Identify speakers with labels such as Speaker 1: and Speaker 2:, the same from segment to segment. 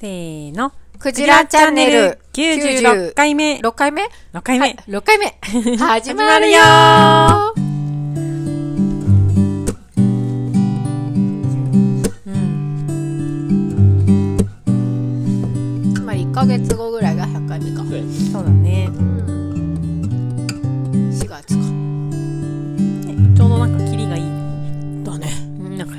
Speaker 1: せーの。
Speaker 2: クジラチャンネル
Speaker 1: 96回目。
Speaker 2: 6回目
Speaker 1: 6回目。
Speaker 2: ?6 回 目始まるようんまあ1ヶ月後ぐらいが100回目か、
Speaker 1: そうだね。
Speaker 2: 4月か
Speaker 1: ちょうどなんかキリがいい。
Speaker 2: だね
Speaker 1: なんか。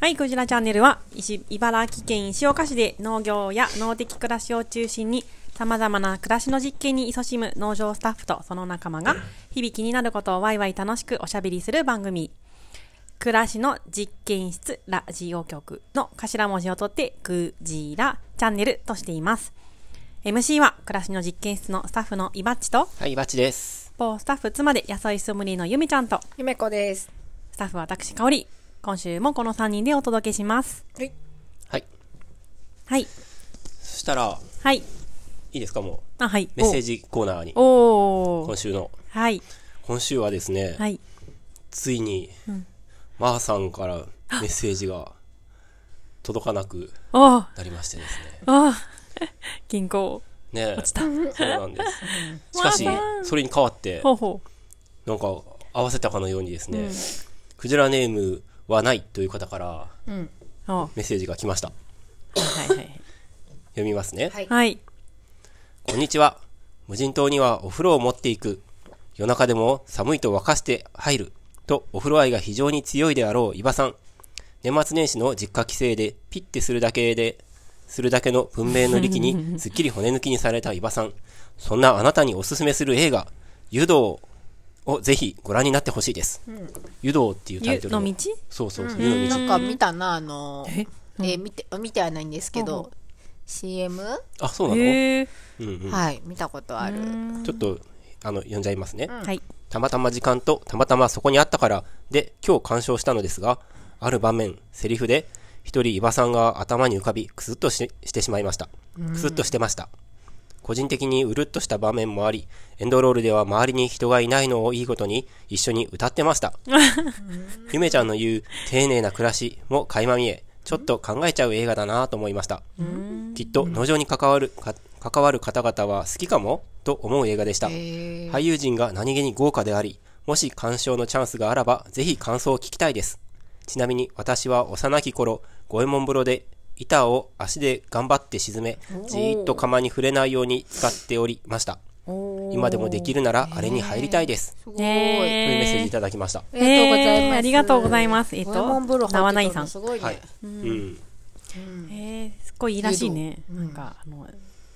Speaker 1: はい、クジラチャンネルは、石茨城県石岡市で農業や農的暮らしを中心に、様々な暮らしの実験に勤しむ農場スタッフとその仲間が、日々気になることをワイワイ楽しくおしゃべりする番組。暮らしの実験室ラジオ局の頭文字を取って、クジラチャンネルとしています。MC は、暮らしの実験室のスタッフのイバッチと、
Speaker 3: はい、バチです。
Speaker 1: ポースタッフ妻で野菜ソムリエのゆみちゃんと、
Speaker 2: ゆめこです
Speaker 1: スタッフ私香織。今週もこの3人でお届けします。
Speaker 2: はい
Speaker 3: はい。
Speaker 1: はい。
Speaker 3: そしたら、
Speaker 1: はい。
Speaker 3: いいですか、も
Speaker 1: あ、はい。
Speaker 3: う。メッセージコーナーに、
Speaker 1: お。お
Speaker 3: 今
Speaker 1: ー
Speaker 3: 週の。
Speaker 1: はい。
Speaker 3: 今週はですね、
Speaker 1: はい。
Speaker 3: ついに、マーさんからメッセージが届かなく
Speaker 1: おー
Speaker 3: なりましてですね。
Speaker 1: おー 銀行。
Speaker 3: ねえ。落ち
Speaker 1: た
Speaker 3: そうな んです。しかし
Speaker 1: マーさ、ん
Speaker 3: それに代わって、
Speaker 1: ほうほう。
Speaker 3: なんか、合わせたかのようにですね、クジラネームはないという方から
Speaker 1: おー
Speaker 3: メッセージが来ました。
Speaker 1: はいはいはい。
Speaker 3: 読みますね。
Speaker 2: はい
Speaker 1: はい。
Speaker 3: こんにちは。無人島にはお風呂を持っていく。夜中でも寒いと沸かして入る。と、お風呂愛が非常に強いであろう伊庭さん。年末年始の実家帰省でピッてするだけで、するだけの文明の力 にすっきり骨抜きにされた伊庭さん。そんなあなたにおすすめする映画、湯道をぜひご覧になってほしいです。湯道っていうタイ
Speaker 1: 湯
Speaker 3: トル
Speaker 1: の道
Speaker 3: そうそうそう、湯
Speaker 2: な
Speaker 3: の道。
Speaker 2: んか見たなあの
Speaker 1: え
Speaker 2: えー見て見てはないんですけど CM、
Speaker 3: あ、そうなの、
Speaker 1: へえ。
Speaker 3: うんうん。
Speaker 2: はい見たことある
Speaker 3: ちょっと、あの、読んじゃいますね。
Speaker 1: はい。
Speaker 3: たまたま時間とたまたまそこにあったからで今日鑑賞したのですが、ある場面、セリフで、一人伊庭さんが頭に浮かび、くすっとししてしまいました。くすっとしてました。個人的にうるっとした場面もあり、エンドロールでは周りに人がいないのをいいことに一緒に歌ってました。ゆめちゃんの言う丁寧な暮らしも垣間見え、ちょっと考えちゃう映画だなと思いました。きっと農場に関わるか関わる方々は好きかもと思う映画でした。
Speaker 2: えー
Speaker 3: 俳優陣が何気に豪華であり、もし鑑賞のチャンスがあらば、ぜひ感想を聞きたいです。ちなみに私は幼き頃、五右衛門風呂で板を足で頑張って沈め、じーっと釜に触れないように使っておりました。今でもできるならあれに入りたいです。
Speaker 2: すごい、
Speaker 3: というメッセージ
Speaker 1: ね
Speaker 3: いただきました。
Speaker 2: ありがとうございます、
Speaker 1: えーありがとうございますえっと
Speaker 2: 五右衛門風呂入ってたの
Speaker 1: 縄内さん
Speaker 2: すごいね、
Speaker 3: はい。うん。
Speaker 1: え。えー、すっごいいいらしいね。なんか、あの、直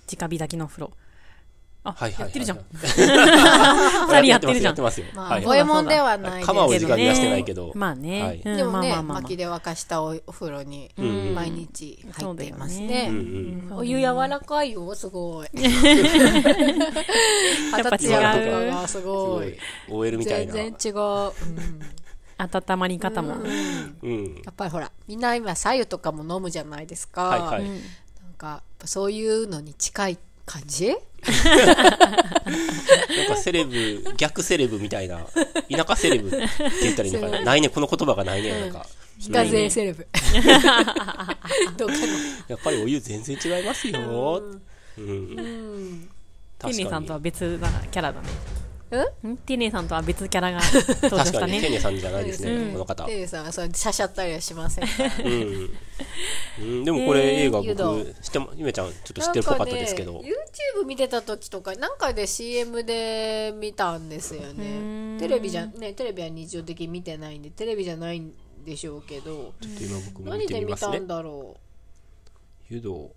Speaker 1: 火炊きのお風呂。あ、
Speaker 3: はいはいはいはい
Speaker 1: やってるじゃん。 人やってる
Speaker 3: 二
Speaker 1: じゃん
Speaker 3: やってますよ。
Speaker 2: まあ、
Speaker 3: はい
Speaker 2: 五右衛門ではないですけど
Speaker 3: 鎌を
Speaker 2: ね
Speaker 3: 直火にはしてないけど
Speaker 1: まあね。
Speaker 3: はい
Speaker 1: うん
Speaker 2: でもね、
Speaker 1: まあまあまあまあ
Speaker 2: 薪で沸かしたおお風呂に
Speaker 3: ん
Speaker 2: 毎日入っていますね,、
Speaker 1: そうだよ
Speaker 3: んうん。
Speaker 2: お湯柔らかいよすごい
Speaker 1: っぱ違う
Speaker 2: 形柔らかいわす
Speaker 3: す
Speaker 2: ご
Speaker 3: ご
Speaker 2: い
Speaker 3: い。OL みたい
Speaker 2: 全
Speaker 3: な。
Speaker 2: 然違う、うん
Speaker 1: 温まり方も。
Speaker 3: うん。
Speaker 2: やっぱりほらみんな今白湯とかも飲むじゃないですか、
Speaker 3: はいはい。
Speaker 2: なんかやっぱそういうのに近い感じ
Speaker 3: なんかセレブ、逆セレブみたいな、田舎セレブって言ったらいいのかな。ないね、この言葉がないね、なんか。
Speaker 2: 非課税セレブどうかな
Speaker 3: やっぱりお湯全然違いますよ。うん。
Speaker 1: テ
Speaker 3: 確
Speaker 1: ネ
Speaker 3: か
Speaker 1: さん
Speaker 3: に
Speaker 1: とは。別なキャラだね。んテネさんとは別キャラが登場
Speaker 3: 確
Speaker 1: した
Speaker 3: かに、ケ
Speaker 1: ね。
Speaker 3: ネさんじゃないですね、この方
Speaker 2: テ。レさんはそれしゃしゃったりはしま せんから
Speaker 3: うん。うんでもこれ映画
Speaker 2: えー
Speaker 3: 僕、知っても、ゆめちゃんちょっと知ってるっぽかったですけ
Speaker 2: なん
Speaker 3: ど
Speaker 2: か。ね、YouTube 見てた時とかなんかで CM で見たんですよねテレビじゃねテレビは日常的に見てないんでテレビじゃないんでしょうけど
Speaker 3: ちょっと今僕も見
Speaker 2: 何
Speaker 3: て
Speaker 2: で
Speaker 3: み
Speaker 2: 見
Speaker 3: ます
Speaker 2: た
Speaker 3: ね
Speaker 2: ん。だろ
Speaker 3: 湯道。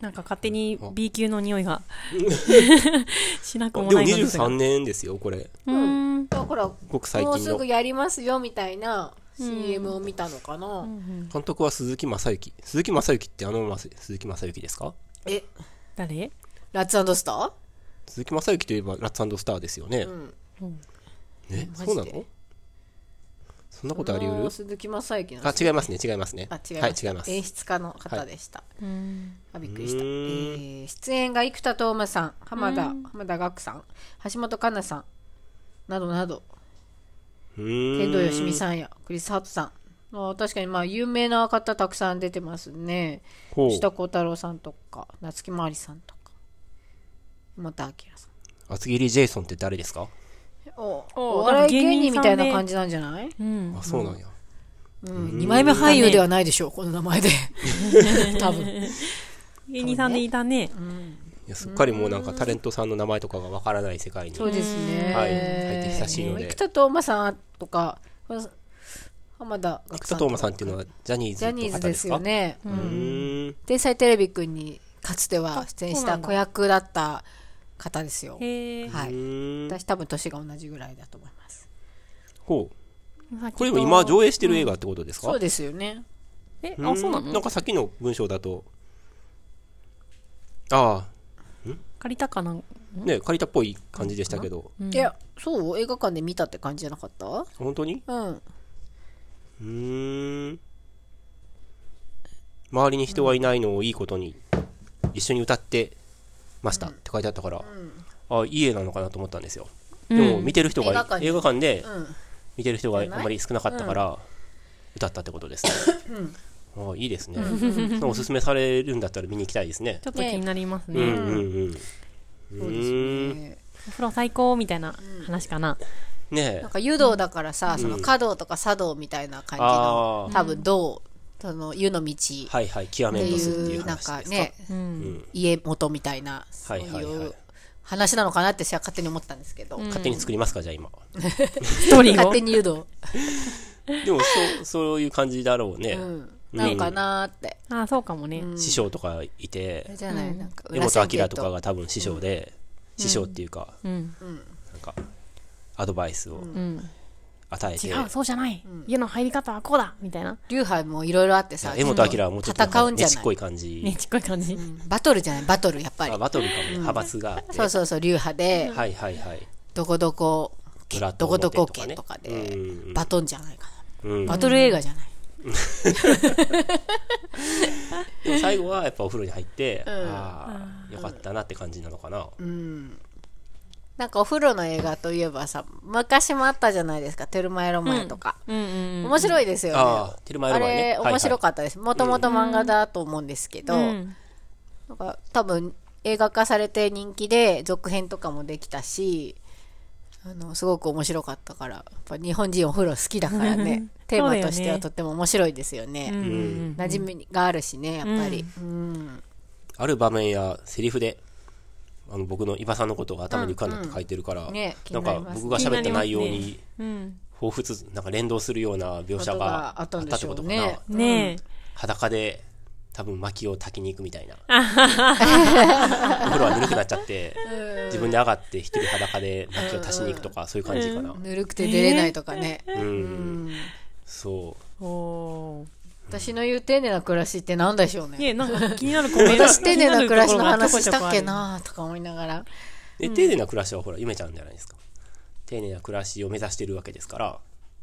Speaker 1: なんか勝手に B 級の匂い がしな
Speaker 3: で
Speaker 1: く
Speaker 3: も
Speaker 1: もないのですが。
Speaker 3: 23年ですよ、これ。
Speaker 1: うーん。
Speaker 2: うだからも
Speaker 3: ごく最
Speaker 2: う
Speaker 3: 近
Speaker 2: す
Speaker 3: の
Speaker 2: ぐ。やりますよみたいな CM を見たのかな、
Speaker 3: 監督は鈴木正幸。鈴木正幸ってあのまさ鈴木正幸ですか
Speaker 2: え
Speaker 1: 誰
Speaker 2: ラッツスター
Speaker 3: 鈴木正幸といえばラッツスターですよね。え、
Speaker 2: マジで
Speaker 3: そうなのそんなことあり
Speaker 2: あ
Speaker 3: 得
Speaker 2: の
Speaker 3: る
Speaker 2: 鈴木雅之の
Speaker 3: あ、違いますね、違いますね。
Speaker 2: あ違い
Speaker 3: は
Speaker 2: ま
Speaker 3: い、
Speaker 2: す、
Speaker 3: 違います。
Speaker 2: 演出家の方でした、あびっくりした、
Speaker 3: う
Speaker 2: え
Speaker 3: ー
Speaker 2: ー出演が生田斗真さん浜田浜田岳さん橋本環奈さんなどなど
Speaker 3: うーん
Speaker 2: 天童よしみさんやクリス・ハートさんああ確かにまあ有名な方たくさん出てますね
Speaker 3: ほ
Speaker 2: 下孝太郎さんとか夏木まりさんとかまた明さん
Speaker 3: 厚切りジェイソンって誰ですか
Speaker 2: お
Speaker 1: お
Speaker 2: お
Speaker 1: な
Speaker 2: 笑い
Speaker 1: んか
Speaker 2: 芸
Speaker 1: 芸
Speaker 2: 人
Speaker 1: 人
Speaker 2: み
Speaker 1: さん
Speaker 2: た
Speaker 1: で
Speaker 2: いな感じなんじゃない、
Speaker 1: うん
Speaker 3: あ、そうなんや。
Speaker 2: うん、2枚目俳優ではないでしょうこの名前 で多分、
Speaker 1: 芸人さんでいたね
Speaker 3: いやすっかりもうなんかタレントさんの名前とかがわからない世界に
Speaker 2: そうですね
Speaker 3: はい入って久しいので
Speaker 2: 生田斗真さんとか浜田岳
Speaker 3: 北
Speaker 2: さんと
Speaker 3: 斗真
Speaker 2: か
Speaker 3: さんっていうのはジャニーズ
Speaker 2: ジャニーズ
Speaker 3: の方で
Speaker 2: です
Speaker 3: すか
Speaker 2: よね、う
Speaker 3: うんーん
Speaker 2: 天才テレビくんにかつては
Speaker 1: あ
Speaker 2: 出演し
Speaker 1: そうな
Speaker 2: た
Speaker 1: んだ
Speaker 2: 子役だった方ですよ
Speaker 1: へえ
Speaker 2: は
Speaker 3: う
Speaker 2: い
Speaker 3: ーん
Speaker 2: 私多分年が同じぐらいだと思います
Speaker 3: ほうこれでも今上映してる映画ってことですか
Speaker 2: そうですよね
Speaker 1: え
Speaker 3: ーん
Speaker 1: あそうなの
Speaker 3: なんかさっきの文章だとあ
Speaker 1: 借りたかな
Speaker 3: あね借りたっぽい感じでしたけど
Speaker 2: いやそう映画館で見たって感じじゃなかった
Speaker 3: 本当に
Speaker 2: うん
Speaker 3: うーん周りに人はいないのをいいことに一緒に歌ってましたって書いてあったから、あいい絵なのかなと思ったんですよ、でも見てる人が
Speaker 2: 映画館で
Speaker 3: 映画館で
Speaker 2: うん
Speaker 3: 見てる人があ
Speaker 2: じゃない
Speaker 3: んまり少なかったから歌ったってことですね、あいいですね、おすすめされるんだったら見に行きたいですね
Speaker 1: ちょっと気になります
Speaker 3: うん
Speaker 1: ね
Speaker 3: うんうん
Speaker 2: そうですよね
Speaker 1: お風呂最高みたいな話かな
Speaker 3: ねえ
Speaker 2: なんか湯道だからさ、その華道とか茶道みたいな感じの
Speaker 3: あ、ー
Speaker 2: 多分道、その湯の道っ
Speaker 3: はいはい極
Speaker 2: て
Speaker 3: めんとすって
Speaker 2: い
Speaker 3: いう
Speaker 2: う、なん
Speaker 3: 話
Speaker 2: か
Speaker 3: ですか
Speaker 2: ね、
Speaker 1: うん
Speaker 2: 家元みたいな、そう
Speaker 3: はいはい
Speaker 2: い
Speaker 3: は
Speaker 2: う
Speaker 3: い
Speaker 2: 話なのかなって私は勝手に思ったんですけど、
Speaker 3: 勝手に作りますかじゃあ今
Speaker 1: ストーリー
Speaker 2: 勝
Speaker 1: を
Speaker 2: 手に湯道、
Speaker 3: でもそうそういう感じだろうね、
Speaker 2: うん、なのかなーって。
Speaker 1: あそうかもね
Speaker 3: 師匠とかいて、
Speaker 2: じゃない、なんか、
Speaker 3: 根
Speaker 2: 裏
Speaker 3: 本
Speaker 2: 千家
Speaker 3: 明とかが多分師匠で、師匠っていうか、
Speaker 1: うん
Speaker 3: なんかアドバイスを
Speaker 1: ん
Speaker 3: 与えて、
Speaker 1: 違うそうじゃない家の入り方はこうだみたいな
Speaker 2: 流派もいろいろあってさ、
Speaker 3: 江本明はもうちょっと
Speaker 2: 戦うんじゃ
Speaker 3: ねちっ
Speaker 2: な
Speaker 3: こ
Speaker 2: い
Speaker 3: い感じ、
Speaker 1: ねちっこい感じ
Speaker 2: バトルじゃない、バトル、やっぱり
Speaker 3: あ。バトルかもね、派閥があって
Speaker 2: そうそうそう、流派で、
Speaker 3: はいはいはい
Speaker 2: どこどこ、
Speaker 3: 裏と
Speaker 2: どこどこ
Speaker 3: 表とか
Speaker 2: 家
Speaker 3: ね
Speaker 2: とかで
Speaker 3: うんうん、
Speaker 2: バトンじゃないか
Speaker 3: うん
Speaker 2: な。バトル映画じゃない。
Speaker 3: でも最後はやっぱお風呂に入って、ああよかったなって感じなのかな、
Speaker 2: なんかお風呂の映画といえばさ、昔もあったじゃないですか、テルマエロマエとか。
Speaker 1: うんうん
Speaker 2: 面白いですよね。
Speaker 3: ああテルマエロマエね
Speaker 2: あれ、面白かったです。もともと漫画だと思うんですけど、
Speaker 1: うん
Speaker 2: なんか多分映画化されて人気で続編とかもできたし、あの、すごく面白かったから、やっぱ日本人お風呂好きだからね、 テーマとしてはとっても面白いですよね。
Speaker 3: ん
Speaker 2: 馴染みがあるしね、やっぱり。うん
Speaker 3: ある場面やセリフであの僕の伊庭さんのことが頭に浮かんだって書いてるから、
Speaker 2: んね気
Speaker 3: な
Speaker 2: に
Speaker 3: ん
Speaker 2: なり
Speaker 3: か
Speaker 2: ます
Speaker 3: 僕が喋った内容
Speaker 1: 気になり
Speaker 3: に
Speaker 1: うん
Speaker 3: 彷彿なんか連動するような描写があったってこ
Speaker 2: こと
Speaker 3: とかな、
Speaker 2: があったんでしょうね
Speaker 1: ね
Speaker 3: 裸で多分薪を炊きに行くみたいなお風呂はぬるくなっちゃって自分で上がって一人裸で薪を足しに行くとかそういう感じかな
Speaker 2: ぬるくて出れないとかね。
Speaker 3: うん、そう
Speaker 1: えおー
Speaker 2: 私の言う丁寧な暮らしってなんでしょうね。
Speaker 1: ねえなんか気になるコメント
Speaker 2: 私丁寧な暮らしの話したっけなとか思いながら
Speaker 3: で丁寧な暮らしはほら夢ちゃんじゃないですか丁寧な暮らしを目指してるわけですから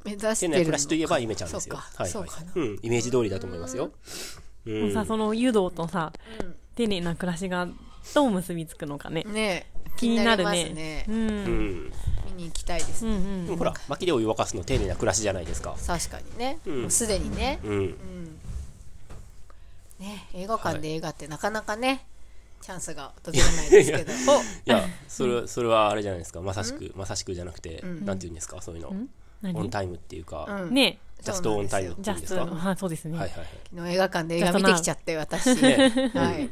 Speaker 2: 目指し
Speaker 3: 丁
Speaker 2: て
Speaker 3: 寧な
Speaker 2: る
Speaker 3: 暮らしといえば夢ちゃん
Speaker 2: そ
Speaker 3: で
Speaker 2: う
Speaker 3: すよ
Speaker 2: か、
Speaker 3: はい
Speaker 2: そ
Speaker 3: は
Speaker 2: う
Speaker 3: い
Speaker 2: かな、
Speaker 3: うん、イメージ通りだと思いますようん
Speaker 1: もうさその湯道とさ、丁寧な暮らしがどう結びつくのかね。
Speaker 2: ねえ
Speaker 1: 気になる
Speaker 2: 気
Speaker 1: ね
Speaker 2: にります
Speaker 1: う
Speaker 2: ね
Speaker 1: ん、
Speaker 3: うん
Speaker 2: 見に行きたいです
Speaker 1: う
Speaker 2: ね、
Speaker 1: ん、うん
Speaker 3: でもほら薪でお湯沸かすの丁寧な暮らしじゃないですか
Speaker 2: 確かにね、
Speaker 3: ん
Speaker 2: もうすでにね,、
Speaker 3: うん
Speaker 2: ね映画館で映画ってなかなかねチャンスが訪れないですけど
Speaker 3: いや、それ、それはあれじゃないですか。まさしく、まさしくじゃなくて、なんて言うんですか、そういうの。オン
Speaker 1: 何
Speaker 3: タイムっていうか、
Speaker 1: ね
Speaker 3: ジャストオンタイムって
Speaker 1: ジ
Speaker 3: いうん
Speaker 1: ャ
Speaker 3: で
Speaker 1: ス
Speaker 3: す
Speaker 1: ト
Speaker 3: か。
Speaker 1: の、
Speaker 3: は
Speaker 1: はい、そうですね。
Speaker 3: いはいはい。
Speaker 2: 昨日映画館で映画見てきちゃって私、
Speaker 3: ね
Speaker 2: はい、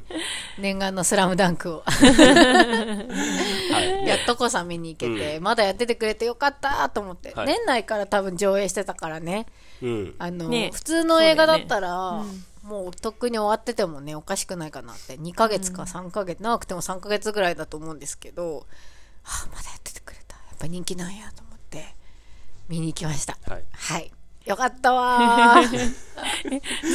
Speaker 2: 念願の「スラムダンクを
Speaker 3: はい。
Speaker 2: やっとこさ見に行けて、まだやっててくれてよかったと思って、
Speaker 3: はい
Speaker 2: 年内から多分上映してたからね
Speaker 3: うん。
Speaker 2: あの、
Speaker 1: ね
Speaker 2: 普通の映画だったら、もうとっくに終わっててもねおかしくないかなって2ヶ月か3ヶ月、長くても3ヶ月ぐらいだと思うんですけど、はあ、まだやっててくれたやっぱ人気なんやと思って見に行きました
Speaker 3: はい。
Speaker 2: はいよかったわー
Speaker 1: ず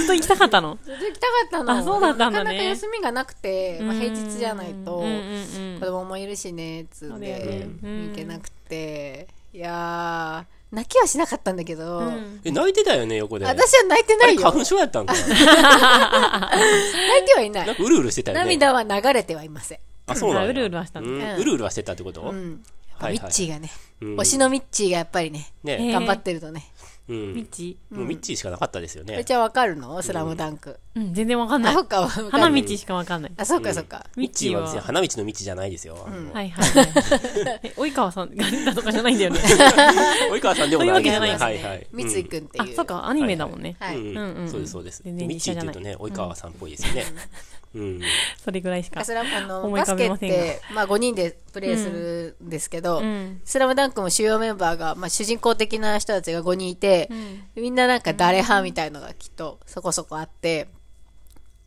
Speaker 1: っと行きたかったの。
Speaker 2: ずっと行きたかったの
Speaker 1: あそうだったんだね
Speaker 2: なかなか休みがなくて、まあ、平日じゃないと
Speaker 1: うんうんうん
Speaker 2: 子供もいるしねっつ
Speaker 1: そ
Speaker 2: ん
Speaker 1: うだよ
Speaker 2: で
Speaker 1: ねうん
Speaker 2: 行けなくていやー泣きはしなかったんだけど、
Speaker 1: うん
Speaker 3: え、泣いてたよね、横で。
Speaker 2: 私は泣いて
Speaker 3: あ
Speaker 2: な
Speaker 3: れ
Speaker 2: い
Speaker 3: 花
Speaker 2: よ
Speaker 3: 粉症やったんかな。
Speaker 2: 泣いてはいない
Speaker 3: なんかうるうるしてたよね。
Speaker 2: 涙は流れてはいません。
Speaker 3: あ、そうなん
Speaker 1: あ
Speaker 3: や
Speaker 1: うるうるはした
Speaker 3: うん
Speaker 1: だ
Speaker 3: んうるうるはしてたってこと
Speaker 2: うん。やっぱ
Speaker 3: はいはい
Speaker 2: ミッチーがね、
Speaker 3: うん
Speaker 2: 推しのミッチーがやっぱりね、
Speaker 3: ね
Speaker 1: えー
Speaker 2: 頑張ってるとね、
Speaker 3: う
Speaker 1: ミッ
Speaker 3: ん。
Speaker 1: チ
Speaker 3: もうミッチーしかなかったですよ
Speaker 2: え
Speaker 3: ね
Speaker 2: じ。ゃあわかるのスラムダンク。
Speaker 1: うん、全然わかんな
Speaker 2: あ、
Speaker 1: い
Speaker 2: そ。うか、わかる
Speaker 1: 花道しかわかんない。
Speaker 2: あ、そうか、そうか。
Speaker 1: ミ
Speaker 3: ミ
Speaker 1: ッ
Speaker 3: ッ
Speaker 1: チー
Speaker 3: チー
Speaker 1: は
Speaker 3: は別に花道の道じゃないですよ。あの
Speaker 1: はいはいはい。え、及川さんが出たとかじゃないんだよね。
Speaker 3: 及川さんでも
Speaker 1: そういうわけ
Speaker 3: で
Speaker 1: じゃ
Speaker 3: す
Speaker 1: ない
Speaker 3: ね。
Speaker 1: です
Speaker 3: はいはい。
Speaker 2: 三井くんって
Speaker 1: あ
Speaker 2: い、う。
Speaker 1: そうか、アニメだもんね。
Speaker 2: はい。
Speaker 3: うん
Speaker 1: うんうん
Speaker 3: そうですそうです。
Speaker 1: 全然
Speaker 3: ミッチーっていうとね、及川さんっぽいですよね。うん。
Speaker 1: それぐらいしか
Speaker 2: あ。スラムあの
Speaker 1: 思い
Speaker 2: バ
Speaker 1: 浮か
Speaker 2: ス
Speaker 1: べ
Speaker 2: ケ
Speaker 1: ま
Speaker 2: っ
Speaker 1: せんが
Speaker 2: て、まあ、5人でプレーするんですけど、
Speaker 1: うん。
Speaker 2: スラムダンクも主要メンバーが、まあ、主人公的な人たちが5人いて、みんななんか誰派みたいのがきっとそこそこあって、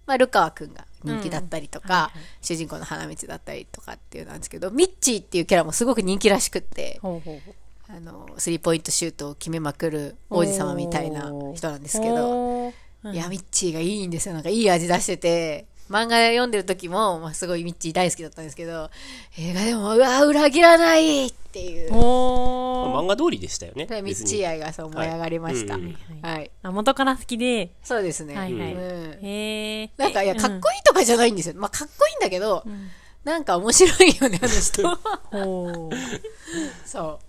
Speaker 2: まあ、ルカワ君が人気だったりとか、主人公の花道だったりとかっていうのなんですけどミッチーっていうキャラもすごく人気らしくって
Speaker 1: ほうほうほう。
Speaker 2: あのスリーポイントシュートを決めまくる王子様みたいな人なんですけど。
Speaker 1: おー。
Speaker 2: いや、ミッチーがいいんですよ。なんかいい味出してて、漫画読んでる時も、まあ、すごいミッチー大好きだったんですけど、映画でも、うわ、裏切らないっていう。
Speaker 1: おー。
Speaker 3: 漫画通りでしたよね。
Speaker 2: でミ
Speaker 3: 別
Speaker 2: ッ
Speaker 3: に
Speaker 2: チー愛がそう燃え上がりました。
Speaker 3: は
Speaker 2: はいい。
Speaker 3: うん
Speaker 1: あ、元から好きで。
Speaker 2: そうですね。
Speaker 1: はいはい
Speaker 2: うん
Speaker 1: へえ。
Speaker 2: なんか、いや、
Speaker 1: え
Speaker 2: かっこいいとかじゃないんですよ。まあ、かっこいいんだけど、なんか面白いよね、あの 人。
Speaker 1: うんほう。
Speaker 2: そ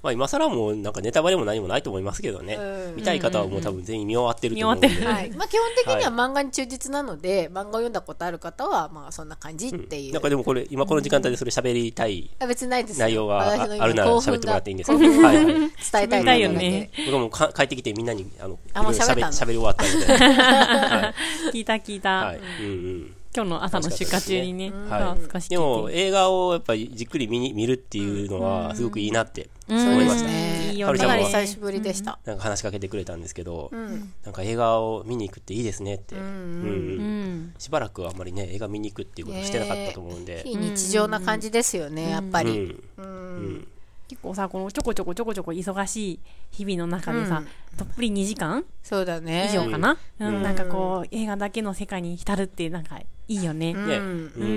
Speaker 3: まあ今更もうなんかネタバレも何もないと思いますけどね、
Speaker 2: うん
Speaker 3: 見たい方はもう多分全員見終わってると思うんで、
Speaker 1: 見終
Speaker 2: う。
Speaker 1: わ
Speaker 2: はい。まあ、基本的には
Speaker 3: は
Speaker 2: 漫画に忠実なので、漫画を読んだことある方は、まあ、そんな感じっていう。
Speaker 3: なんかでもこれ今この時間帯でそれ喋りたい
Speaker 2: あ別にないですよ
Speaker 3: 内容があ
Speaker 2: 私の今
Speaker 3: あるなら
Speaker 2: 興奮
Speaker 3: 喋ってもらっていいんですけど、
Speaker 2: が
Speaker 3: はいはい、
Speaker 2: 伝えたいなと思って
Speaker 1: 喋りたいよね
Speaker 3: 僕はもうか帰ってきてみんなにあの
Speaker 2: あもう
Speaker 3: いろい
Speaker 2: 喋
Speaker 3: ろ
Speaker 2: ったの
Speaker 3: 喋り終わったので、 はい
Speaker 1: 聞いた聞いた
Speaker 3: は。いうんうん、
Speaker 1: 今日の朝の出荷中にね。
Speaker 3: かった
Speaker 1: あ
Speaker 3: で
Speaker 1: 少し
Speaker 3: で
Speaker 1: 聞
Speaker 3: も
Speaker 1: いて。
Speaker 3: 映画をやっぱりじっくり見に見るっていうのはすごくいいなって思いました、
Speaker 2: うん
Speaker 1: いいよ
Speaker 3: は
Speaker 1: ね。
Speaker 3: るち
Speaker 2: か
Speaker 3: ゃん
Speaker 2: な
Speaker 3: は
Speaker 2: り久しぶりでした。
Speaker 3: なんか話しかけてくれたんですけど、
Speaker 2: うん。
Speaker 3: なんか映画を見に行くっていいですねって、うん
Speaker 1: う
Speaker 3: うん
Speaker 1: ん。
Speaker 3: しばらくあんまりね映画見に行くっていうことしてなかったと思うんで、
Speaker 2: 非日常な感じですよね、やっぱり。う
Speaker 3: うん
Speaker 2: ん。
Speaker 1: 結構さ、このちょこちょこちょこちょこ忙しい日々の中でさ、どっぷり2時間
Speaker 2: そうだね。
Speaker 1: 以上かな、
Speaker 3: う
Speaker 1: うんん
Speaker 3: うん
Speaker 1: なんかこう映画だけの世界に浸るってなんかいいよね、
Speaker 2: うん
Speaker 3: ね、
Speaker 2: う
Speaker 3: うん
Speaker 1: うん
Speaker 2: う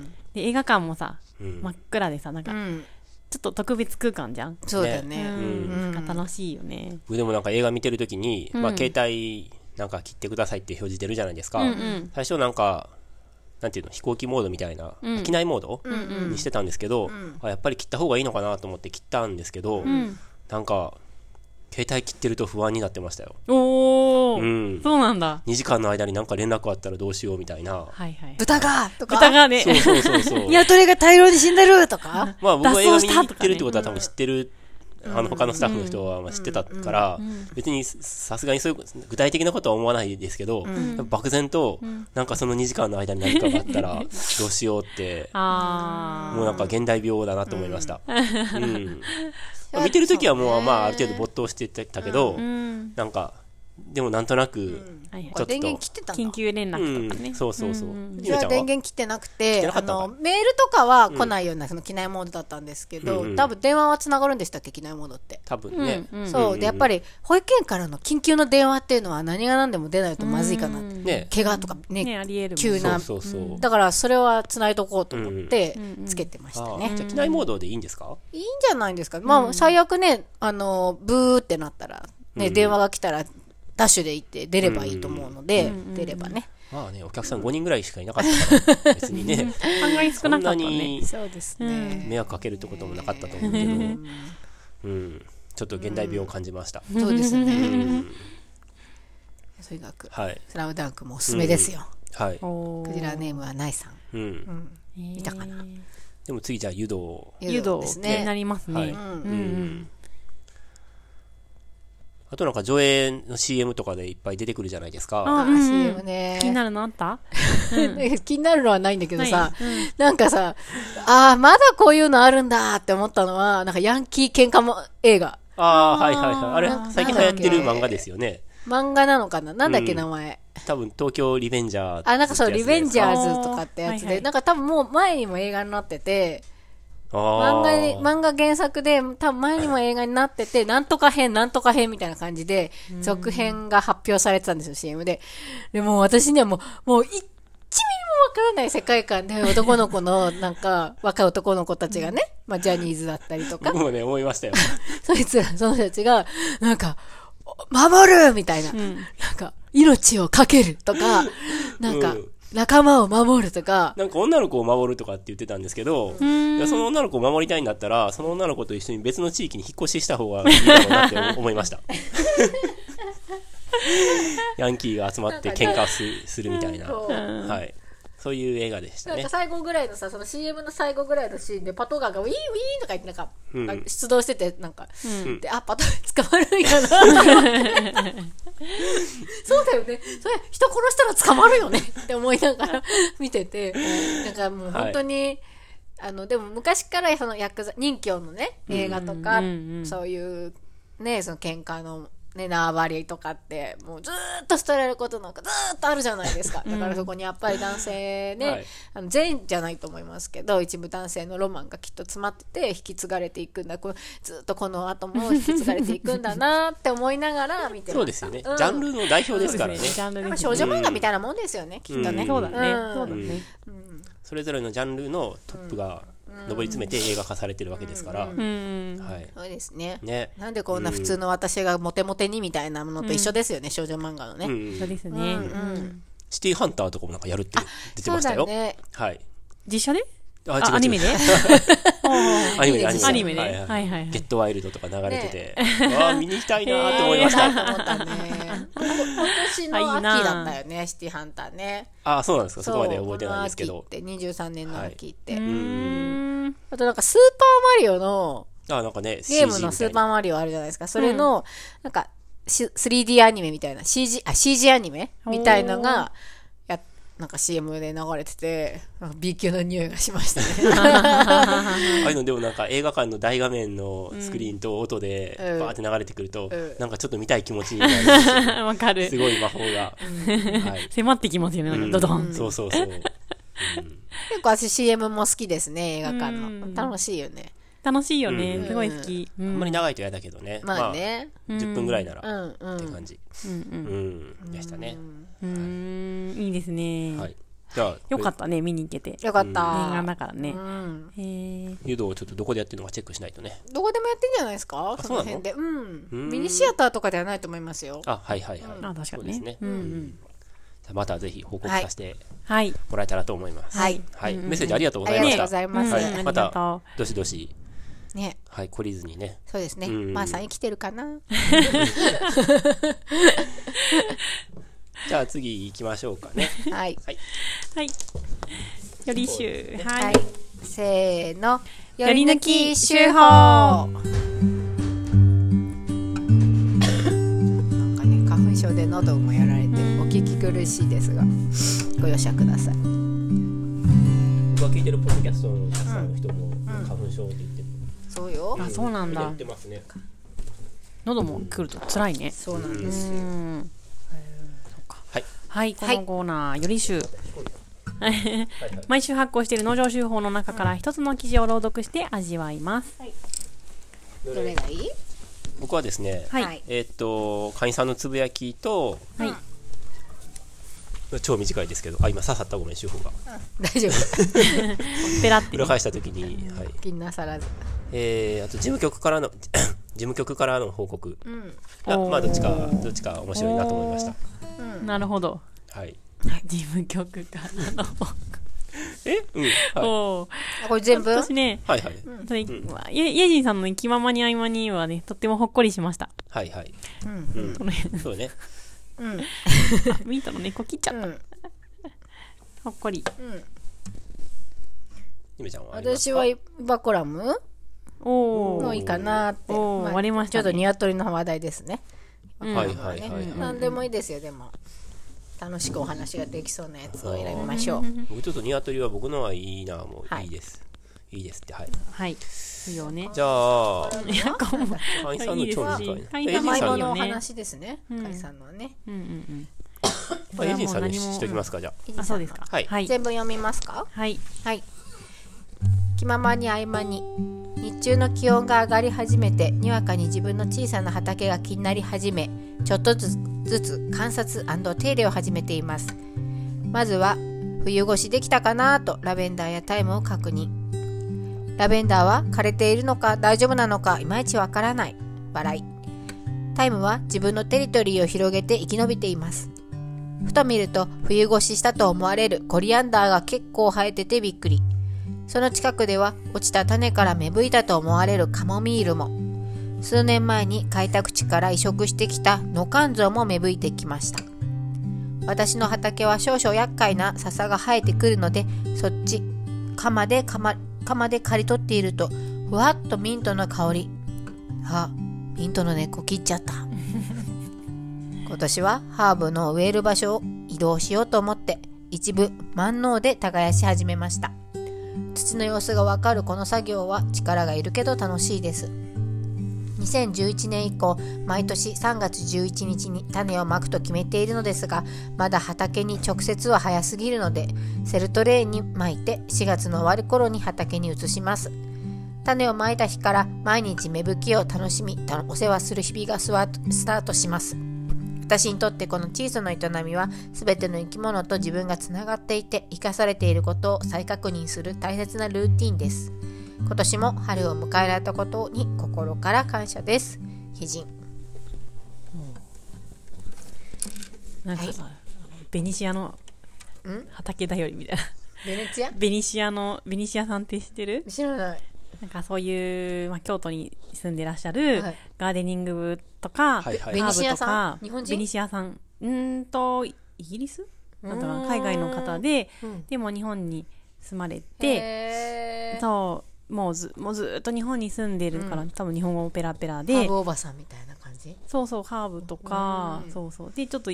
Speaker 2: ん。
Speaker 1: で映画館もさ
Speaker 3: うん
Speaker 1: 真っ暗でさなん
Speaker 2: う
Speaker 1: か
Speaker 2: ん。
Speaker 1: ちょっと特別空間じゃん、
Speaker 2: そうだ
Speaker 1: う
Speaker 2: ね。
Speaker 1: ん
Speaker 2: うん
Speaker 1: なんか楽しいよね、
Speaker 3: 僕でもなんか映画見てるときに、まあ
Speaker 1: うん
Speaker 3: 携帯なんか切ってくださいって表示出るじゃないですか、
Speaker 1: うんうん
Speaker 3: 最初なんかなんていうの飛行機モードみたいな、
Speaker 1: うん
Speaker 3: 機内モード、
Speaker 2: うんうん
Speaker 3: にしてたんですけど、あやっぱり切った方がいいのかなと思って切ったんですけど、
Speaker 1: ん
Speaker 3: なんか携帯切ってると不安になってましたよ、
Speaker 1: おお、
Speaker 3: うん、
Speaker 1: そうなんだ
Speaker 3: 2時間の間になんか連絡あったらどうしようみたいな
Speaker 1: はいはい
Speaker 2: 豚がとか。
Speaker 1: 豚がね
Speaker 3: そうそうそうそう
Speaker 2: ニワトリが大量に死んでるとか。
Speaker 3: まあ僕
Speaker 1: 脱
Speaker 3: は
Speaker 1: 走
Speaker 3: 映画見
Speaker 1: し
Speaker 3: に
Speaker 1: た
Speaker 3: 行
Speaker 1: とかね
Speaker 3: ってるってことは多分知ってる、あの他のスタッフの人はまあ知ってたから、別にさすがにそういう具体的なことは思わないですけど、やっぱ漠然と、なんかその2時間の間に何かがあったらどうしようって、
Speaker 1: あ
Speaker 3: もうなんか現代病だなと思いました。うんまあ見てる時はもうまあある程度没頭してたけど、
Speaker 1: ーうん
Speaker 3: なんか、でもなんとなく、
Speaker 1: はいはい
Speaker 3: ちょっと
Speaker 2: 電源切ってたんだ
Speaker 1: 緊。急連絡とかね、
Speaker 3: うんそうそうそう。
Speaker 2: う
Speaker 3: ゆ
Speaker 2: ち
Speaker 3: め
Speaker 2: は
Speaker 3: ちゃん
Speaker 2: 電
Speaker 3: は
Speaker 2: 源切ってなく
Speaker 3: て
Speaker 2: て、
Speaker 3: なか
Speaker 2: あ
Speaker 3: った
Speaker 2: の、
Speaker 3: の
Speaker 2: メールとかは来ないような、その機内モードだったんですけ
Speaker 3: うんう
Speaker 2: ど、
Speaker 3: ん
Speaker 2: 多分電話は繋がるんでしたっけ、機内モードって。
Speaker 3: 多分ね、
Speaker 1: うん
Speaker 2: そう。で、やっぱり、保育園からの緊急の電話っていうのは何が何でも出ないとまずいかなって。
Speaker 3: ね、
Speaker 2: 怪我とか
Speaker 1: ね
Speaker 2: ね、
Speaker 1: ありえるもん
Speaker 2: 急
Speaker 3: そ
Speaker 2: な
Speaker 3: うそうそう。
Speaker 2: だからそれは繋いどこうと思ってつけてました
Speaker 3: あ
Speaker 2: ね
Speaker 3: ー。じゃあ機内モードでいいんですか
Speaker 2: いいんじゃないですか。まあ最悪ね、あの、ブーってなったら、ね、電話が来たら、ダッシュで行って出ればいいと思うので、出ればね。
Speaker 3: まあね、お客さん5人ぐらいしかいなかったから、別にね、
Speaker 1: 案外少
Speaker 3: そ
Speaker 1: なんかっ
Speaker 3: な
Speaker 1: たね
Speaker 3: に
Speaker 2: そうですね。
Speaker 3: 迷惑かけるってこともなかったと思うけど、うん、ちょっと現代病を感じました。
Speaker 2: そうです
Speaker 3: う
Speaker 2: ね。
Speaker 3: ん
Speaker 2: とにかく、
Speaker 3: はい。
Speaker 2: スラムダンクもおすすめですよ。
Speaker 3: はい。
Speaker 1: おー
Speaker 2: クジラネームはないさん。
Speaker 3: うん。
Speaker 1: 見
Speaker 2: たかな
Speaker 3: でも次じゃあ、湯道。
Speaker 1: 湯道
Speaker 2: です
Speaker 1: にな
Speaker 2: ね。
Speaker 1: りますね、
Speaker 3: はいう
Speaker 2: うん
Speaker 1: んうん
Speaker 3: あとなんか上映の CM とかでいっぱい出てくるじゃないですか。
Speaker 1: あ
Speaker 2: あ
Speaker 1: うんうん
Speaker 2: CM ね
Speaker 1: 気になるのあった
Speaker 2: 気になるのはないん だけどさ、
Speaker 1: な
Speaker 2: なんかさ、ああ、まだこういうのあるんだって思ったのは、なんかヤンキー喧嘩も映画。
Speaker 3: ああ、はいはいはい。あれ
Speaker 2: なん、
Speaker 3: 最近流行ってる漫画ですよね。
Speaker 2: 漫画なのかななんだっけ
Speaker 3: うん
Speaker 2: 名前。
Speaker 3: 多分、東京リベンジャーってやつですか。
Speaker 2: あ、なんかそう、リベンジャーズとかってや
Speaker 1: あ
Speaker 2: つ
Speaker 1: ーはいは
Speaker 2: で、
Speaker 1: い
Speaker 2: なんか多分もう前にも映画になってて、
Speaker 3: あ
Speaker 2: 漫画
Speaker 3: ー
Speaker 2: に、漫画原作で、多分前にも映画になってて、なんとか編、なんとか編みたいな感じで、続編が発表されてたんですよ、CM で。で、もう私にはもう、もう1ミリもわからない世界観で、男の子の、なんか、若い男の子たちがね、まあ、ジャニーズだったりとか
Speaker 3: 僕、もね、思いましたよ。
Speaker 2: そいつら、その人たちが、なんか、 お守るみたいな、なんか、命をかけるとか、なんか、
Speaker 3: うん
Speaker 2: 仲間を守るとか、
Speaker 3: なんか女の子を守るとかって言ってたんですけど、いやその女の子を守りたいんだったら、その女の子と一緒に別の地域に引っ越しした方がいいだろうなって思思いました。ヤンキーが集まって喧嘩をすするみたいな、
Speaker 2: こう
Speaker 3: はい。そういう映画でした
Speaker 2: なん
Speaker 3: ね
Speaker 2: か。最後ぐらいのさ、その CM の最後ぐらいのシーンで、パトカーがウィーンウィーンとか言って、なんか、
Speaker 3: うん
Speaker 2: あ出動してて、なんか、
Speaker 3: ん
Speaker 2: で、あ、パトカー捕まるん やなと思って。そうだよね。それ、人殺したら捕まるよねって思いながら見てて、なんかもう本当に、あの、でも昔からそのヤクザ、任侠のね、映画とか、
Speaker 1: うんうんうん
Speaker 2: そういう、ね、その喧嘩の、ね、縄張りとかって、もうずーっと捨てられることなんかずーっとあるじゃないですか。だからそこにやっぱり男性ね、
Speaker 3: はい
Speaker 2: あの全じゃないと思いますけど一部男性のロマンがきっと詰まってて引き継がれていくんだこうずっとこの後も 引き継がれていくんだなって思いながら見てました
Speaker 3: そうですよね。ジ
Speaker 2: ん
Speaker 3: ャンルの代表ですからね。
Speaker 1: ジャンル
Speaker 2: や
Speaker 1: で
Speaker 2: っぱ
Speaker 1: す
Speaker 2: 少
Speaker 1: ね
Speaker 2: 女漫画みたいなもんですよね、きっとね、
Speaker 3: うん
Speaker 1: そうだね、
Speaker 2: うん
Speaker 1: そうだね、
Speaker 3: それぞれのジャンルのトップが上り詰めて映画化されてるわけですから、
Speaker 1: うん、
Speaker 3: はい。
Speaker 2: そうですね
Speaker 3: ね。
Speaker 2: なんでこんな普通の私がモテモテにみたいなものと一緒ですよね、少女漫画のね、
Speaker 3: う。
Speaker 1: そうんですね、
Speaker 3: シティハンターとかもなんかやるって出て
Speaker 2: そ
Speaker 3: ま
Speaker 2: う
Speaker 3: した
Speaker 2: だ
Speaker 3: よ。
Speaker 2: ね
Speaker 3: はい。
Speaker 1: 実写で
Speaker 3: あ
Speaker 1: あアニメで
Speaker 3: アニメ
Speaker 2: いい
Speaker 3: で、
Speaker 2: です
Speaker 1: アニメで、はいはいはい
Speaker 3: ゲットワイルドとか流れてて、 ああ、見に行きたいなーって思いまし
Speaker 2: な いと思っ
Speaker 3: た。
Speaker 2: たね今年の秋だったよね シティハンターね
Speaker 3: ああ、そうなんですか。そこまで覚えてないんですけ
Speaker 2: そう
Speaker 3: ど。
Speaker 2: この秋って23年の秋って、
Speaker 1: うーん
Speaker 2: あとなんかスーパーマリオの
Speaker 3: ああ、なんかね、
Speaker 2: ゲームの
Speaker 3: CG
Speaker 2: スー
Speaker 3: みたいな
Speaker 2: パーマリオあるじゃないですか。それの、なんかし 3D アニメみたいな、CG、あ、CG アニメみたいのが、や、なんか CM で流れてて、なんか B 級の匂いがしましたね。
Speaker 3: ああいうのでもなんか映画館の大画面のスクリーンと音で
Speaker 2: うん
Speaker 3: バーって流れてくると、
Speaker 2: うん
Speaker 3: なんかちょっと見たい気持ちになる
Speaker 1: わかる
Speaker 3: すごい魔法が。はい。
Speaker 1: 迫ってきますよね、なんかドドン、
Speaker 3: そうそうそう。
Speaker 2: 結構私 CM も好きですね、映画館
Speaker 1: うん
Speaker 2: の。楽しいよね。
Speaker 1: 楽しいよね、
Speaker 3: うん
Speaker 1: すごい好き、うん
Speaker 3: あんまり長いと嫌だけどね。
Speaker 2: まあね。
Speaker 3: まあ。10分ぐらいなら
Speaker 2: う
Speaker 3: っ
Speaker 2: んうん。
Speaker 3: て感じ。
Speaker 1: うんう
Speaker 3: うんん。でしたね。
Speaker 1: うーんいいですね、
Speaker 3: はい。じゃあ、
Speaker 1: よかったね見に行けて念
Speaker 2: よかっ
Speaker 1: 願
Speaker 2: た
Speaker 1: だ。からね
Speaker 2: う、ん。
Speaker 1: へー
Speaker 3: 誘導をちょっとどこでやってるのかチェックしないとね。
Speaker 2: どこでもやってんじゃないですかそ
Speaker 3: そう
Speaker 2: の
Speaker 3: なの
Speaker 2: 辺で。うん。
Speaker 3: うん
Speaker 2: ミニシアターとかではないと思いますよ。
Speaker 3: あ、はいはいはい。
Speaker 1: あ確か
Speaker 3: そう
Speaker 1: に
Speaker 3: で
Speaker 1: ね
Speaker 3: すね。
Speaker 1: うんうん
Speaker 3: じゃあまたぜひ報告させて
Speaker 1: はい
Speaker 3: もらえたらと思います。
Speaker 2: はい
Speaker 3: はい。メッセージありがとうご
Speaker 2: あ
Speaker 3: ざ
Speaker 2: り
Speaker 3: い
Speaker 2: がとうご
Speaker 3: ました。
Speaker 2: ざいます。
Speaker 1: うん
Speaker 3: はい。ま
Speaker 1: ありがと
Speaker 3: た
Speaker 1: う、
Speaker 3: どしどし、
Speaker 2: ね。
Speaker 3: はい、懲りずにね。
Speaker 2: そうですね。
Speaker 3: うん
Speaker 2: まあさん生きてるか な。
Speaker 3: じゃあ次行きましょうかね。
Speaker 2: はい。
Speaker 3: はい。
Speaker 1: はいよりしゅうは
Speaker 2: はいい。せーの。
Speaker 1: よ
Speaker 2: よ
Speaker 1: り
Speaker 2: り
Speaker 1: 抜
Speaker 2: 抜
Speaker 1: き
Speaker 2: き
Speaker 1: 手
Speaker 2: 手
Speaker 1: 法
Speaker 2: 法なんかね、花粉症で喉もやられて、お聞き苦しいですが、ご容赦ください。
Speaker 3: 僕が聞いてるポッドキャストのたくさんの人も花粉症って言ってる。
Speaker 2: そうよ。
Speaker 1: あそうなん
Speaker 3: 言
Speaker 1: だ
Speaker 3: ってますね。
Speaker 1: 喉も来ると辛いね
Speaker 2: そうなんです
Speaker 1: う
Speaker 2: よ。
Speaker 1: ん
Speaker 3: はい。
Speaker 1: はい、こ
Speaker 2: はい
Speaker 1: のコーナー、より集。
Speaker 3: はいはい。
Speaker 1: 毎週発行している農場集法の中から一つの記事を朗読して味わいます。
Speaker 2: どれがいい
Speaker 3: 僕はですね、
Speaker 1: はい。
Speaker 2: はい
Speaker 3: えーっと、会員さんのつぶやきと、
Speaker 1: はい
Speaker 3: 超短いですけど、あ、今刺さったごめん、手法が。
Speaker 2: 大丈夫。
Speaker 1: ペラって
Speaker 3: 裏返したときに、はい。
Speaker 2: 気になさらず。
Speaker 3: えー、あと事務局からの 事務局からの報告、
Speaker 2: うん。
Speaker 3: あ
Speaker 1: おー
Speaker 3: まあどっちかどっちか面白いなと思いまし
Speaker 1: なるほど。
Speaker 3: たはい
Speaker 1: 事務局からの。
Speaker 3: えうんは
Speaker 1: おー
Speaker 2: あこれ全部
Speaker 1: 私ね、
Speaker 3: いはいはい
Speaker 1: それ、イエジンさんの生きままに合間にはね、とってもほっこりしました。
Speaker 3: はいはい
Speaker 2: うん。
Speaker 3: うん
Speaker 1: この辺、
Speaker 3: そうね
Speaker 2: うん。
Speaker 1: あミートの猫切っちゃっ
Speaker 2: うん。
Speaker 1: た。ほっこり。
Speaker 2: うん。
Speaker 3: ゆめちゃんはあります
Speaker 2: 私
Speaker 3: か
Speaker 2: はイバコラム
Speaker 1: お
Speaker 2: もう
Speaker 1: ー
Speaker 2: いいかなって。
Speaker 1: おー割れましたね
Speaker 2: ちょっと鶏の話題ですね。
Speaker 1: うん
Speaker 3: はいはいはいはい
Speaker 2: 何でもいいですよでも楽しくお話ができそうなやつを選びましょう
Speaker 3: 僕ちょっとニワトリは僕のはいいなもう
Speaker 2: はい
Speaker 3: いいですいいですってはい
Speaker 1: はい。いいよね。
Speaker 3: じゃあ
Speaker 1: いや、こうも。
Speaker 3: 会員さんの超短いね
Speaker 1: は
Speaker 3: え
Speaker 1: い
Speaker 3: エ
Speaker 1: いい
Speaker 3: イジ
Speaker 1: です甘い
Speaker 2: 甘
Speaker 3: ン
Speaker 2: い
Speaker 3: さん
Speaker 2: も
Speaker 3: に
Speaker 1: よね
Speaker 2: のお話ですね
Speaker 1: ん
Speaker 2: 甲斐さんのはね
Speaker 1: うんうん
Speaker 3: あエイジンさ
Speaker 1: これはもう
Speaker 3: んに
Speaker 1: 何も
Speaker 3: ししときますかじゃ
Speaker 1: うん。あ、そうですか。
Speaker 3: はい
Speaker 1: はい。
Speaker 2: 全部読みますか
Speaker 1: はい。
Speaker 2: はい気ままに合間に日中の気温が上がり始めてにわかに自分の小さな畑が気になり始めちょっとずつずつ観察手入れを始めていますまずは冬越しできたかなとラベンダーやタイムを確認ラベンダーは枯れているのか大丈夫なのかいまいちわからない笑いタイムは自分のテリトリーを広げて生き延びていますふと見ると冬越ししたと思われるコリアンダーが結構生えててびっくりその近くでは落ちた種から芽吹いたと思われるカモミールも数年前に開拓地から移植してきたノカンゾウも芽吹いてきました私の畑は少々厄介な笹が生えてくるのでそっち鎌で鎌鎌で刈り取っているとふわっとミントの香りあミントの根っこ切っちゃった今年はハーブの植える場所を移動しようと思って一部万能で耕し始めました土の様子がわかるこの作業は力がいるけど楽しいです2011年以降毎年3月11日に種をまくと決めているのですがまだ畑に直接は早すぎるのでセルトレーにまいて4月の終わる頃に畑に移します種をまいた日から毎日芽吹きを楽しみたお世話する日々がスワスタートします私にとってこの小さな営みは全ての生き物と自分がつながっていて生かされていることを再確認する大切なルーティンです今年も春を迎えられたことに心から感謝です。ひじん。
Speaker 1: なんかさ、ベニシアの畑だよりみたいな。
Speaker 2: ベネチア
Speaker 1: ベニシアの、ベニシアさんって知ってる
Speaker 2: 知らない。
Speaker 1: なんかそういう、まあ、京都に住んでらっしゃる
Speaker 2: はい
Speaker 1: ガーデニング部とか、
Speaker 3: はいはい
Speaker 1: ハーブとか
Speaker 2: ベニシアさん日本人
Speaker 1: ベニシアさん。うーんと、イギリスなんだか
Speaker 2: うー
Speaker 1: なん海外の方で、
Speaker 2: うん
Speaker 1: でも日本に住まれて、
Speaker 2: へー、
Speaker 1: そう、もうずもうずっと日本に住んでるから、多分日本語もペラペラ
Speaker 2: ハー
Speaker 1: で
Speaker 2: ブ、おばさんみたいな感じ。
Speaker 1: そうそう、ハーブとか
Speaker 2: う、ん
Speaker 1: そうそう。で、ちょっと、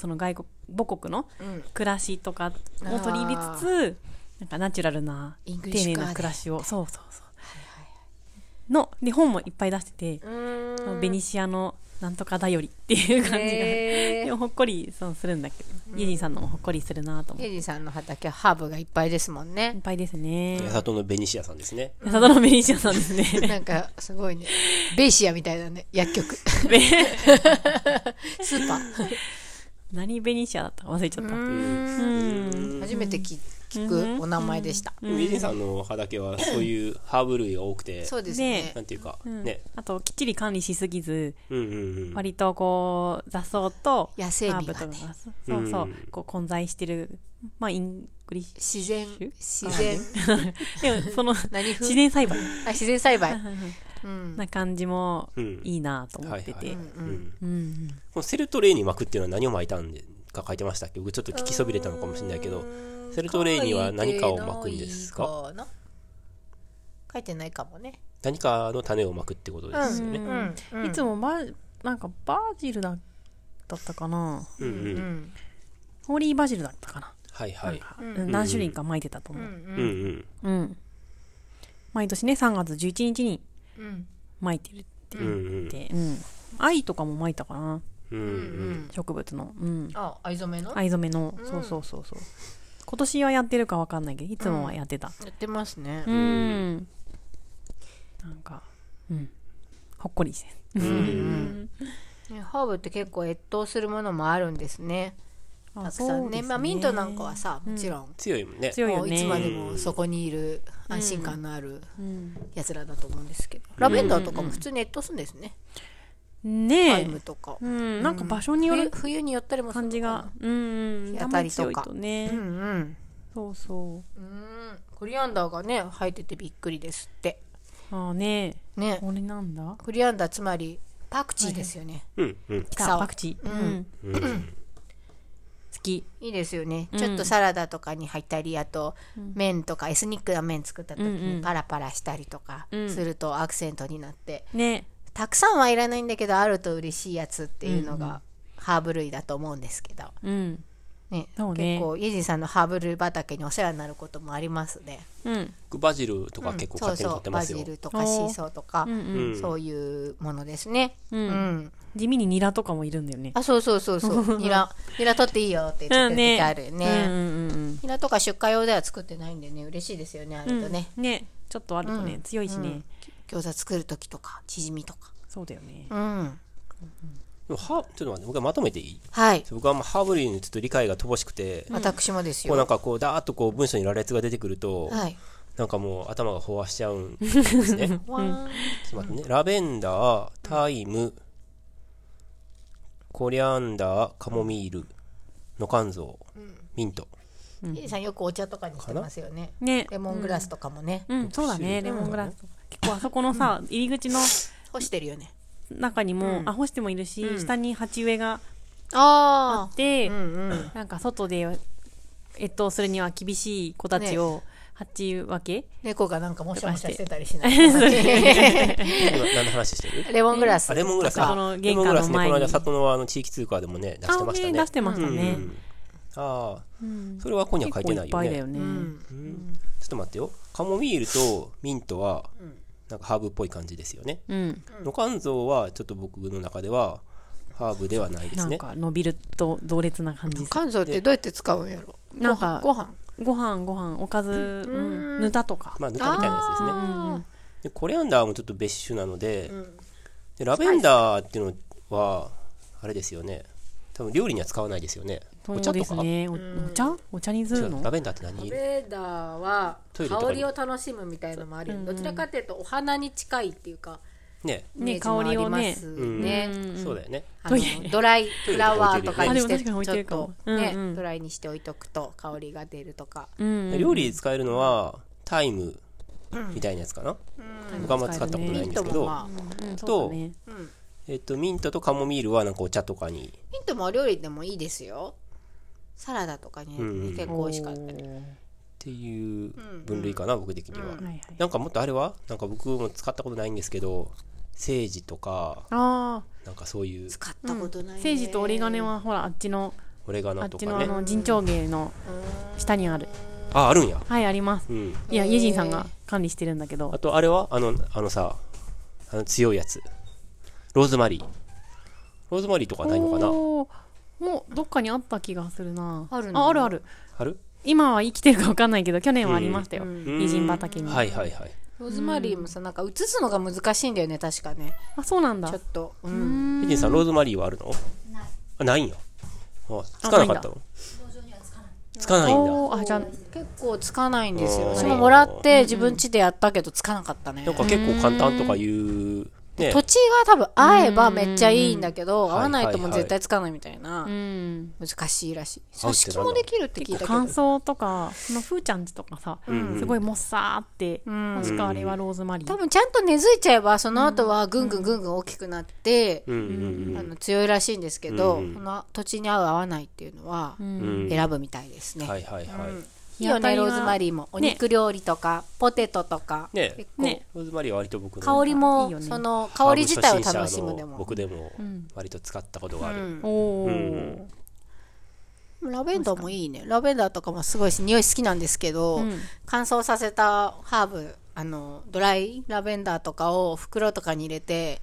Speaker 1: その外国、母国の
Speaker 2: うん。
Speaker 1: 暮らしとかを取り入れつつなんかナチュラルな
Speaker 2: イング
Speaker 1: 丁
Speaker 2: リッシュ
Speaker 1: 寧
Speaker 2: ガーデ
Speaker 1: な
Speaker 2: ン
Speaker 1: 暮らしをそうそうそうので本もいっぱい出してて「ベニシアのなんとかだより」っていう感じが、
Speaker 2: へー
Speaker 1: でもほっこりそうするんだけど、イエジンさんのもほっこりするなと思っ
Speaker 2: エ
Speaker 1: て
Speaker 2: リさんの畑はハーブがいっぱいですもん
Speaker 1: いっ
Speaker 2: ね。
Speaker 1: ぱいですね
Speaker 3: 八里のベニシアさんですね。
Speaker 1: 佐田のベニシアさんですね
Speaker 2: なんかすごいね。ベイシアみたいだね。薬局。 スーパー。
Speaker 1: 何ベニシアだったか忘れちゃった
Speaker 3: うん
Speaker 2: 初めてき聞くお名前でした。
Speaker 3: でもイジンさんの畑はそういうハーブ類が多くて、
Speaker 2: そうですね
Speaker 1: ね。
Speaker 3: なんていうか、
Speaker 1: うん
Speaker 3: ね、
Speaker 1: あときっちり管理しすぎず
Speaker 3: うんうんうん。
Speaker 1: 割とこう雑草と
Speaker 2: 野生
Speaker 1: ハー
Speaker 2: 味
Speaker 1: ブと
Speaker 2: が
Speaker 1: か
Speaker 2: ね
Speaker 1: がそうそうそう
Speaker 3: うん
Speaker 1: こう混在してるまあイングリッシュ
Speaker 2: 自然、自然、
Speaker 1: でもその
Speaker 2: 何風
Speaker 1: 自然栽培
Speaker 2: あ自然栽培。うん。
Speaker 1: な感じも
Speaker 3: うん
Speaker 1: いいなと思って
Speaker 3: はい
Speaker 1: て
Speaker 3: はいうん
Speaker 1: うん
Speaker 3: このセルトレーに巻くっていうのは何を巻いたんでか書いてましたっけ僕ちょっと聞きそびれたのかもしれないけどセルトレーには何かを巻くんですか
Speaker 2: 書いてない書いてないかもね。
Speaker 3: 何かの種を巻くってことですよね、
Speaker 2: うん。
Speaker 1: いつもバなんかバージルだだったかな
Speaker 3: うんうん
Speaker 2: うん。
Speaker 1: ホーリーバジルだったかな
Speaker 3: はいはい
Speaker 1: うん何種類か巻いてたと思
Speaker 2: う。
Speaker 1: うん
Speaker 3: うんうん
Speaker 1: うん毎年ね3月11日に
Speaker 2: うん。
Speaker 1: 巻いてるっ
Speaker 3: うんうん
Speaker 1: てうん愛とかも巻いたかな
Speaker 3: うんうん
Speaker 1: 植物のうん
Speaker 2: あ、藍染めのや
Speaker 1: 藍染めの、そうそうそうそう今年はやってるかわかんないけどいつもはやってた
Speaker 2: ってますね
Speaker 1: う。んなんかうんほっこりして
Speaker 2: ねハーブって結構越冬するものもあるんですね。
Speaker 1: あ
Speaker 2: たくさ
Speaker 1: そうんで
Speaker 2: ね。
Speaker 1: す
Speaker 2: まあミントなんかはさ、もちろん。
Speaker 3: 強いもんね
Speaker 1: 強いよ
Speaker 2: もうい
Speaker 1: ね
Speaker 2: つまでもそこにいる安心感のあるやつらだと思うんですけど、ラベンダーとかも普通に越冬するんですね、タイ
Speaker 1: ねえ
Speaker 2: ムとか、
Speaker 1: うんなんか場所によ
Speaker 2: 冬
Speaker 1: る
Speaker 2: 冬によったりもする
Speaker 1: 感
Speaker 2: のか
Speaker 1: じ
Speaker 2: な
Speaker 1: がうん
Speaker 2: 日当たりとか
Speaker 1: あんま強いとね
Speaker 2: うんうん
Speaker 1: そうそう
Speaker 2: ーんコリアンダーがね生えててびっくりですって
Speaker 1: うああねえ
Speaker 2: ね
Speaker 1: これなんだ
Speaker 2: コリアンダーつまりパクチーですよね、
Speaker 3: うんうん
Speaker 1: 来た
Speaker 2: 草を
Speaker 1: パクチーうん
Speaker 3: うん
Speaker 1: 好き
Speaker 2: い、いですよね、
Speaker 1: うん
Speaker 2: ちょっとサラダとかに入ったりあと麺とかエスニックな麺作った時
Speaker 1: うんう
Speaker 2: に
Speaker 1: ん
Speaker 2: パラパラしたりとか
Speaker 1: うん
Speaker 2: するとアクセントになって、
Speaker 1: ね
Speaker 2: たくさんはいらないんだけどあると嬉しいやつっていうのがハーブ類だと思うんですけど、
Speaker 1: うん
Speaker 2: ね
Speaker 1: そうね
Speaker 2: 結構イージーさんのハーブ類畑にお世話になることもありますね
Speaker 1: うん
Speaker 3: 僕バジルとか結構
Speaker 2: そう
Speaker 3: 勝手に
Speaker 2: そ
Speaker 3: 買っ
Speaker 2: う
Speaker 3: てま
Speaker 2: バ
Speaker 3: すよ
Speaker 2: ジルとかシーソーとか、
Speaker 3: うん
Speaker 2: そういうものですね
Speaker 1: うん
Speaker 2: うん
Speaker 1: 地味にニラとかもいるんだよね
Speaker 2: あそうそうそうそ うニラニラ取っていいよって言ってくれてあるよね
Speaker 1: うんうんうん
Speaker 2: ニラとか出荷用では作ってないんでね嬉しいですよねあるとね、
Speaker 1: うんねちょっとあるとね、
Speaker 2: うん
Speaker 1: 強いしね、
Speaker 2: うん餃子作る時とかチヂミとか
Speaker 1: そうだよね
Speaker 2: うん
Speaker 3: でもハーブちょっと待って僕はまとめていい
Speaker 2: はい、
Speaker 3: 僕はあんまハーブ類にちょっと理解が乏しくて、
Speaker 2: 私もです
Speaker 3: こうなん
Speaker 2: よ
Speaker 3: かこうだーっとこう文章に羅列が出てくると、
Speaker 2: はい
Speaker 3: なんかもう頭が飽和しちゃうんですねちょっ
Speaker 2: わー
Speaker 3: と待ってねラベンダータイムコリアンダーカモミールの肝臓、ミント。
Speaker 2: ヒデさんよくお茶とかにしてますよね。
Speaker 1: ね
Speaker 2: レモングラスとかもね、
Speaker 1: うん、そうだね、
Speaker 3: 美
Speaker 1: レ
Speaker 3: 味しい
Speaker 1: モングラスとか。結構あそこのさ、入り口の
Speaker 2: 干してるよね。
Speaker 1: 中にも、あ、干してもいるし、下に鉢植えが
Speaker 2: あ
Speaker 1: あっ
Speaker 2: あ。
Speaker 1: て、
Speaker 2: うんうん。
Speaker 1: なんか外で越冬するには厳しい子たちを鉢分け、
Speaker 2: 猫がなんかもしゃもしゃしてたりしな
Speaker 1: そうです
Speaker 2: い。
Speaker 3: 今何の話して る
Speaker 2: レモングラス。
Speaker 3: あレモングラス
Speaker 1: なんか
Speaker 3: か
Speaker 1: この
Speaker 3: レ
Speaker 1: 玄
Speaker 3: モ
Speaker 1: 関の
Speaker 3: ングラスねこ
Speaker 1: 前に
Speaker 3: の間里のあの地域通貨でもね出してました
Speaker 1: あ
Speaker 3: ね
Speaker 1: ね出してましたね
Speaker 3: うんああそれはここには書いてない
Speaker 1: 結構
Speaker 3: よ
Speaker 1: いっぱい
Speaker 3: ね
Speaker 1: だよね。
Speaker 2: うん。
Speaker 3: うんちょっと待ってよカモミールとミントはなんかハーブっぽい感じですよね
Speaker 1: うん、
Speaker 3: の肝臓はちょっと僕の中ではハーブではないです
Speaker 1: なん
Speaker 3: ね
Speaker 1: か伸びると同列な感じです
Speaker 2: 肝臓ってどうやって使うんやろ
Speaker 1: なんか
Speaker 2: ご飯
Speaker 1: ご飯ご飯おかず、うん、ぬたとか、
Speaker 3: まあぬかみたいなやつですね
Speaker 2: あ
Speaker 3: でコリアンダーもちょっと別種なので,、
Speaker 2: ん
Speaker 3: でラベンダーっていうのはあれですよね多分料理には使わないですよねお
Speaker 1: そ
Speaker 3: 茶
Speaker 1: う
Speaker 3: と
Speaker 1: で
Speaker 3: か、
Speaker 1: すねおお茶お茶にす
Speaker 3: 違
Speaker 1: る
Speaker 3: う
Speaker 1: の
Speaker 3: ラベンダーって
Speaker 2: ー
Speaker 3: 何
Speaker 2: ラベンダーは
Speaker 3: トイレとかに
Speaker 2: 香りを楽しむみたいのもあるよねどちらかというとお花に近いっていうか
Speaker 3: ね、
Speaker 2: イメージもありますね
Speaker 1: うん
Speaker 3: そうだよね
Speaker 2: あのドライフラワーとかにして
Speaker 1: トイレ
Speaker 2: ち
Speaker 1: とか置いて
Speaker 2: ょ
Speaker 1: る
Speaker 2: っと
Speaker 1: あでも確かに置いてるかも
Speaker 2: ね
Speaker 1: うんうん
Speaker 2: ドライにして置いとくと香りが出るとか
Speaker 1: うん
Speaker 3: 料理で使えるのはタイムみたいなやつかな、僕あんま使ったことないん
Speaker 2: ミン
Speaker 3: ですけ
Speaker 2: トも
Speaker 3: ど、
Speaker 2: まあ
Speaker 1: うんうん
Speaker 3: と
Speaker 1: そうだね
Speaker 3: えっと、ミントとカモミールはなんかお茶とかに
Speaker 2: ミントもお料理でもいいですよサラダとかに入れてね
Speaker 3: うん
Speaker 2: 結構美味しかったね
Speaker 3: っていう分類かな、僕的には、
Speaker 1: はいはい
Speaker 3: なんかもっとあれはなんか僕も使ったことないんですけどセージとか
Speaker 1: あ
Speaker 3: なんかそういう
Speaker 2: 使ったことない
Speaker 1: あ
Speaker 2: ね
Speaker 1: セージと折り金はほらあっちの
Speaker 3: オレガ
Speaker 1: あ
Speaker 3: ナ
Speaker 1: っ
Speaker 3: と
Speaker 1: ちの
Speaker 3: か
Speaker 1: あ
Speaker 3: ね
Speaker 1: の陣長芸の下にある
Speaker 3: ああるんや
Speaker 1: はいあります
Speaker 3: うん
Speaker 1: いやイェジンさんが管理してるんだけど
Speaker 3: あとあれはあのあのさあの強いやつローズマリーローズマリーとかないのかな
Speaker 1: おーもうどっかにあった気がするな
Speaker 2: あるの
Speaker 1: ああるある
Speaker 3: ある
Speaker 1: 今は生きてるか分かんないけど去年はありましたよ
Speaker 3: ん
Speaker 1: 偉人畑に、
Speaker 3: はいはいはい
Speaker 2: ローズマリーもさなんか移すのが難しいんだよね確かね
Speaker 1: あそうなんだ
Speaker 2: ちょっとうん
Speaker 3: エジンさんローズマリーはあるのあないんやあつかなかったのつかないんだ
Speaker 1: おーあじゃあ
Speaker 2: 結構つかないんですよ
Speaker 3: うん
Speaker 2: 私ももらって自分家でやったけどつかなかったね
Speaker 3: なんか結構簡単とかいうね
Speaker 2: 土地が多分合えばめっちゃいいんだけど
Speaker 3: ん
Speaker 2: 合わないとも
Speaker 3: は
Speaker 2: う
Speaker 3: いはいはい
Speaker 2: 絶対つかないみたいな
Speaker 1: うん
Speaker 2: 難しいらしい
Speaker 3: 合
Speaker 2: 組
Speaker 3: うってなんだ
Speaker 2: 織もできるって聞い
Speaker 1: 結構
Speaker 2: たけど
Speaker 1: 乾燥とかそのふーちゃんちとかさ、すごいもっさーって、確かあれはローズマリー、
Speaker 2: 多分ちゃんと根付いちゃえばその後はぐんぐんぐんぐん大きくなって
Speaker 3: うんうん
Speaker 2: あの強いらしいんですけど
Speaker 3: うん
Speaker 2: この土地に合う合わないっていうのは
Speaker 3: うんうん
Speaker 2: 選ぶみたいです
Speaker 3: は
Speaker 2: ね
Speaker 3: いはいはい
Speaker 2: いい
Speaker 1: 日
Speaker 2: よ
Speaker 1: 当た
Speaker 2: ね
Speaker 1: りが
Speaker 2: ローズマリーもお
Speaker 1: ね
Speaker 2: 肉料理とかポテトとか
Speaker 3: ね
Speaker 2: 結構
Speaker 1: ね
Speaker 3: ローズマリーは割と僕の
Speaker 2: 香り
Speaker 1: いいよ
Speaker 2: も
Speaker 1: ね
Speaker 2: その香り自体を楽しむで
Speaker 3: ハーブ初心者の
Speaker 2: も
Speaker 3: 僕でも割と使ったことがある、
Speaker 1: おおー、
Speaker 3: うん
Speaker 2: ラベンダーもいいねラベンダーとかもすごいし匂い好きなんですけど、
Speaker 1: うん
Speaker 2: 乾燥させたハーブあのドライラベンダーとかを袋とかに入れて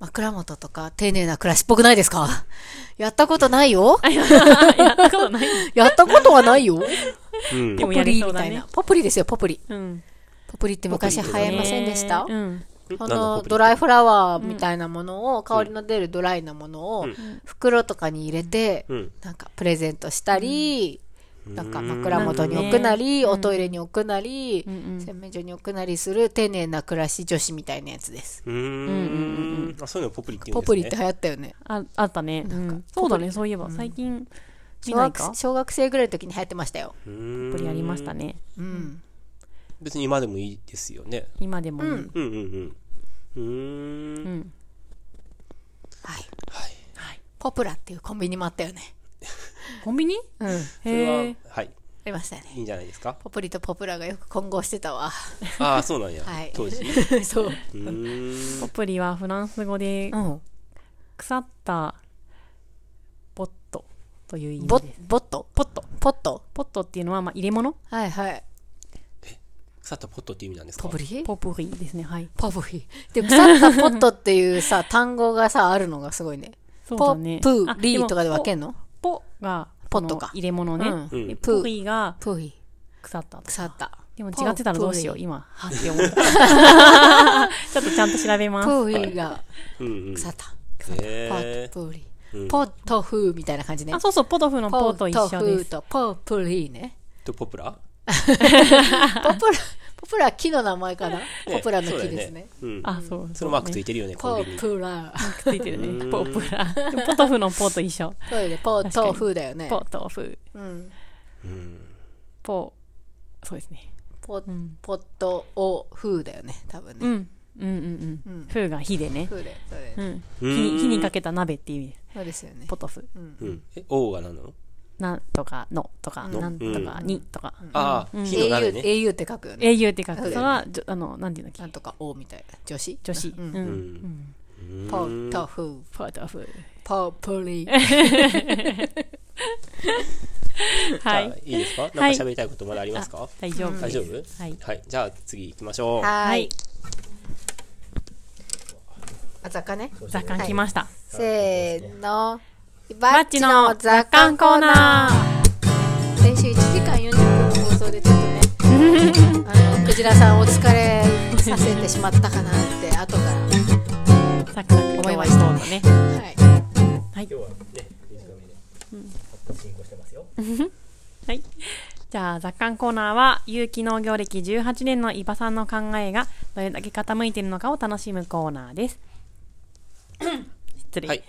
Speaker 2: 枕元とか丁寧な暮らしっぽくないですか やったことな いよ
Speaker 1: やったことない。
Speaker 2: やったことはな いよ
Speaker 3: うん
Speaker 1: で
Speaker 2: ポ
Speaker 1: も
Speaker 2: プ
Speaker 1: やれ
Speaker 2: リ
Speaker 1: そう
Speaker 2: み
Speaker 1: だ
Speaker 2: た
Speaker 1: ね
Speaker 2: いなポプリですよポプリ
Speaker 1: うん。
Speaker 2: ポプリって昔流
Speaker 3: ポプリ
Speaker 2: 行りませんでした、
Speaker 1: うん。
Speaker 2: こ
Speaker 3: なんだポ
Speaker 2: の
Speaker 3: プリ
Speaker 2: ドライフラワーみたいなものを、香りの出るドライなものを
Speaker 3: うん
Speaker 2: 袋とかに入れて、
Speaker 3: うん
Speaker 2: なんかプレゼントしたり、なんか枕元に
Speaker 1: うん
Speaker 2: 置くなり、おトイレに置くなり、
Speaker 1: うんうん
Speaker 2: 洗面所に置くなりする丁寧な暮らし女子みたいなやつです。
Speaker 3: うーんあそういうのポプリって言うん
Speaker 2: ポ
Speaker 3: です
Speaker 2: プリ
Speaker 3: ね
Speaker 2: って流行ったよね。
Speaker 1: あ、あったね。うんそうだね、そういえば。最近、見
Speaker 2: 小
Speaker 1: ない
Speaker 2: 学
Speaker 1: か
Speaker 2: 小学生ぐらいの時に流行ってましたよ。
Speaker 3: うーん
Speaker 1: アプリありましたね。
Speaker 2: うん。
Speaker 3: 別に今でもいいですよね
Speaker 1: 今でもいい。
Speaker 2: うん
Speaker 3: うんうんうんうーん
Speaker 1: うん。
Speaker 2: はい。
Speaker 3: はい
Speaker 1: はい。
Speaker 2: ポプラっていうコンビニもあったよね。
Speaker 1: コンビニ
Speaker 2: うん。あ
Speaker 3: それ
Speaker 1: へ
Speaker 3: は
Speaker 1: え。
Speaker 3: はい
Speaker 2: りましたよね。
Speaker 3: いいんじゃないですか
Speaker 2: ポプリとポプラがよく混合してたわ。
Speaker 3: ああそうなんや、
Speaker 2: はい
Speaker 3: 当時 う
Speaker 2: そう。
Speaker 3: ーん
Speaker 1: ポプリはフランス語で
Speaker 2: う、ん。
Speaker 1: 腐ったポットという意味
Speaker 2: ボ
Speaker 1: です。
Speaker 2: ボットポットポット
Speaker 1: ポットっていうのは、まあ、入れ物
Speaker 2: はいはい。
Speaker 3: 腐ったポットって意味なんですか
Speaker 2: ポプリ
Speaker 1: ポプリですね。はい。
Speaker 2: ポプリ。で、腐ったポットっていうさ、単語がさ、あるのがすごいね。
Speaker 1: そう
Speaker 2: ポ
Speaker 1: だ
Speaker 2: プ
Speaker 1: ね。あ
Speaker 2: ーリーとかで分
Speaker 1: も
Speaker 2: けんの
Speaker 1: ポポが、
Speaker 2: ポットか
Speaker 1: その入れ物ね。
Speaker 2: うん
Speaker 1: でプリが
Speaker 2: プーリ
Speaker 1: 腐ったと。
Speaker 2: 腐った。
Speaker 1: でも違ってたらどうしよう、
Speaker 2: ポ
Speaker 1: 今。はって思った。ちょっとちゃんと調べます。
Speaker 2: プーリーが
Speaker 3: うんうん
Speaker 2: 腐った。ポッ
Speaker 3: へ
Speaker 2: プーリ
Speaker 3: うん
Speaker 2: ー。ポットフーみたいな感じね
Speaker 1: あ、。そうそう、ポトフのポと一緒
Speaker 2: ポットフ
Speaker 1: で
Speaker 2: ー
Speaker 1: す。
Speaker 2: とポプリーね。
Speaker 3: ーとポプラ
Speaker 2: ポプラ、 ポプラ木の名前かな、ポプラの
Speaker 3: そうだ
Speaker 2: 木
Speaker 3: よ
Speaker 2: ですね。
Speaker 3: うん。
Speaker 1: あ、そう。
Speaker 3: そのマークつい
Speaker 1: て
Speaker 3: てるよね、コ
Speaker 2: ポ
Speaker 3: ンビニ。
Speaker 2: プラ。
Speaker 1: ついてる
Speaker 3: う
Speaker 1: ね。
Speaker 3: ん
Speaker 1: ポプラ。ポトフのポと一緒。
Speaker 2: そうだよね。ポ
Speaker 1: 確かに
Speaker 2: 豆腐だよね。
Speaker 1: ポトフ。
Speaker 2: うん。
Speaker 3: うん。
Speaker 1: ポ、そうですね。
Speaker 2: ポ
Speaker 1: うん。
Speaker 2: ポットオフだよね。多分
Speaker 1: う
Speaker 2: ね。
Speaker 1: ん。うんうんう
Speaker 2: うんん。
Speaker 1: フーが火でね。
Speaker 2: フだよ。そうだよ
Speaker 1: う
Speaker 2: ね。
Speaker 1: ん。火
Speaker 3: うん
Speaker 1: に火にかけた鍋っていう意味です。
Speaker 2: そうですよね
Speaker 1: ポ。トフ。
Speaker 2: うん
Speaker 3: うん。え、O は何なの
Speaker 1: なんとかのとか、
Speaker 2: の
Speaker 1: なんとかにとか。
Speaker 3: ああ、火の鍋
Speaker 2: au
Speaker 3: ね。
Speaker 2: au って書くよね。
Speaker 1: 英雄って書く。
Speaker 2: そ
Speaker 1: そうれ
Speaker 2: だよね
Speaker 1: は、じょあの、なんていうんだ
Speaker 2: な
Speaker 1: っ
Speaker 2: ん
Speaker 1: け。
Speaker 2: とか O みたいな。女子
Speaker 1: 女子。
Speaker 2: う
Speaker 1: うんん。うん
Speaker 2: ポ豆腐。
Speaker 1: ポトフ。
Speaker 2: ポプリ。
Speaker 1: は
Speaker 3: じゃあ
Speaker 1: い。
Speaker 3: いいですかなんか
Speaker 1: はい
Speaker 3: 喋りたいことまだありますか
Speaker 1: あ大丈夫です。
Speaker 3: 大丈夫
Speaker 1: はい
Speaker 3: はい。じゃあ次行きましょう。
Speaker 2: は
Speaker 1: はいい。。
Speaker 2: あ、雑貨ね。
Speaker 1: 雑感来ました。
Speaker 2: せーの。
Speaker 1: マ
Speaker 2: バ
Speaker 1: ッチの雑感コーナー。
Speaker 2: ー。先週1時間40分の放送でちょっとね、あの、クジラさんお疲れさせてしまったかなって、後から。は
Speaker 1: サクサク
Speaker 2: 思いました
Speaker 1: 今日はそうだね。
Speaker 2: い。
Speaker 1: はい。
Speaker 3: 今日はね、短めで。進行してますよ。
Speaker 1: はい。じゃあ、雑感コーナーは、有機農業歴18年の伊庭さんの考えがどれだけ傾いているのかを楽しむコーナーです。失礼。
Speaker 3: はい。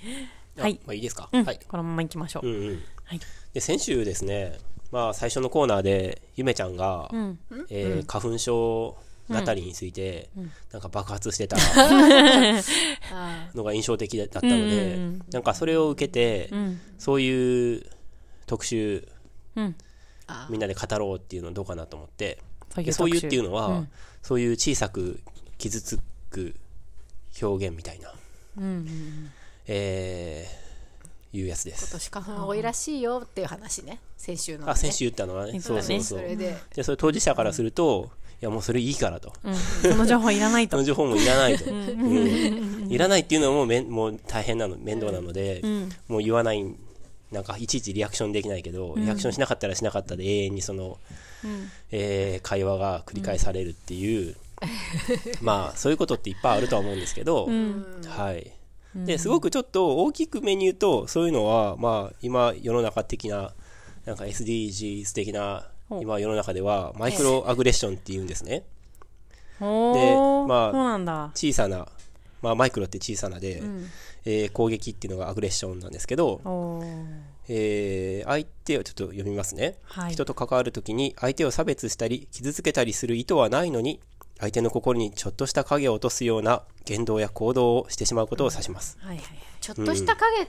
Speaker 3: は
Speaker 1: はいい。
Speaker 3: まあいいですか
Speaker 1: うん
Speaker 3: はい。
Speaker 1: このまま行きましょう。
Speaker 3: うんうん。
Speaker 1: はい。
Speaker 3: で、先週ですね、まあ最初のコーナーで、ゆめちゃんが、
Speaker 1: うん。
Speaker 3: えー花粉症語りについて、なんか爆発 してた
Speaker 2: あ
Speaker 3: のが印象的だったので
Speaker 1: うんうん、
Speaker 3: なんかそれを受けて
Speaker 1: う、ん。
Speaker 3: そういう特集、
Speaker 1: うん。
Speaker 2: あ
Speaker 3: みんなで語ろうっていうのはどうかなと思って、
Speaker 1: そうい
Speaker 3: で
Speaker 1: う
Speaker 3: そういうっていう
Speaker 1: の。
Speaker 3: のは、そういう小さく傷つく表現みたいな、
Speaker 1: うんうん。
Speaker 3: えー、いうやつで
Speaker 2: 今
Speaker 3: す。
Speaker 2: 年花粉多いらしいよっていう話ね。先週の、ね。
Speaker 3: あ、先週言ったのはね。
Speaker 1: そ
Speaker 3: そうう
Speaker 1: だね
Speaker 3: そう
Speaker 2: そ
Speaker 3: そう。
Speaker 2: れで、
Speaker 3: で、それ当事者からすると、いやもうそれいいからと。
Speaker 1: うん。その情報いらない
Speaker 3: そ
Speaker 1: と
Speaker 3: の。情報もいらないと。うんいらないっていうのもめんもう大変なの、面倒なので、
Speaker 1: ん
Speaker 3: もう言わない、なんかいちいちリアクションできないけど、リアクションしなかったらしなかったで永遠にその、えー会話が繰り返されるっていう、まあそういうことっていっぱいあるとは思うんですけど、はい。で、すごくちょっと大きくメニューと、そういうのは、まあ今世の中的な、なんか SDGs 的な、
Speaker 1: ほう
Speaker 3: 今世の中ではマイクロアグレッションって言うんですね。
Speaker 1: お
Speaker 3: で
Speaker 1: ー。
Speaker 3: まあ
Speaker 1: そうなんだ。
Speaker 3: 小さな、まあ、マイクロって小さなで、えー攻撃っていうのがアグレッションなんですけど、
Speaker 1: おー。
Speaker 3: えー相手をちょっと読みますね、
Speaker 1: はい
Speaker 3: 人と関わる時に相手を差別したり傷つけたりする意図はないのに相手の心にちょっとした影を落とすような言動や行動をしてしまうことを指します、
Speaker 1: はいはいはい。
Speaker 2: ちょっとした影っ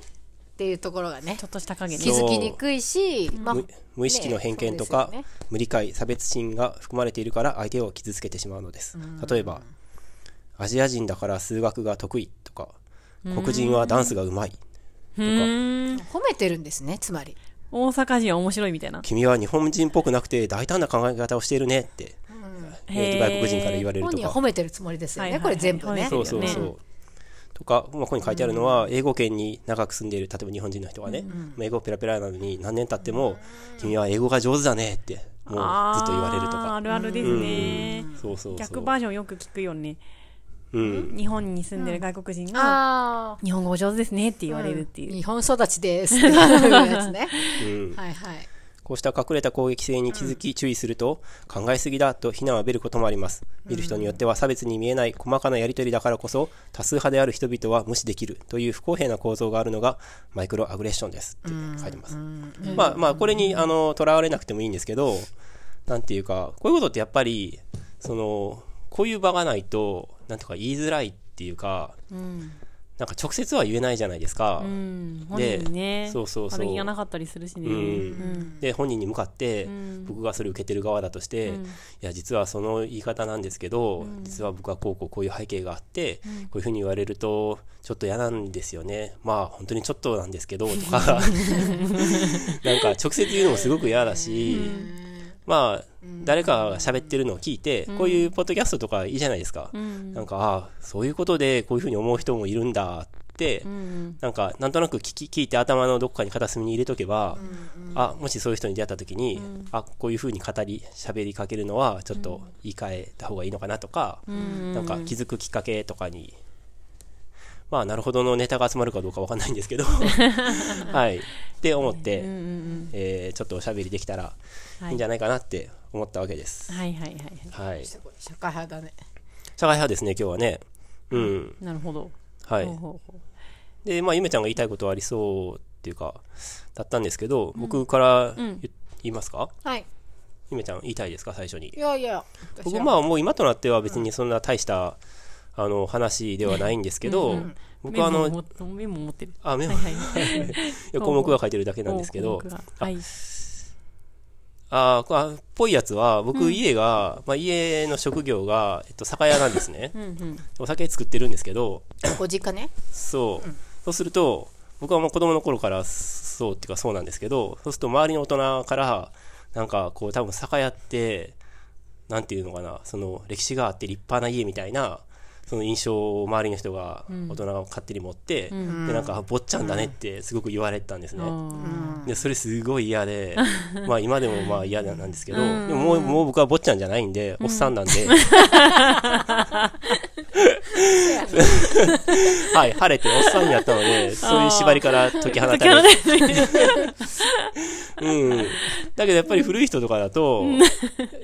Speaker 2: ていうところがね
Speaker 1: ちょ、っとした影
Speaker 2: 気
Speaker 1: ね。
Speaker 2: づきにくいし、まあ
Speaker 3: 無、無意識の偏見とか、
Speaker 2: ねそうです
Speaker 3: 無理解差別心が含まれているから相手を傷つけてしまうのです例えばアジア人だから数学が得意とか黒人はダンスがうまいとか
Speaker 2: よね褒めてるんですね、つまり。
Speaker 1: 大阪人は面白いみたいな。
Speaker 3: 君は日本人っぽくなくて大胆な考え方をしているねって、えーと
Speaker 1: へー
Speaker 3: 外国人から言われる
Speaker 2: 本
Speaker 3: と
Speaker 2: 人は
Speaker 3: か
Speaker 2: 褒めてるつもりですよね、
Speaker 1: はいはい
Speaker 2: これ全部ね。
Speaker 1: 褒
Speaker 3: そ
Speaker 1: め
Speaker 3: う
Speaker 1: てる
Speaker 3: そ
Speaker 1: よね
Speaker 3: うそう、とか、まあ、ここに書いてあるのは英語圏に長く住んでいる例えば日本人の人がね、まあ英語ペラペラなのに何年経っても君は英語が上手だねってもうずっと言われると
Speaker 1: あー
Speaker 3: か
Speaker 1: あるあるですね。
Speaker 3: そうそうそう
Speaker 1: 逆バージョンよく聞くよね。
Speaker 3: うん、
Speaker 1: 日本に住んでる外国人が、
Speaker 2: ああ。
Speaker 1: 日本語お上手ですねって言われるっていう。
Speaker 2: 日本育ちですっていうやつね。
Speaker 3: うん、
Speaker 2: はいはい。
Speaker 3: こうした隠れた攻撃性に気づき注意すると、考えすぎだと非難を浴びることもあります。見る人によっては差別に見えない細かなやり取りだからこそ、多数派である人々は無視できるという不公平な構造があるのがマイクロアグレッションですって書いてます。まあまあ、これにあの囚われなくてもいいんですけど、なんていうか、こういうことってやっぱり、その、こういう場がないと、なんとか言いづらいっていうか、なんか直接は言えないじゃないですか。
Speaker 1: うん、本人にね
Speaker 3: でそうそうそう
Speaker 1: 悪気がなかったりするしね、
Speaker 3: うんで本人に向かって僕がそれ受けてる側だとして、いや実はその言い方なんですけど、実は僕はこうこうこういう背景があって、こういうふうに言われるとちょっと嫌なんですよねまあ本当にちょっとなんですけ どとかなんか直接言うのもすごく嫌だし、まあ誰かが喋ってるのを聞いて、こういうポッドキャストとかいいじゃないですか、なんかああそういうことでこういうふうに思う人もいるんだって、なんか、なんとなく聞き聞いて頭のどっかに片隅に入れとけば、あ、もしそういう人に出会った時に、あ、こういう風に語り、喋りかけるのは、ちょっと言い換えた方がいいのかなとか、なんか気づくきっかけとかに、まあ、なるほどのネタが集まるかどうかわかんない んですけど、はい。って思って、
Speaker 1: うんうん
Speaker 3: えーちょっとおしゃべりできたら
Speaker 1: はい
Speaker 3: いいんじゃないかなって思ったわけです。
Speaker 1: はいはいはいは
Speaker 3: はい。社
Speaker 2: すごい社会派だね
Speaker 3: 会派ですね、今日はね。うん。
Speaker 1: いなるほどほ
Speaker 3: は
Speaker 1: う
Speaker 3: い。
Speaker 1: ほうほ
Speaker 3: で、まあ、ゆめちゃんが言いたいことはありそうっていうか、だったんですけど、僕から言,、言いますか
Speaker 2: はい
Speaker 3: ゆめちゃん言いたいですか最初に
Speaker 2: い。やいや
Speaker 3: 僕、まあ、もう今となっては別にそんな大した、あの、話ではないんですけど、
Speaker 1: う
Speaker 3: 僕はあ
Speaker 1: メモ
Speaker 3: の、
Speaker 1: を持っメモを持ってる
Speaker 3: あ、メ
Speaker 1: は
Speaker 3: モ
Speaker 1: い、はい
Speaker 3: 項目が書いてるだけなんですけど
Speaker 1: 項、目がはい
Speaker 3: あーあ、ぽいやつは、僕、家が、まあ、家の職業が、えっと、酒屋なんですね。
Speaker 1: うんうん
Speaker 3: お酒作ってるんですけど、
Speaker 2: ご実家ね
Speaker 3: そう。そうすると、僕はもう子供の頃から、そうっていうかそうなんですけど、そうすると周りの大人から、なんかこう、多分酒屋って、なんていうのかな、その歴史があって立派な家みたいな、その印象を周りの人が、大人が勝手に持って、で、なんか、坊ちゃんだねってすごく言われてたんですね。
Speaker 1: あ
Speaker 3: でそれすごい嫌で まあ今でもまあ嫌なんですけど、でももうもう僕は坊ちゃんじゃないんで、おっさんなん ではい晴れておっさんになった のでそういう縛りから 解き放たれて、 うん、だけどやっぱり古い人とかだと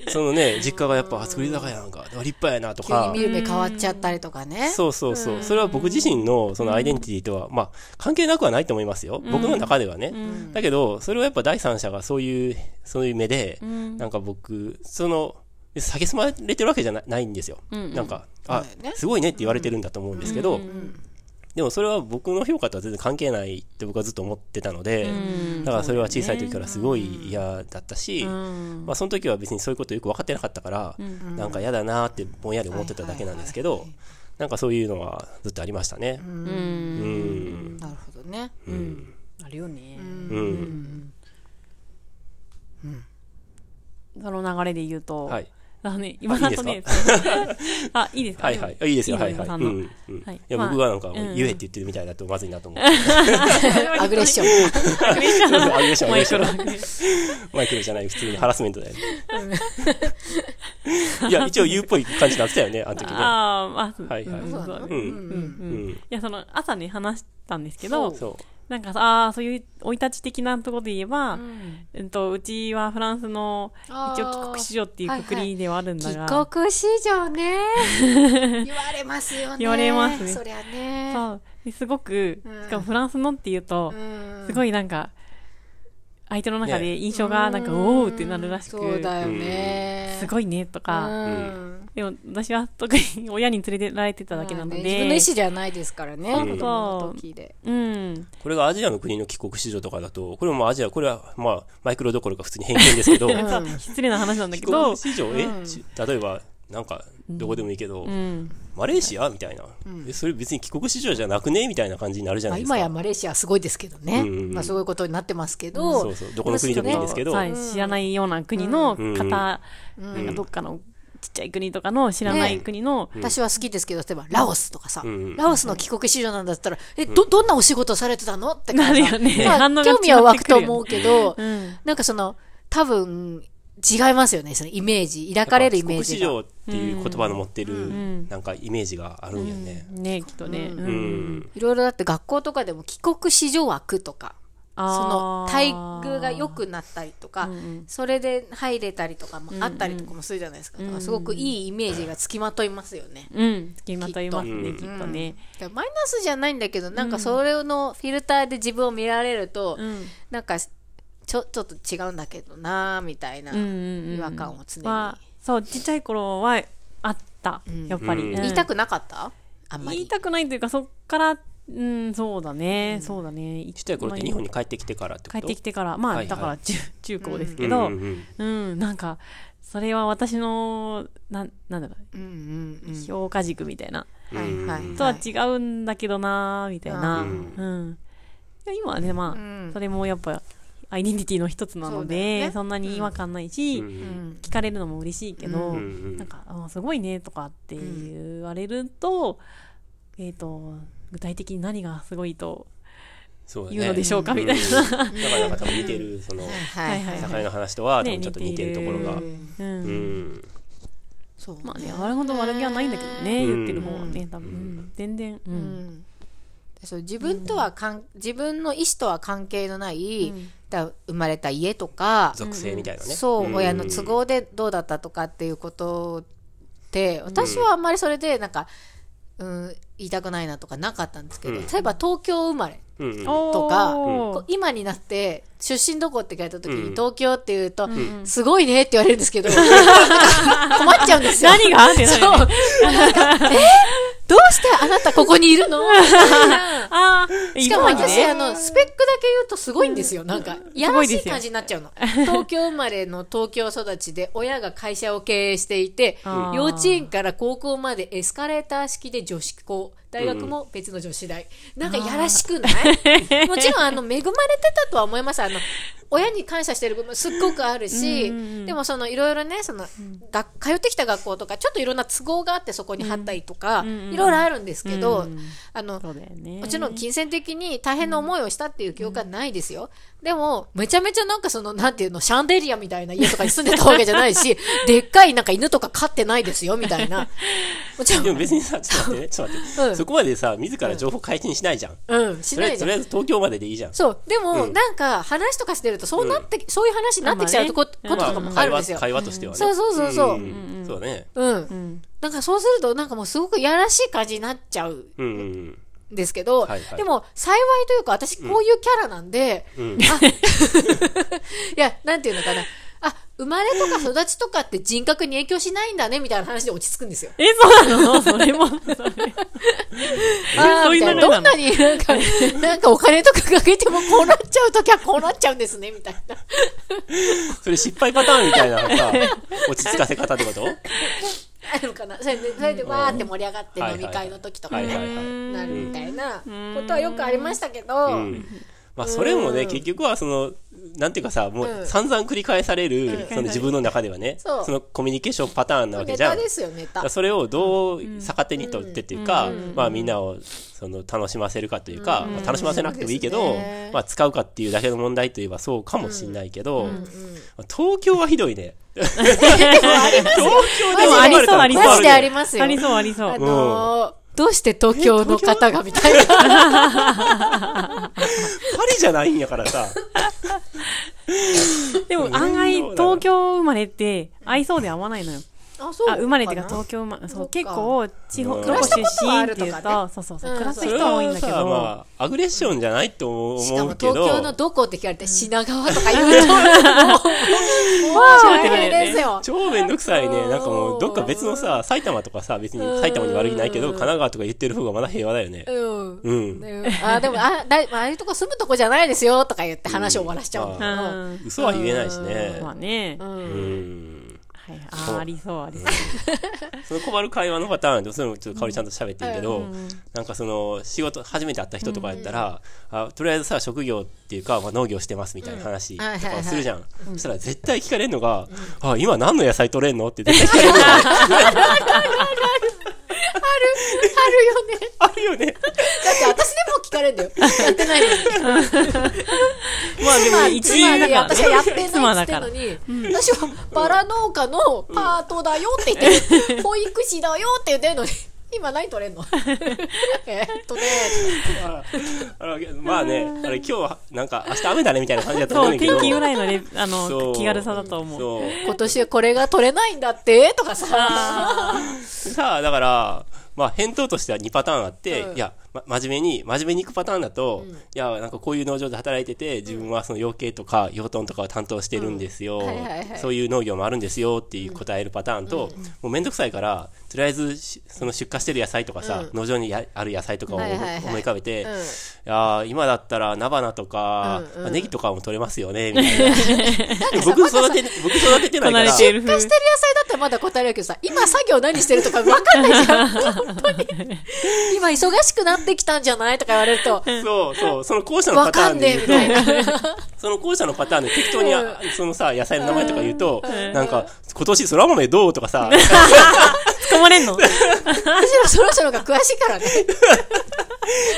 Speaker 3: そのね実家がやっぱあ作り酒屋なんか立派やなと
Speaker 2: 急に
Speaker 3: か
Speaker 2: 見る目変わっちゃったりとかね
Speaker 3: そうそうそう。それは僕自身のそのアイデンティティとは、まあ、関係なくはないと思いますよ。僕の中ではね。だけど、それはやっぱ第三者がそういう、そういう目で、なんか僕、その、下げすまれてるわけじゃなないんですよ。なんか、あ
Speaker 2: そうだよね、
Speaker 3: すごいねって言われてるんだと思うんですけど、でもそれは僕の評価とは全然関係ないって僕はずっと思ってたので、だからそれは小さい時からすごい嫌だったし、まあその時は別にそういうことよく分かってなかったから、なんか嫌だなーってぼんやり思ってただけなんですけど、なんかそういうのはずっとありましたね。
Speaker 1: ーう
Speaker 3: うんん。
Speaker 2: なるほどね
Speaker 3: うん。
Speaker 1: あるよね
Speaker 3: うん。
Speaker 1: その流れで言うと
Speaker 3: はい。
Speaker 1: あのね今だと ねあいいですか
Speaker 3: はいはい。あいいですよ。
Speaker 1: の
Speaker 3: はいはい。
Speaker 1: 今
Speaker 3: う
Speaker 1: の
Speaker 3: ん。うん。い
Speaker 1: はい
Speaker 3: や、
Speaker 1: まあ
Speaker 3: 僕がなんか、
Speaker 1: うん
Speaker 3: 言えって言ってるみたいだとまずいなと思 って。
Speaker 2: アグレ ッション
Speaker 1: アグレッション
Speaker 3: そうそうアグレッションアグ
Speaker 1: マ
Speaker 3: レッ
Speaker 1: イク
Speaker 3: ション
Speaker 1: ロアグレッシ
Speaker 3: マイケルじゃない、普通にハラスメントだよね。いや、一応言うっぽい感じになってたよね、あの時
Speaker 1: ョン
Speaker 3: ね。
Speaker 1: あーまあ
Speaker 3: はいはい
Speaker 1: うん
Speaker 2: そう
Speaker 1: そ
Speaker 2: なの
Speaker 1: う
Speaker 3: う
Speaker 1: うん
Speaker 3: ん。
Speaker 1: うんうん
Speaker 3: うん
Speaker 1: いやその朝ね話したんですけど
Speaker 3: そ
Speaker 1: なんかさあーそういう生い立ち的なところで言えば、
Speaker 2: ん
Speaker 1: うんとうちはフランスの
Speaker 2: あー
Speaker 1: 一応帰国子女っていうくくりではあるんだ
Speaker 2: 帰
Speaker 1: が、
Speaker 2: 国子女ね言われますよね
Speaker 1: 言われますね
Speaker 2: そりゃね
Speaker 1: そうですごく
Speaker 2: うん
Speaker 1: しかもフランスのっていうと
Speaker 2: う、ん
Speaker 1: すごいなんか相手の中で印象がなんか、おーってなるらしく、
Speaker 2: そうだよね
Speaker 1: すごいねとか、
Speaker 2: うん
Speaker 1: でも私は特に親に連れてられてただけなので、
Speaker 2: まあね自分の意思じゃないですからね
Speaker 3: うん
Speaker 2: 子供の時で
Speaker 1: うん
Speaker 3: う。これがアジアの国の帰国子女とかだと、これもまあアジア、これはまあ、マイクロどころか普通に偏見ですけど、
Speaker 2: ん
Speaker 1: そう失礼な話なんだ
Speaker 3: 帰
Speaker 1: けど
Speaker 3: 国、子女、
Speaker 2: うん
Speaker 3: えち例えば、なんか、どこでもいいけど
Speaker 1: う、ん、
Speaker 3: マレーシアみたいな。え、それ別に帰国子女じゃなくねみたいな感じになるじゃ
Speaker 2: ま
Speaker 3: な
Speaker 2: あ
Speaker 3: いです
Speaker 2: 今
Speaker 3: か。
Speaker 2: やマレーシアすごいですけどね
Speaker 3: うん
Speaker 2: まあそういうことになってますけ
Speaker 3: そ
Speaker 2: ど
Speaker 3: うそう。どこの国でもいいんですけど、
Speaker 1: はい知らないような国の方、
Speaker 3: うん
Speaker 1: なんかどっかのちっちゃい国とかの知らない国の、
Speaker 2: 私は好きですけど例えばラオスとかさ
Speaker 3: ん
Speaker 2: ラオスの帰国子女なんだったらえどどんなお仕事されてたのって感じ
Speaker 1: なるよね
Speaker 2: まあ
Speaker 1: 反応が違って
Speaker 2: 興
Speaker 1: くる
Speaker 2: 味
Speaker 1: よね
Speaker 2: は湧くと思うけど
Speaker 1: うん
Speaker 2: なんかその多分違いますよねそのイメージ抱かれるイメージ
Speaker 3: 帰
Speaker 2: が
Speaker 3: 国子女っていう言葉の持ってる
Speaker 1: ん、
Speaker 3: なんかイメージがあるんよね。
Speaker 1: ねきっとね、うん
Speaker 3: うん。
Speaker 2: いろいろだって学校とかでも帰国子女枠とかその
Speaker 1: あ
Speaker 2: 待
Speaker 1: ー
Speaker 2: 遇が良くなったりとか、それで入れたりとかもあったりとかもするじゃないですか,、だからすごくいいイメージがつきまといますよね。
Speaker 1: うん付きまといますね
Speaker 3: きっ
Speaker 1: きっ
Speaker 3: と
Speaker 1: とね、
Speaker 2: だからマイナスじゃないんだけどなんかそれのフィルターで自分を見られると、
Speaker 1: ん
Speaker 2: なんかちょちょっと違うんだけどなーみたいな
Speaker 1: うんうんうん
Speaker 2: 違和感を常に、
Speaker 1: まあそうちっちゃい頃はあったやっぱり、
Speaker 3: うん
Speaker 1: うん
Speaker 2: 言いたくなかったあんまり
Speaker 1: 言いたくないというかそっからうんそうだね、そうだね
Speaker 3: ちっちゃい頃って日本に帰ってきてからってこ
Speaker 1: 帰っ
Speaker 3: と
Speaker 1: てきてからまあ、
Speaker 3: はいはい
Speaker 1: だから中中高です
Speaker 3: う
Speaker 1: け
Speaker 3: んうん
Speaker 1: ど、う
Speaker 3: う
Speaker 1: ん
Speaker 3: ん
Speaker 1: なんかそれは私のなんなんだろう
Speaker 2: うんうん
Speaker 1: 評価軸みたいな、
Speaker 2: うんはいはい、はい、
Speaker 1: とは違うんだけどなーみたいな、
Speaker 3: う
Speaker 1: うんんいや今はねまあ、
Speaker 2: ん
Speaker 1: それもやっぱアイデンティティの一つなの
Speaker 2: そうだよ
Speaker 1: でそ,、
Speaker 2: ね
Speaker 1: んなに違和感ないし、
Speaker 3: うん
Speaker 1: 聞かれるのも嬉しいけど、
Speaker 3: うんうん
Speaker 1: なんかあ「すごいね」とかって言われると、えっ、と具体的に何がすごいと
Speaker 3: そうだね
Speaker 1: 言うのでしょうかみたい
Speaker 3: な。だからなんか多分似てる、その、
Speaker 2: はいはい、
Speaker 1: はい
Speaker 3: 境の話とは、多
Speaker 1: ね
Speaker 3: 分ちょっと似てるところが。
Speaker 1: う
Speaker 3: うんん。
Speaker 2: そう
Speaker 1: まあね悪ほど悪気はないんだけどね、
Speaker 3: う
Speaker 1: 言
Speaker 3: ん
Speaker 1: ってる方はね多分、うん全然、うん
Speaker 2: うんそう自分とはかん、自分の意思とは関係のない、だ生まれた家とか、
Speaker 3: 属性みたいなね。
Speaker 2: そう、
Speaker 3: ん
Speaker 2: 親の都合でどうだったとかっていうことで私はあんまりそれでなんか、うん、言いたくないなとかなかったんですけど、
Speaker 3: うん
Speaker 2: 例えば東京生まれ
Speaker 3: うんうん
Speaker 2: とか、
Speaker 1: おー
Speaker 2: こう今になって出身どこって聞かれた時
Speaker 3: う
Speaker 2: に
Speaker 3: ん
Speaker 2: 東京って言うと、すごいねって言われるんですけど、困っちゃうんですよ。
Speaker 1: 何がってな
Speaker 2: そう。
Speaker 1: るよ
Speaker 2: な
Speaker 1: ね
Speaker 2: んかえどうしてあなたここにいるのみたいな
Speaker 1: ああ、
Speaker 2: しかも
Speaker 1: いいわ
Speaker 2: 私、
Speaker 1: ね
Speaker 2: あの、スペックだけ言うとすごいんですよ。なんか、や
Speaker 1: すご
Speaker 2: ら
Speaker 1: い
Speaker 2: し
Speaker 1: で
Speaker 2: い
Speaker 1: すよ
Speaker 2: 感じにな っちゃうの。東京生まれの東京育ちで、親が会社を経営していて、
Speaker 1: あー
Speaker 2: 幼稚園から高校までエスカレーター式で女子校、大学も別の女子大。なんかやらしくな いもちろん、あの、恵まれてたとは思います。あの、親に感謝してる部分もすっごくあるし、
Speaker 1: うんうんうん
Speaker 2: でもその、いろいろね、その、学通ってきた学校とか、ちょっといろんな都合があってそこに貼ったりとか、
Speaker 1: うんうんうん
Speaker 2: いろいろあるんですけ
Speaker 1: う
Speaker 2: ど、
Speaker 1: ん
Speaker 2: あの、
Speaker 1: そうだよね。
Speaker 2: もちろん金銭的に大変な思いをしたっていう記憶はないですよ。でも、めちゃめちゃなんかその、なんていうの、シャンデリアみたいな家とかに住んでたわけじゃないし、でっかいなんか犬とか飼ってないですよ、みたいな。もちろ
Speaker 3: でも
Speaker 2: ん、
Speaker 3: 別にさ、ちょっと待ってね、ちょっと待って。
Speaker 2: うん
Speaker 3: そこまでさ、自ら情報解禁しないじゃん。
Speaker 2: うん、し
Speaker 3: とりあ
Speaker 2: な
Speaker 3: えず、
Speaker 2: い
Speaker 3: と
Speaker 2: で
Speaker 3: りあえず東京まででいいじゃん。
Speaker 2: そう、でも、
Speaker 3: うん
Speaker 2: なんか話とかしてると、そうなって、そういう話になってきちゃうとこ,、
Speaker 1: まあね
Speaker 2: こと
Speaker 3: ま
Speaker 2: とか
Speaker 3: あ、
Speaker 2: もあ
Speaker 3: 会
Speaker 2: るんです
Speaker 3: 話、
Speaker 2: よ。
Speaker 3: 会話としてはね。
Speaker 2: そうそうそうそう
Speaker 3: うんんんそうだね。
Speaker 2: うん
Speaker 1: う。ん。
Speaker 2: なんかそうすると、なんかもうすごくやらしい感じになっちゃう
Speaker 3: うんうん
Speaker 2: んですけど、
Speaker 3: はいはい
Speaker 2: でも、幸いというか、私こういうキャラなんで、
Speaker 3: うん。うん。
Speaker 2: あ いや、なんていうのかな。あ、生まれとか育ちとかって人格に影響しないんだね、みたいな話で落ち着くんですよ。
Speaker 1: え、そうなのそれ も、それ
Speaker 2: あー
Speaker 1: そうい
Speaker 2: み
Speaker 1: う流
Speaker 2: たいな
Speaker 1: れな
Speaker 2: ど
Speaker 1: の
Speaker 2: んなになんか、なんかお金とかかけてもこうなっちゃうときはこうなっちゃうんですね、みたいな。
Speaker 3: それ失敗パターンみたいな さ、落ち着かせ方ってこと
Speaker 2: あるのかな。それで、それでわーって盛り上がって
Speaker 3: うん
Speaker 2: 飲み会の時とか
Speaker 3: はいはい
Speaker 2: ね、
Speaker 3: はい。
Speaker 2: なるみたいなことはよくありましたけど、
Speaker 3: うんまあ、それもね、結局はその、なんていうかさ、も
Speaker 2: う
Speaker 3: うん散々繰り返される、その自分の中ではね、
Speaker 2: そう
Speaker 3: そのコミュニケーションパターンなわけ
Speaker 2: ネ
Speaker 3: じゃ
Speaker 2: タ
Speaker 3: ん。
Speaker 2: ですよ、ネ
Speaker 3: だか
Speaker 2: タ
Speaker 3: ら。それをどう逆手にとってっていうか、まあみんなをその楽しませるかというか、まあ楽しませなくてもいいけ
Speaker 2: そう
Speaker 3: ど、
Speaker 2: ですね
Speaker 3: まあ使うかっていうだけの問題といえばそうかもしれないけど、東京はひどいね。東京でも
Speaker 1: あ
Speaker 3: あ
Speaker 1: り
Speaker 3: り
Speaker 1: そうあ
Speaker 3: あ
Speaker 1: り
Speaker 3: り
Speaker 1: そ
Speaker 2: マ
Speaker 3: そうう。
Speaker 2: ジでありますよ。
Speaker 1: ありそう、ありそ
Speaker 2: あ
Speaker 1: う。
Speaker 2: のーどうして東京の方がみたいな。
Speaker 3: パリじゃないんやからさ。
Speaker 1: でも案外、東京生まれって、合いそうで合わないのよ。
Speaker 2: あ、そ
Speaker 1: あ、生まれっていうか
Speaker 2: な
Speaker 1: 東京生まれ、そ、
Speaker 2: そうっか
Speaker 1: 結構、地方、
Speaker 3: うん
Speaker 1: どこ出身って
Speaker 2: 暮ら
Speaker 1: い
Speaker 2: した
Speaker 1: う
Speaker 2: ことはあ
Speaker 1: と、そうそうそう、
Speaker 2: うん
Speaker 1: 暮らす
Speaker 3: そ
Speaker 1: 人
Speaker 3: れ
Speaker 1: は多いん
Speaker 3: は
Speaker 1: だけ
Speaker 3: さ、
Speaker 1: ど、
Speaker 3: まあ、アグレッションじゃないと
Speaker 2: しか
Speaker 3: 思
Speaker 2: も
Speaker 3: うけ
Speaker 2: 東京の
Speaker 3: ど、
Speaker 2: どこって聞かれて品川とか言うともう、 もう大変ですよ。
Speaker 3: 超めんどくさいね。なんかもう、どっか別のさ、埼玉とかさ、別に埼玉に悪気ないけど、神奈川とか言ってる方がまだ平和だよね。
Speaker 2: うん。
Speaker 3: うん。
Speaker 2: ねあ、でも、あ、だい、ああいうとこ住むとこじゃないですよとか言って話を終わらしちゃうん
Speaker 1: う
Speaker 2: だ
Speaker 1: ん。
Speaker 3: 嘘は言えないしね。
Speaker 1: まあね、
Speaker 2: けど。う。
Speaker 3: うんん。
Speaker 1: はい、
Speaker 3: そ
Speaker 1: あ
Speaker 3: う
Speaker 1: ーありそう、ありそう。
Speaker 3: その困る会話のパターンで、それもちょっと香りちゃんと喋ってるけど、
Speaker 1: うんうん
Speaker 3: なんかその仕事、初めて会った人とかやったら、あとりあえずさ、職業っていうか、まあ、農業してますみたいな話と
Speaker 2: うんはいはい
Speaker 3: か
Speaker 2: は
Speaker 3: を
Speaker 2: い
Speaker 3: するじゃん。そしたら絶対聞かれるのが、あ、今何の野菜取れんのって絶対聞か れるのが
Speaker 2: あるよね。
Speaker 3: あるよね。
Speaker 2: だって私でも聞かれるんだよ。やってないのに。
Speaker 1: まあでも、一
Speaker 2: 妻
Speaker 1: 位
Speaker 2: で
Speaker 1: だから
Speaker 2: 私はやってないっつ
Speaker 1: 妻
Speaker 2: っ
Speaker 1: だ
Speaker 2: て
Speaker 1: か
Speaker 2: んの
Speaker 1: ら。
Speaker 2: に、私はバラ農家のパートだよって言ってる、保育士だよって言ってるのに、今何取れんのえーっとね、
Speaker 3: ああのまあね、あれ今日は、なんか明日雨だねみたいな感じだと思う
Speaker 1: そ
Speaker 3: んだ
Speaker 1: う、
Speaker 3: けど。
Speaker 1: 天気ぐらいのね、あ
Speaker 3: そ
Speaker 1: の、
Speaker 3: う
Speaker 1: 気軽さだと思う。
Speaker 3: そう。
Speaker 2: 今年これが取れないんだってとかさ、
Speaker 3: さあだから、まあ、返答としては2パターンあって、
Speaker 2: うん
Speaker 3: いや、ま、真面目に真面目に行くパターンだと、いやなんかこういう農場で働いてて自分はその養鶏とか養豚とかを担当してるんですよ、
Speaker 2: うんはいはいはい
Speaker 3: そういう農業もあるんですよっていう答えるパターンと、もう面倒くさいからとりあえずしその出荷してる野菜とかさ、農場にやある野菜とかを思,、
Speaker 2: はいいはいはい
Speaker 3: 浮かべて、
Speaker 2: うん
Speaker 3: いやー今だったら菜花とか、
Speaker 2: うんうん
Speaker 3: まあネギとかも取れますよねみた いな僕育て僕育ててな
Speaker 1: こ
Speaker 3: いか
Speaker 1: なれ
Speaker 3: ら
Speaker 1: ている
Speaker 2: 出荷し
Speaker 1: 風
Speaker 2: てる。野菜だったらまだ答えられるけどさ、今作業何してるとか分かんないじゃん。本当に。今忙しくなってきたんじゃないとか言われると、
Speaker 3: そうそうその後者の
Speaker 2: 分
Speaker 3: パタ
Speaker 2: か
Speaker 3: ー
Speaker 2: ん
Speaker 3: ン
Speaker 2: ねえ
Speaker 3: で言
Speaker 2: み
Speaker 3: うと
Speaker 2: たいな。
Speaker 3: その後者のパターンで適当に、あそのさ、野菜の名前とか言うと、なんか、今年空豆どうとかさ、
Speaker 1: 突っ込まれんの
Speaker 2: むしろそろそろが詳しいからね。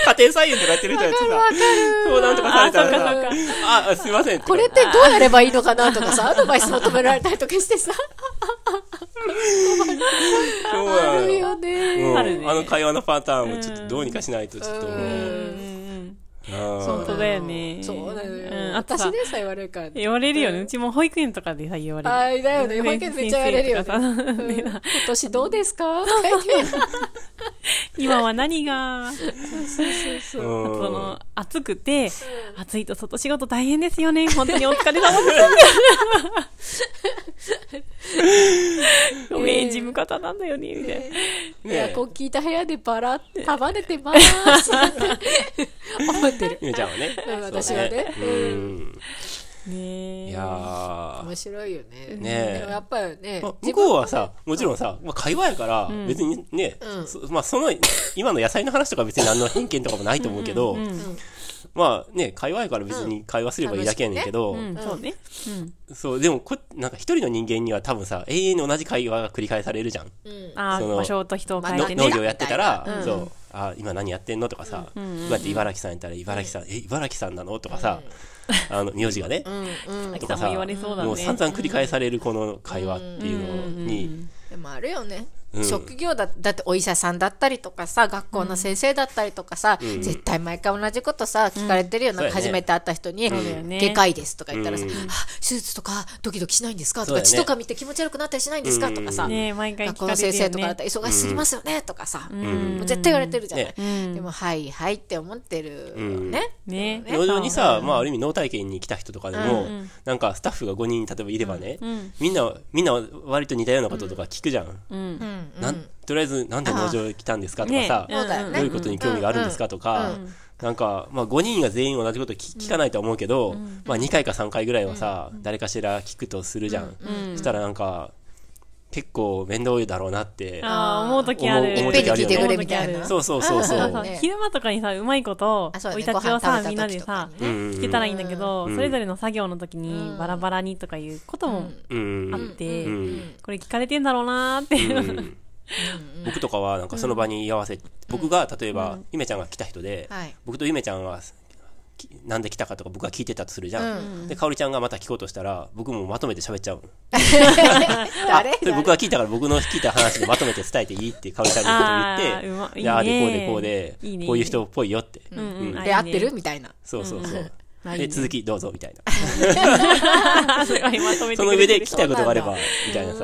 Speaker 3: 家庭菜園とかやってる人やつさ、相談とかされたら
Speaker 2: あそうか
Speaker 3: さ、あ、すいません。
Speaker 2: これってどうやればいいのかなとかさ、アドバイス求められたりとかしてさ、
Speaker 3: そうなのよ。
Speaker 2: ね
Speaker 3: うん
Speaker 1: あるね
Speaker 3: あの会話のパターンをちょっとどうにかしないと、ちょっと。
Speaker 2: う
Speaker 3: う
Speaker 1: う
Speaker 3: んん
Speaker 1: んうん
Speaker 3: あ
Speaker 1: 本当だよね
Speaker 2: そうなのよ、
Speaker 1: うんあとさ
Speaker 2: 私でさえ言われるからね
Speaker 1: 言われるよね。うちも保育園とかでさ、言われる。
Speaker 2: あーだよね保育園めっちゃ言われるよね
Speaker 1: 先生とかさ
Speaker 2: うん
Speaker 1: で
Speaker 2: 今
Speaker 1: な
Speaker 2: 年どうですかとか言って
Speaker 1: 今は何が、
Speaker 2: そうそう
Speaker 1: そ
Speaker 2: そう
Speaker 1: の
Speaker 3: う、
Speaker 1: 暑くて、暑いと外仕事大変ですよね。本当にお疲れ様で す。ごめん、事務方なんだよ ね、みたいな。
Speaker 3: ん。
Speaker 2: エア
Speaker 3: ね
Speaker 2: コン効いた部屋でバラ束ねてますって思っ てる
Speaker 3: ゆめちゃんはね。
Speaker 2: うん私はね
Speaker 3: そううん。
Speaker 1: ねえ
Speaker 3: いやー
Speaker 2: 面白いよね
Speaker 3: ねえ
Speaker 2: でもやっぱりね
Speaker 3: まあ
Speaker 2: 自
Speaker 3: 向
Speaker 2: 分
Speaker 3: こうはさ、もちろんさ、まあ、会話やから、別にね、
Speaker 2: うん
Speaker 3: そまあ、その、今の野菜の話とか別に何の偏見とかもないと思うけど、まあね、会話やから別に会話すればいいだけやねんけど、
Speaker 1: うん、そうね。うん。
Speaker 3: そう、でもこ、なんか一人の人間には多分さ、永遠に同じ会話が繰り返されるじゃん。
Speaker 1: ああ、
Speaker 3: その
Speaker 1: 場所と人を変え
Speaker 3: の
Speaker 1: てね。
Speaker 3: 農業やってたら、
Speaker 2: うん
Speaker 3: そう、あ、今何やってんのとかさ、こうやって茨城さんやったら、茨城さん、え、茨城さんなのとかさ、あの、名字がね、
Speaker 2: うんうん
Speaker 1: 秋
Speaker 3: と
Speaker 1: 田
Speaker 3: か
Speaker 1: も
Speaker 3: さ、
Speaker 1: 言われそうだね。
Speaker 3: もう散々繰り返されるこの会話っていうのに、
Speaker 2: でもあるよね、
Speaker 3: うん
Speaker 2: 職業だだってお医者さんだったりとかさ学校の先生だったりとかさ、
Speaker 3: ん
Speaker 2: 絶対毎回同じことさ聞かれてるよ、うな
Speaker 3: そ
Speaker 2: ん
Speaker 3: う
Speaker 2: か
Speaker 3: だよね
Speaker 2: 初めて会った人に
Speaker 1: そうだよね
Speaker 2: 外科医です」とか言ったらさ「
Speaker 3: うん
Speaker 2: あ手術とかドキドキしないんですか?」と
Speaker 3: そう
Speaker 2: か、
Speaker 3: だよね
Speaker 2: 血とか見て気持ち悪くなったりしないんですか?」とかさ、
Speaker 3: うん
Speaker 1: ねえ毎回聞
Speaker 2: 学
Speaker 1: か
Speaker 2: 校
Speaker 1: れて
Speaker 2: の
Speaker 1: るよね
Speaker 2: 先生とかだったら「忙しすぎますよね」とかさ、
Speaker 1: ん
Speaker 2: もう絶対言われてるじゃない、
Speaker 3: ね
Speaker 2: でも「はいはい」って思ってるよね、
Speaker 1: ね
Speaker 2: ね
Speaker 3: 農場にさ、まあ、ある意味農体験に来た人とかでも、なんかスタッフが5人例えばいればね、みんなみんな割と似たようなこととか聞くじゃん,、なんとりあえずなんで農場来たんですかとかさ、
Speaker 1: あ
Speaker 2: そうだよ
Speaker 3: どういう
Speaker 2: ね、
Speaker 3: ことに興味があるんですかとか、なんか、まあ、5人が全員同じこと聞聞かないとは思うけど、まあ、2回か3回ぐらいはさ、誰かしら聞くとするじゃん、そしたらなんか結構面倒いだろうなって
Speaker 1: ああ、思う時ある。
Speaker 3: 思う思う
Speaker 2: いっぺ
Speaker 3: 時
Speaker 2: ん
Speaker 3: あ
Speaker 2: に
Speaker 3: る
Speaker 2: 聞
Speaker 3: よ
Speaker 2: いてく
Speaker 3: ね
Speaker 2: れみたいな
Speaker 3: そうそうそうそ
Speaker 1: そううそう
Speaker 2: ね
Speaker 1: 昼間とかにさ、うまいこと
Speaker 2: あ、そうだ
Speaker 1: 生い
Speaker 2: ね
Speaker 1: 立ちをさ、
Speaker 2: ご飯食べた時とかに
Speaker 1: みんなで
Speaker 2: ね
Speaker 1: さ、
Speaker 3: うん
Speaker 1: 聞けたらいいんだけど、それぞれの作業の時にバラバラにとかいうことも
Speaker 3: うん
Speaker 1: あって
Speaker 3: う、ん
Speaker 1: これ聞かれてんだろうなーって。
Speaker 3: うん僕とかはなんかその場に居合わせ、僕が例えば、ゆめちゃんが来た人で、
Speaker 2: はい
Speaker 3: 僕とゆめちゃんがきなんで来たかとか僕が聞いてたとするじゃん、でかおりちゃんがまた聞こうとしたら僕もまとめて喋っちゃう
Speaker 2: 誰
Speaker 3: それ僕が聞いたから僕の聞いた話でまとめて伝えていいってかおりちゃんにことを言っ
Speaker 1: あーうまい
Speaker 3: て
Speaker 1: い
Speaker 3: でああ
Speaker 1: ね
Speaker 3: でこうでこうで
Speaker 1: いいね
Speaker 3: こういう人っぽいよって、
Speaker 1: うんうん、
Speaker 2: で合って
Speaker 1: あいい
Speaker 2: る
Speaker 1: ね
Speaker 2: みたいな
Speaker 3: そうそうそう、
Speaker 1: うんあいい
Speaker 3: で
Speaker 1: ね
Speaker 3: 続きどうぞみたい な
Speaker 1: それは今止めて
Speaker 3: そ
Speaker 1: く
Speaker 3: の
Speaker 1: れて
Speaker 3: 上で
Speaker 1: る
Speaker 3: 聞きたいことがあればみたいなさ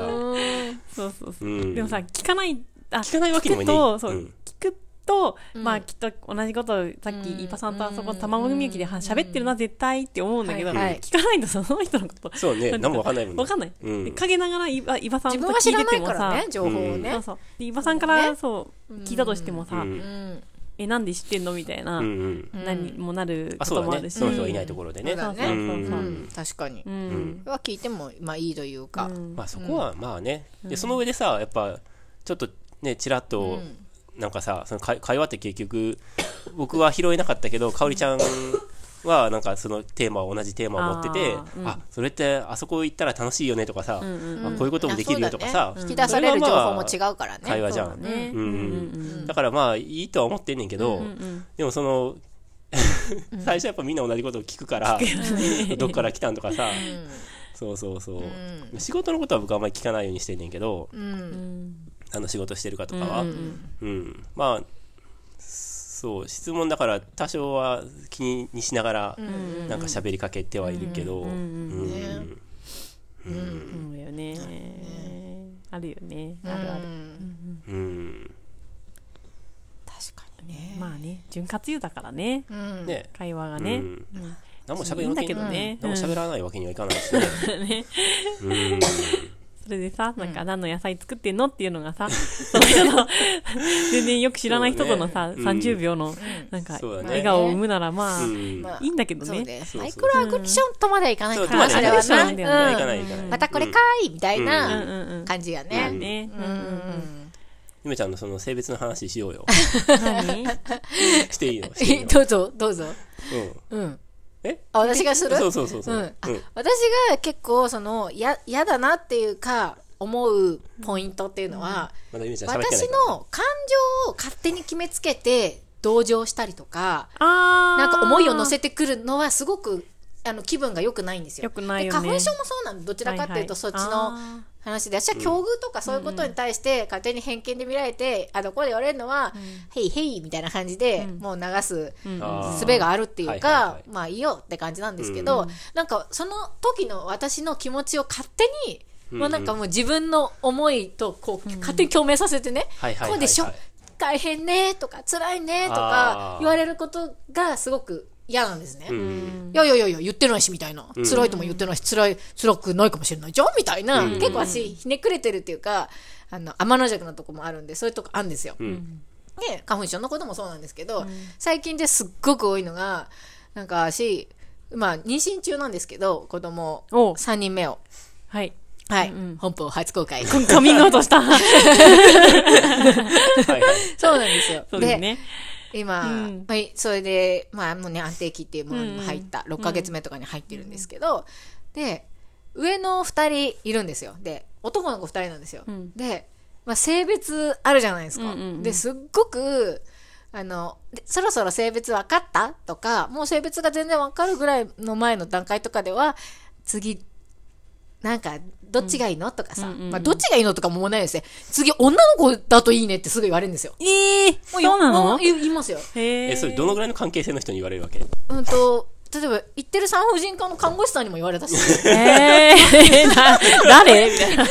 Speaker 1: そうそうそう。
Speaker 3: うん
Speaker 1: でもさ、聞かない、あ、聞
Speaker 3: かないわけにもい
Speaker 1: くと、
Speaker 3: ね
Speaker 1: そう、
Speaker 3: うん
Speaker 1: 聞くと、まあきっと同じことをさっき、イパさんとあそこ、卵組みゆきでは喋ってるな、絶対って思うんだけど、
Speaker 2: はいはい
Speaker 1: 聞かないとその人のこと。
Speaker 3: そうね
Speaker 1: な
Speaker 3: 何もわかんないもんね
Speaker 1: わかんない。
Speaker 3: うん
Speaker 1: で陰ながら、イバイバさん
Speaker 2: 自
Speaker 1: と
Speaker 2: 分は知
Speaker 1: 聞い
Speaker 2: ら
Speaker 1: て
Speaker 2: な
Speaker 1: て
Speaker 2: い
Speaker 1: も
Speaker 2: から
Speaker 1: さ
Speaker 2: ね、情報をね、
Speaker 1: そうそう。で、イバさんから、
Speaker 2: ね
Speaker 1: そう、聞いたとしてもさ、
Speaker 3: うん
Speaker 2: うん
Speaker 1: え、なんで知ってんのみたいな、
Speaker 3: うんうん
Speaker 1: 何もなる
Speaker 3: あ
Speaker 1: こ
Speaker 3: そ
Speaker 1: と
Speaker 3: う
Speaker 1: もあ
Speaker 3: だね
Speaker 1: るし。
Speaker 3: その人がいないところでね、
Speaker 2: そうだね
Speaker 1: そう
Speaker 3: う
Speaker 1: そうそうん
Speaker 2: 確かに、
Speaker 1: うん。
Speaker 2: は聞いてもまあいいというか、
Speaker 3: まあそこはまあね、でその上でさやっぱちょっとねちらっと、なんかさその会会話って結局 僕は拾えなかったけどかおりちゃんはなんかそのテーマを同じテーマを持ってて
Speaker 1: あ
Speaker 3: あ,、
Speaker 1: ーうん
Speaker 3: それってあそこ行ったら楽しいよねとかさ、あこういうこともできるよとか
Speaker 2: あそ
Speaker 3: さ、
Speaker 2: うだね引き出される情
Speaker 3: そは
Speaker 2: 報
Speaker 3: ま
Speaker 2: も
Speaker 3: あ
Speaker 2: 違うからね、
Speaker 3: 会話じゃん
Speaker 1: そうだね
Speaker 3: うんうんだからまあいいとは思ってんねんけど、
Speaker 1: ん
Speaker 3: でもその 最初やっぱみんな同じことを聞くから、どっから来たんとかさ、そうそうそう、仕事のことは僕はあんまり聞かないようにしてんねんけど、何の仕事してるかとかは、うんまあそう質問だから多少は気にしながらなんか喋りかけてはいるけど、うん
Speaker 1: そうだよね。あるよね。あるある。
Speaker 3: うん
Speaker 2: 確かにね、
Speaker 1: まあね、潤滑油だからね、
Speaker 2: うん
Speaker 3: ね
Speaker 1: 会話が
Speaker 3: う
Speaker 1: ね。
Speaker 3: ん何も喋る
Speaker 1: いいん
Speaker 3: わ
Speaker 1: だ
Speaker 3: け
Speaker 1: けどね
Speaker 3: 何も喋らないわけにはいかないしね。うん
Speaker 1: それでさ、なんか何の野菜作ってんのっていうのがさ、 その人の、全然よく知らない人とのさ、
Speaker 3: そうねうん
Speaker 1: 30秒の、なんか、
Speaker 3: そうだね
Speaker 1: 笑顔を生むならまあ
Speaker 3: う、ん
Speaker 2: まあ
Speaker 1: いいんだけど
Speaker 2: そう
Speaker 1: ね。
Speaker 2: ね
Speaker 3: そうそう
Speaker 2: マイクロアグレッションとまではいかない
Speaker 3: そう
Speaker 2: か
Speaker 3: ま
Speaker 2: ら、
Speaker 3: あね
Speaker 2: それは
Speaker 1: そうだ
Speaker 2: な、
Speaker 1: ね
Speaker 3: 行か
Speaker 2: うん
Speaker 3: ない行かない。
Speaker 2: またこれかーいみたい
Speaker 1: うん
Speaker 2: な
Speaker 1: うんうん。
Speaker 2: 感じや
Speaker 1: まあ
Speaker 2: ね、
Speaker 1: ね。うん
Speaker 3: ゆめちゃんのその性別の話し ようよ。
Speaker 1: 何
Speaker 3: していいのしていい
Speaker 2: え
Speaker 3: の
Speaker 2: どうぞどうぞ
Speaker 3: うん。
Speaker 2: うん
Speaker 3: え
Speaker 2: あ私がする
Speaker 3: そうそうそうそう。
Speaker 2: う
Speaker 3: うんん
Speaker 2: あ。私が結構そのや嫌だなっていうか思うポイントっていうのは、
Speaker 3: まだゆめちゃん喋ってな
Speaker 2: 私
Speaker 3: いから。
Speaker 2: の感情を勝手に決めつけて同情したりとか
Speaker 1: あー。
Speaker 2: なんか思いを乗せてくるのはすごくあの気分が良くないんですよ。
Speaker 1: 良くないよね
Speaker 2: で花粉症もそうなのどちらかってい
Speaker 1: は
Speaker 2: うと、
Speaker 1: いはい
Speaker 2: そっち
Speaker 1: あ
Speaker 2: の話で私は境遇とかそういうことに対して勝手に偏見で見られて、あのここで言われるのは「へいへい」みたいな感じで、もう流す
Speaker 3: あー
Speaker 2: 術があるっていうか、
Speaker 3: はいはいはい
Speaker 2: まあいいよって感じなんですけど、なんかその時の私の気持ちを勝手に、もうなんかもう自分の思いとこう勝手に共鳴させてね、
Speaker 3: はいはいはいはい
Speaker 2: こうでしょ大変ねとか辛いねとか
Speaker 3: あー
Speaker 2: 言われることがすごく嫌なんですね。
Speaker 3: うん
Speaker 2: いやいやいやいや、言ってないし、みたいな。
Speaker 3: ん
Speaker 2: 辛いとも言ってないし、辛い、辛くないかもしれないじゃんみたいな。
Speaker 3: うん
Speaker 2: 結構私、ひねくれてるっていうか、あの、天の弱なとこもあるんで、そういうとこあるんですよ。
Speaker 3: うん
Speaker 2: で、花粉症のこともそうなんですけど、最近ですっごく多いのが、なんか私、まあ、妊娠中なんですけど、子供、
Speaker 1: おう
Speaker 2: 3人目を。
Speaker 1: はい。
Speaker 2: はい。
Speaker 1: うんうん
Speaker 2: 本邦初公開。
Speaker 1: カミングアウトした。
Speaker 3: はいはい
Speaker 2: そうなんですよ。
Speaker 1: そうですね。
Speaker 2: 今、
Speaker 1: うん
Speaker 2: まあ、それで、まあ、もうね、安定期っていうものにも入った、6ヶ月目とかに入ってるんですけど、で、上の2人いるんですよ。で、男の子2人なんですよ。
Speaker 1: ん
Speaker 2: で、まあ、性別あるじゃないですか。
Speaker 1: うんうんうん
Speaker 2: で、すっごく、あの、でそろそろ性別分かったとか、もう性別が全然分かるぐらいの前の段階とかでは、次、なんか、どっちがいいの、とかさ、
Speaker 1: うんうんうん
Speaker 2: まあ、どっちがいいのとかももうないですね。次、女の子だといいねってすぐ言われるんですよ。
Speaker 1: ええ
Speaker 2: も
Speaker 1: そうう
Speaker 2: よ
Speaker 1: な
Speaker 2: もう
Speaker 1: の
Speaker 2: 言言いますよ。
Speaker 1: え
Speaker 3: えそれどのぐらいの関係性の人に言われるわけ
Speaker 2: うんと、例えば、行ってる産婦人科の看護師さんにも言われたし、
Speaker 1: えー、 な、誰みたいな。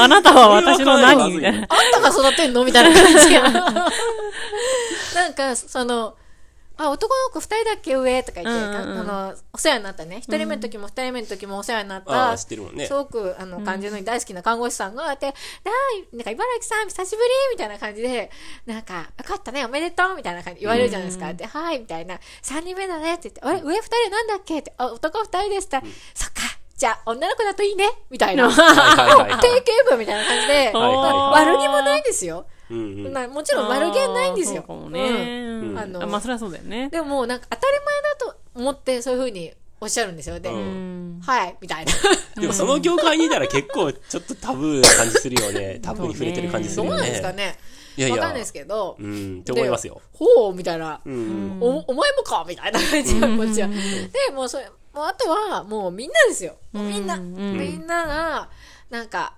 Speaker 1: あなたは私の何みたいな。
Speaker 2: あんたが育てんのみたいな感じ が。なんか、その、あ、男の子二人だっけ上とか言って、
Speaker 1: うんうんうん
Speaker 2: あの、お世話になったね。一人目の時も二人目の時もお世話になっ
Speaker 3: あ
Speaker 2: た。
Speaker 3: あ知ってるもんね
Speaker 2: すごく、あの、感じのいい大好きな看護師さんがあって、なあ、なんか茨城さん久しぶりみたいな感じで、なんか、よかったね、おめでとうみたいな感じ言われるじゃないですか。で、はい、みたいな。三人目だねって言って、あれ、上二人なんだっけって、あ、男二人でした。そっか、じゃあ女の子だといいねみたいな。
Speaker 3: はいはいはい はい
Speaker 2: 定型文みたいな感じで、
Speaker 3: はいはい
Speaker 2: 悪気もないですよ。
Speaker 3: うんうん
Speaker 2: なもちろん悪気はないんですよ
Speaker 1: あー。そうかもね。
Speaker 2: うん
Speaker 1: うん
Speaker 2: あの
Speaker 1: あまあ、それはそうだよね。
Speaker 2: でももうなんか当たり前だと思ってそういうふうにおっしゃるんですよ。で、
Speaker 3: う
Speaker 1: うんん。
Speaker 2: はい、み たいな。
Speaker 3: でもその業界にいたら結構ちょっとタブーな感じするよねタブーに触れてる感じす
Speaker 2: ど
Speaker 3: る
Speaker 2: う
Speaker 3: よ
Speaker 2: なんですか
Speaker 3: ね
Speaker 2: ね。
Speaker 3: いやいや
Speaker 2: わかんないですけど。
Speaker 3: うんって思いますよ
Speaker 2: で。ほう、みたいな。
Speaker 3: うん
Speaker 2: おお前もかみたいな感じで、こっちは。で、もうそれ、もうあとは、もうみんなですよ。もうみんな、
Speaker 1: うん
Speaker 2: みんなが、なんか、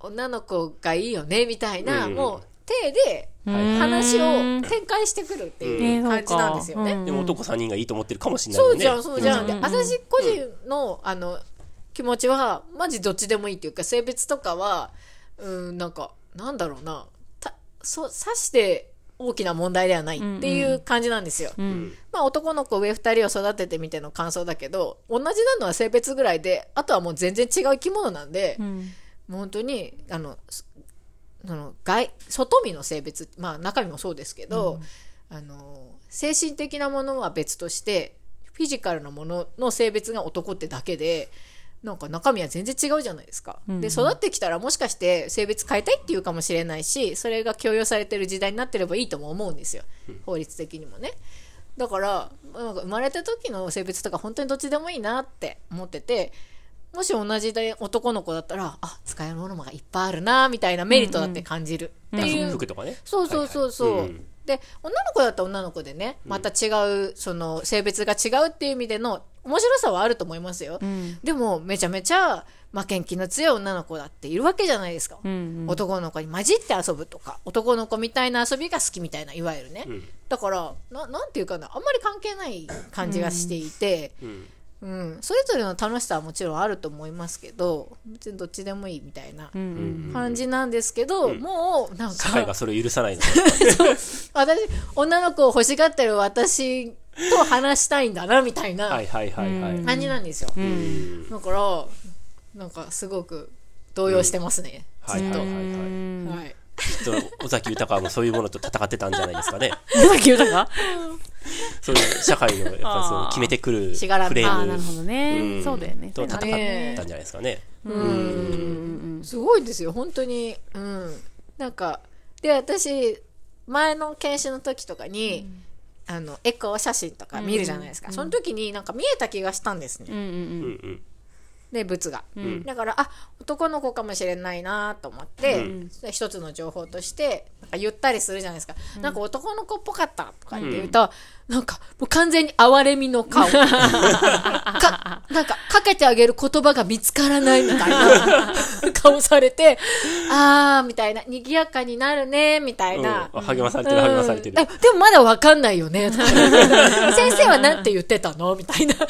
Speaker 2: 女の子がいいよね、みたいな、
Speaker 3: うん
Speaker 2: もう手で
Speaker 3: はい
Speaker 2: 話
Speaker 1: う
Speaker 2: を
Speaker 1: ん
Speaker 2: 展開してくるって
Speaker 3: うん
Speaker 2: いう感じなんですよね。
Speaker 1: うん
Speaker 3: でも男3人がいいと思ってるかもしれない
Speaker 2: そ
Speaker 3: も
Speaker 2: うん
Speaker 3: ね
Speaker 2: じゃん、そうじゃん。
Speaker 1: ん
Speaker 2: で、
Speaker 1: うん
Speaker 2: 私個人の、あの、気持ちは、マジどっちでもいいっていうか、性別とかは、うん、なんか、なんだろうな、た、そう、さして大きな問題ではないっていう感じなんですよ。
Speaker 1: うん。
Speaker 2: まあ、男の子上2人を育ててみての感想だけど、同じなのは性別ぐらいで、あとはもう全然違う生き物なんで、
Speaker 1: うん。
Speaker 2: もう本当に、あの、そその外、外見の性別、まあ中身もそうですけど、あの、精神的なものは別として、フィジカルなものの性別が男ってだけで、なんか中身は全然違うじゃないですか。
Speaker 1: ん
Speaker 2: で、育ってきたらもしかして性別変えたいっていうかもしれないし、それが強要されてる時代になってればいいとも思うんですよ。法律的にもね。だから、なんか生まれた時の性別とか本当にどっちでもいいなって思ってて、もし同じで男の子だったら、あ、使えるものがいっぱいあるな、みたいなメリットだって感じる。っていう、
Speaker 3: あ服とかね
Speaker 2: そうそうそうそう。
Speaker 3: はいはいん
Speaker 2: で、女の子だったら女の子でね、また違う、その、性別が違うっていう意味での面白さはあると思いますよ。
Speaker 1: ん
Speaker 2: でも、めちゃめちゃ負けん気の強い女の子だっているわけじゃないですか。
Speaker 1: うん。
Speaker 2: 男の子に混じって遊ぶとか、男の子みたいな遊びが好きみたいな、いわゆるね。
Speaker 3: ん
Speaker 2: だから、な、なんていうかな、あんまり関係ない感じがしていて、
Speaker 3: うん
Speaker 2: うん、それぞれの楽しさはもちろんあると思いますけど別にどっちでもいいみたいな
Speaker 1: うんうん。
Speaker 2: 感じなんですけど、もうなん
Speaker 3: 社会が
Speaker 2: か
Speaker 3: それを許 さないの
Speaker 2: 私女の子を欲しがってる私と話したいんだなみたいな
Speaker 3: はいはいはいはい
Speaker 2: 感じなんですよ、
Speaker 3: うん
Speaker 2: だからなんかすごく動揺してますね、
Speaker 3: はいはいはいは
Speaker 1: うん
Speaker 2: はい
Speaker 3: いきっと尾崎豊もそういうものと戦ってたんじゃないですかね
Speaker 1: さっき言ったか
Speaker 3: そういう社会のやっぱりその
Speaker 1: あー
Speaker 3: 決めてくる
Speaker 2: しがらみ
Speaker 3: フレ
Speaker 1: あ
Speaker 3: ー
Speaker 1: あ、
Speaker 3: ム
Speaker 1: なるほど
Speaker 3: う
Speaker 1: ね。
Speaker 3: ん
Speaker 1: そうだよね。
Speaker 3: と戦ったんじ
Speaker 2: ね
Speaker 3: ゃないですかね
Speaker 2: すごいですよ本当にうんなんかで私前の研修の時とかに、あのエコー写真とか見るじゃないですか、その時になんか見えた気がしたんですね、
Speaker 1: うんうん
Speaker 3: うんうん
Speaker 2: で物が、だからあ男の子かもしれないなと思って、それ一つの情報としてなんか言ったりするじゃないですか、なんか男の子っぽかったとかって言うと、なんかもう完全に哀れみの顔かなんかかけてあげる言葉が見つからないみたいな顔されてあーみたいな賑やかになるねみたいな、
Speaker 3: うん励まされてる、励まされてる
Speaker 2: うん。あでもまだわかんないよね。 とか先生はなんて言ってたのみたいな。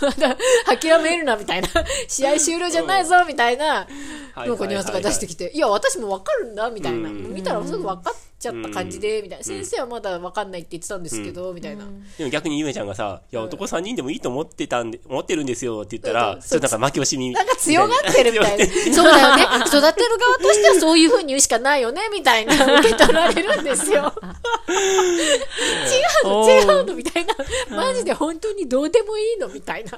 Speaker 2: まだ諦めるな、みたいな。試合終了じゃないぞ、みたいな。
Speaker 3: はい
Speaker 2: なんかニュアンスが出してきて、いや、私もわかるんだ、みたいな。
Speaker 3: うん
Speaker 2: 見たらすぐわかっちゃった感じで、みたいな。先生はまだわかんないって言ってたんですけど、みたいな。
Speaker 3: でも逆にゆめちゃんがさ、いや、男3人でもいいと思ってたんで、思ってるんですよって言ったら、
Speaker 2: うん
Speaker 3: ちょっとなんか負け惜しみ。
Speaker 2: なんか強がってるみたいな。 そうだよね。育てる側としてはそういうふうに言うしかないよね、みたいな。受け取られるんです よ。違う
Speaker 1: お
Speaker 2: の、違
Speaker 1: ー
Speaker 2: うの、みたいな。マジで本当にどうでもいいの、みたいな。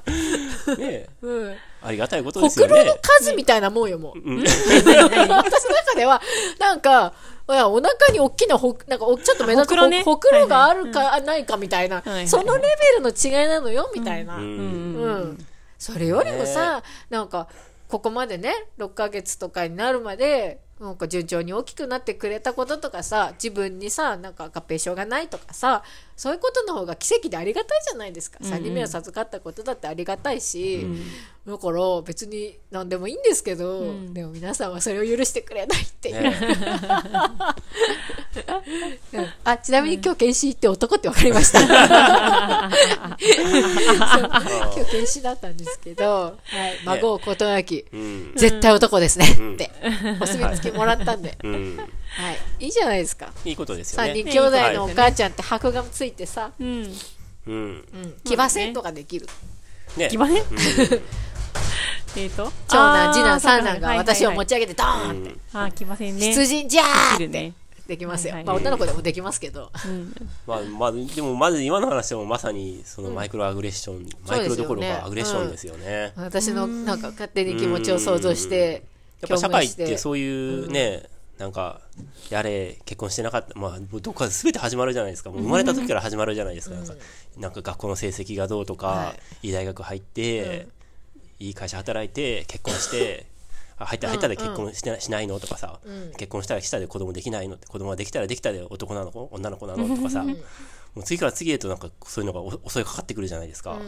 Speaker 3: ねえ
Speaker 2: うん。
Speaker 3: ありがたいことです
Speaker 2: 国
Speaker 3: よ
Speaker 2: 労の
Speaker 3: ね。
Speaker 2: 数みたいなもんよ、もう。
Speaker 3: うん。
Speaker 2: 私の中では、なんか、いやお腹に大きなほ、なんかお、ちょっと目立つ
Speaker 1: ほくろね
Speaker 2: ほくろがあるか、あないかみたいな、
Speaker 1: いはい
Speaker 2: そのレベルの違いなのよ、みたいな。
Speaker 3: うん
Speaker 2: うん、それよりもさ、なんかここまでね6ヶ月とかになるまでなんか順調に大きくなってくれたこととかさ自分にさなんか合併症がないとかさそういうことの方が奇跡でありがたいじゃないですか、3人目を授かったことだってありがたいし、だから別に何でもいいんですけど、
Speaker 1: うん
Speaker 2: でも皆さんはそれを許してくれないっていう、
Speaker 3: ね
Speaker 2: うんあちなみに今日検視って男って分かりました。そう今日検視だったんですけど、はい、孫をことなき、
Speaker 3: えうん。
Speaker 2: 絶対男ですね、
Speaker 3: ん
Speaker 2: ってお墨付きもらったんで、
Speaker 3: うん。
Speaker 2: はい、いいじゃないですか。
Speaker 3: いいことですよ
Speaker 2: 三人
Speaker 3: ね。
Speaker 2: 兄弟のお母ちゃんって箔がついてさ、
Speaker 1: うん。
Speaker 3: うん。
Speaker 2: うん、騎馬戦とかできる。
Speaker 3: ね
Speaker 1: 牙 ね。えっと。
Speaker 2: 長男、次男、三男が私を持
Speaker 1: ち。
Speaker 2: ち上げてドー
Speaker 3: う
Speaker 2: ンって、
Speaker 3: ん
Speaker 1: あー、騎馬戦ね。
Speaker 2: 羊じゃー
Speaker 1: いるね。
Speaker 2: できますよ。
Speaker 1: はいはい
Speaker 2: まあ女の子でもできますけど、
Speaker 1: うん。
Speaker 3: まあ、まあ、でも、まず今の話でもまさに、そのマイクロアグレッション、マイクロどころかアグレッションですよね。
Speaker 2: 私のなんか勝手に気持ちを想像して、
Speaker 3: やっぱ社
Speaker 2: 共鳴
Speaker 3: 会
Speaker 2: し
Speaker 3: ってそういうね、なんか、やれ、結婚してなかった、まあ、どっかで全て始まるじゃないですか。もう生まれた時から始まるじゃないですか。なんか、なんか学校の成績がどうとか、、
Speaker 2: はい
Speaker 3: い大学入って、いい会社働いて、結婚 して、あ入ったら入ったら結婚してなしないのとかさ、結婚したらしたで子供できないのって、子供ができたらできたで男なの子女の子なのとかさ、もう次から次へとなんかそういうのがお襲いかかってくるじゃないですか。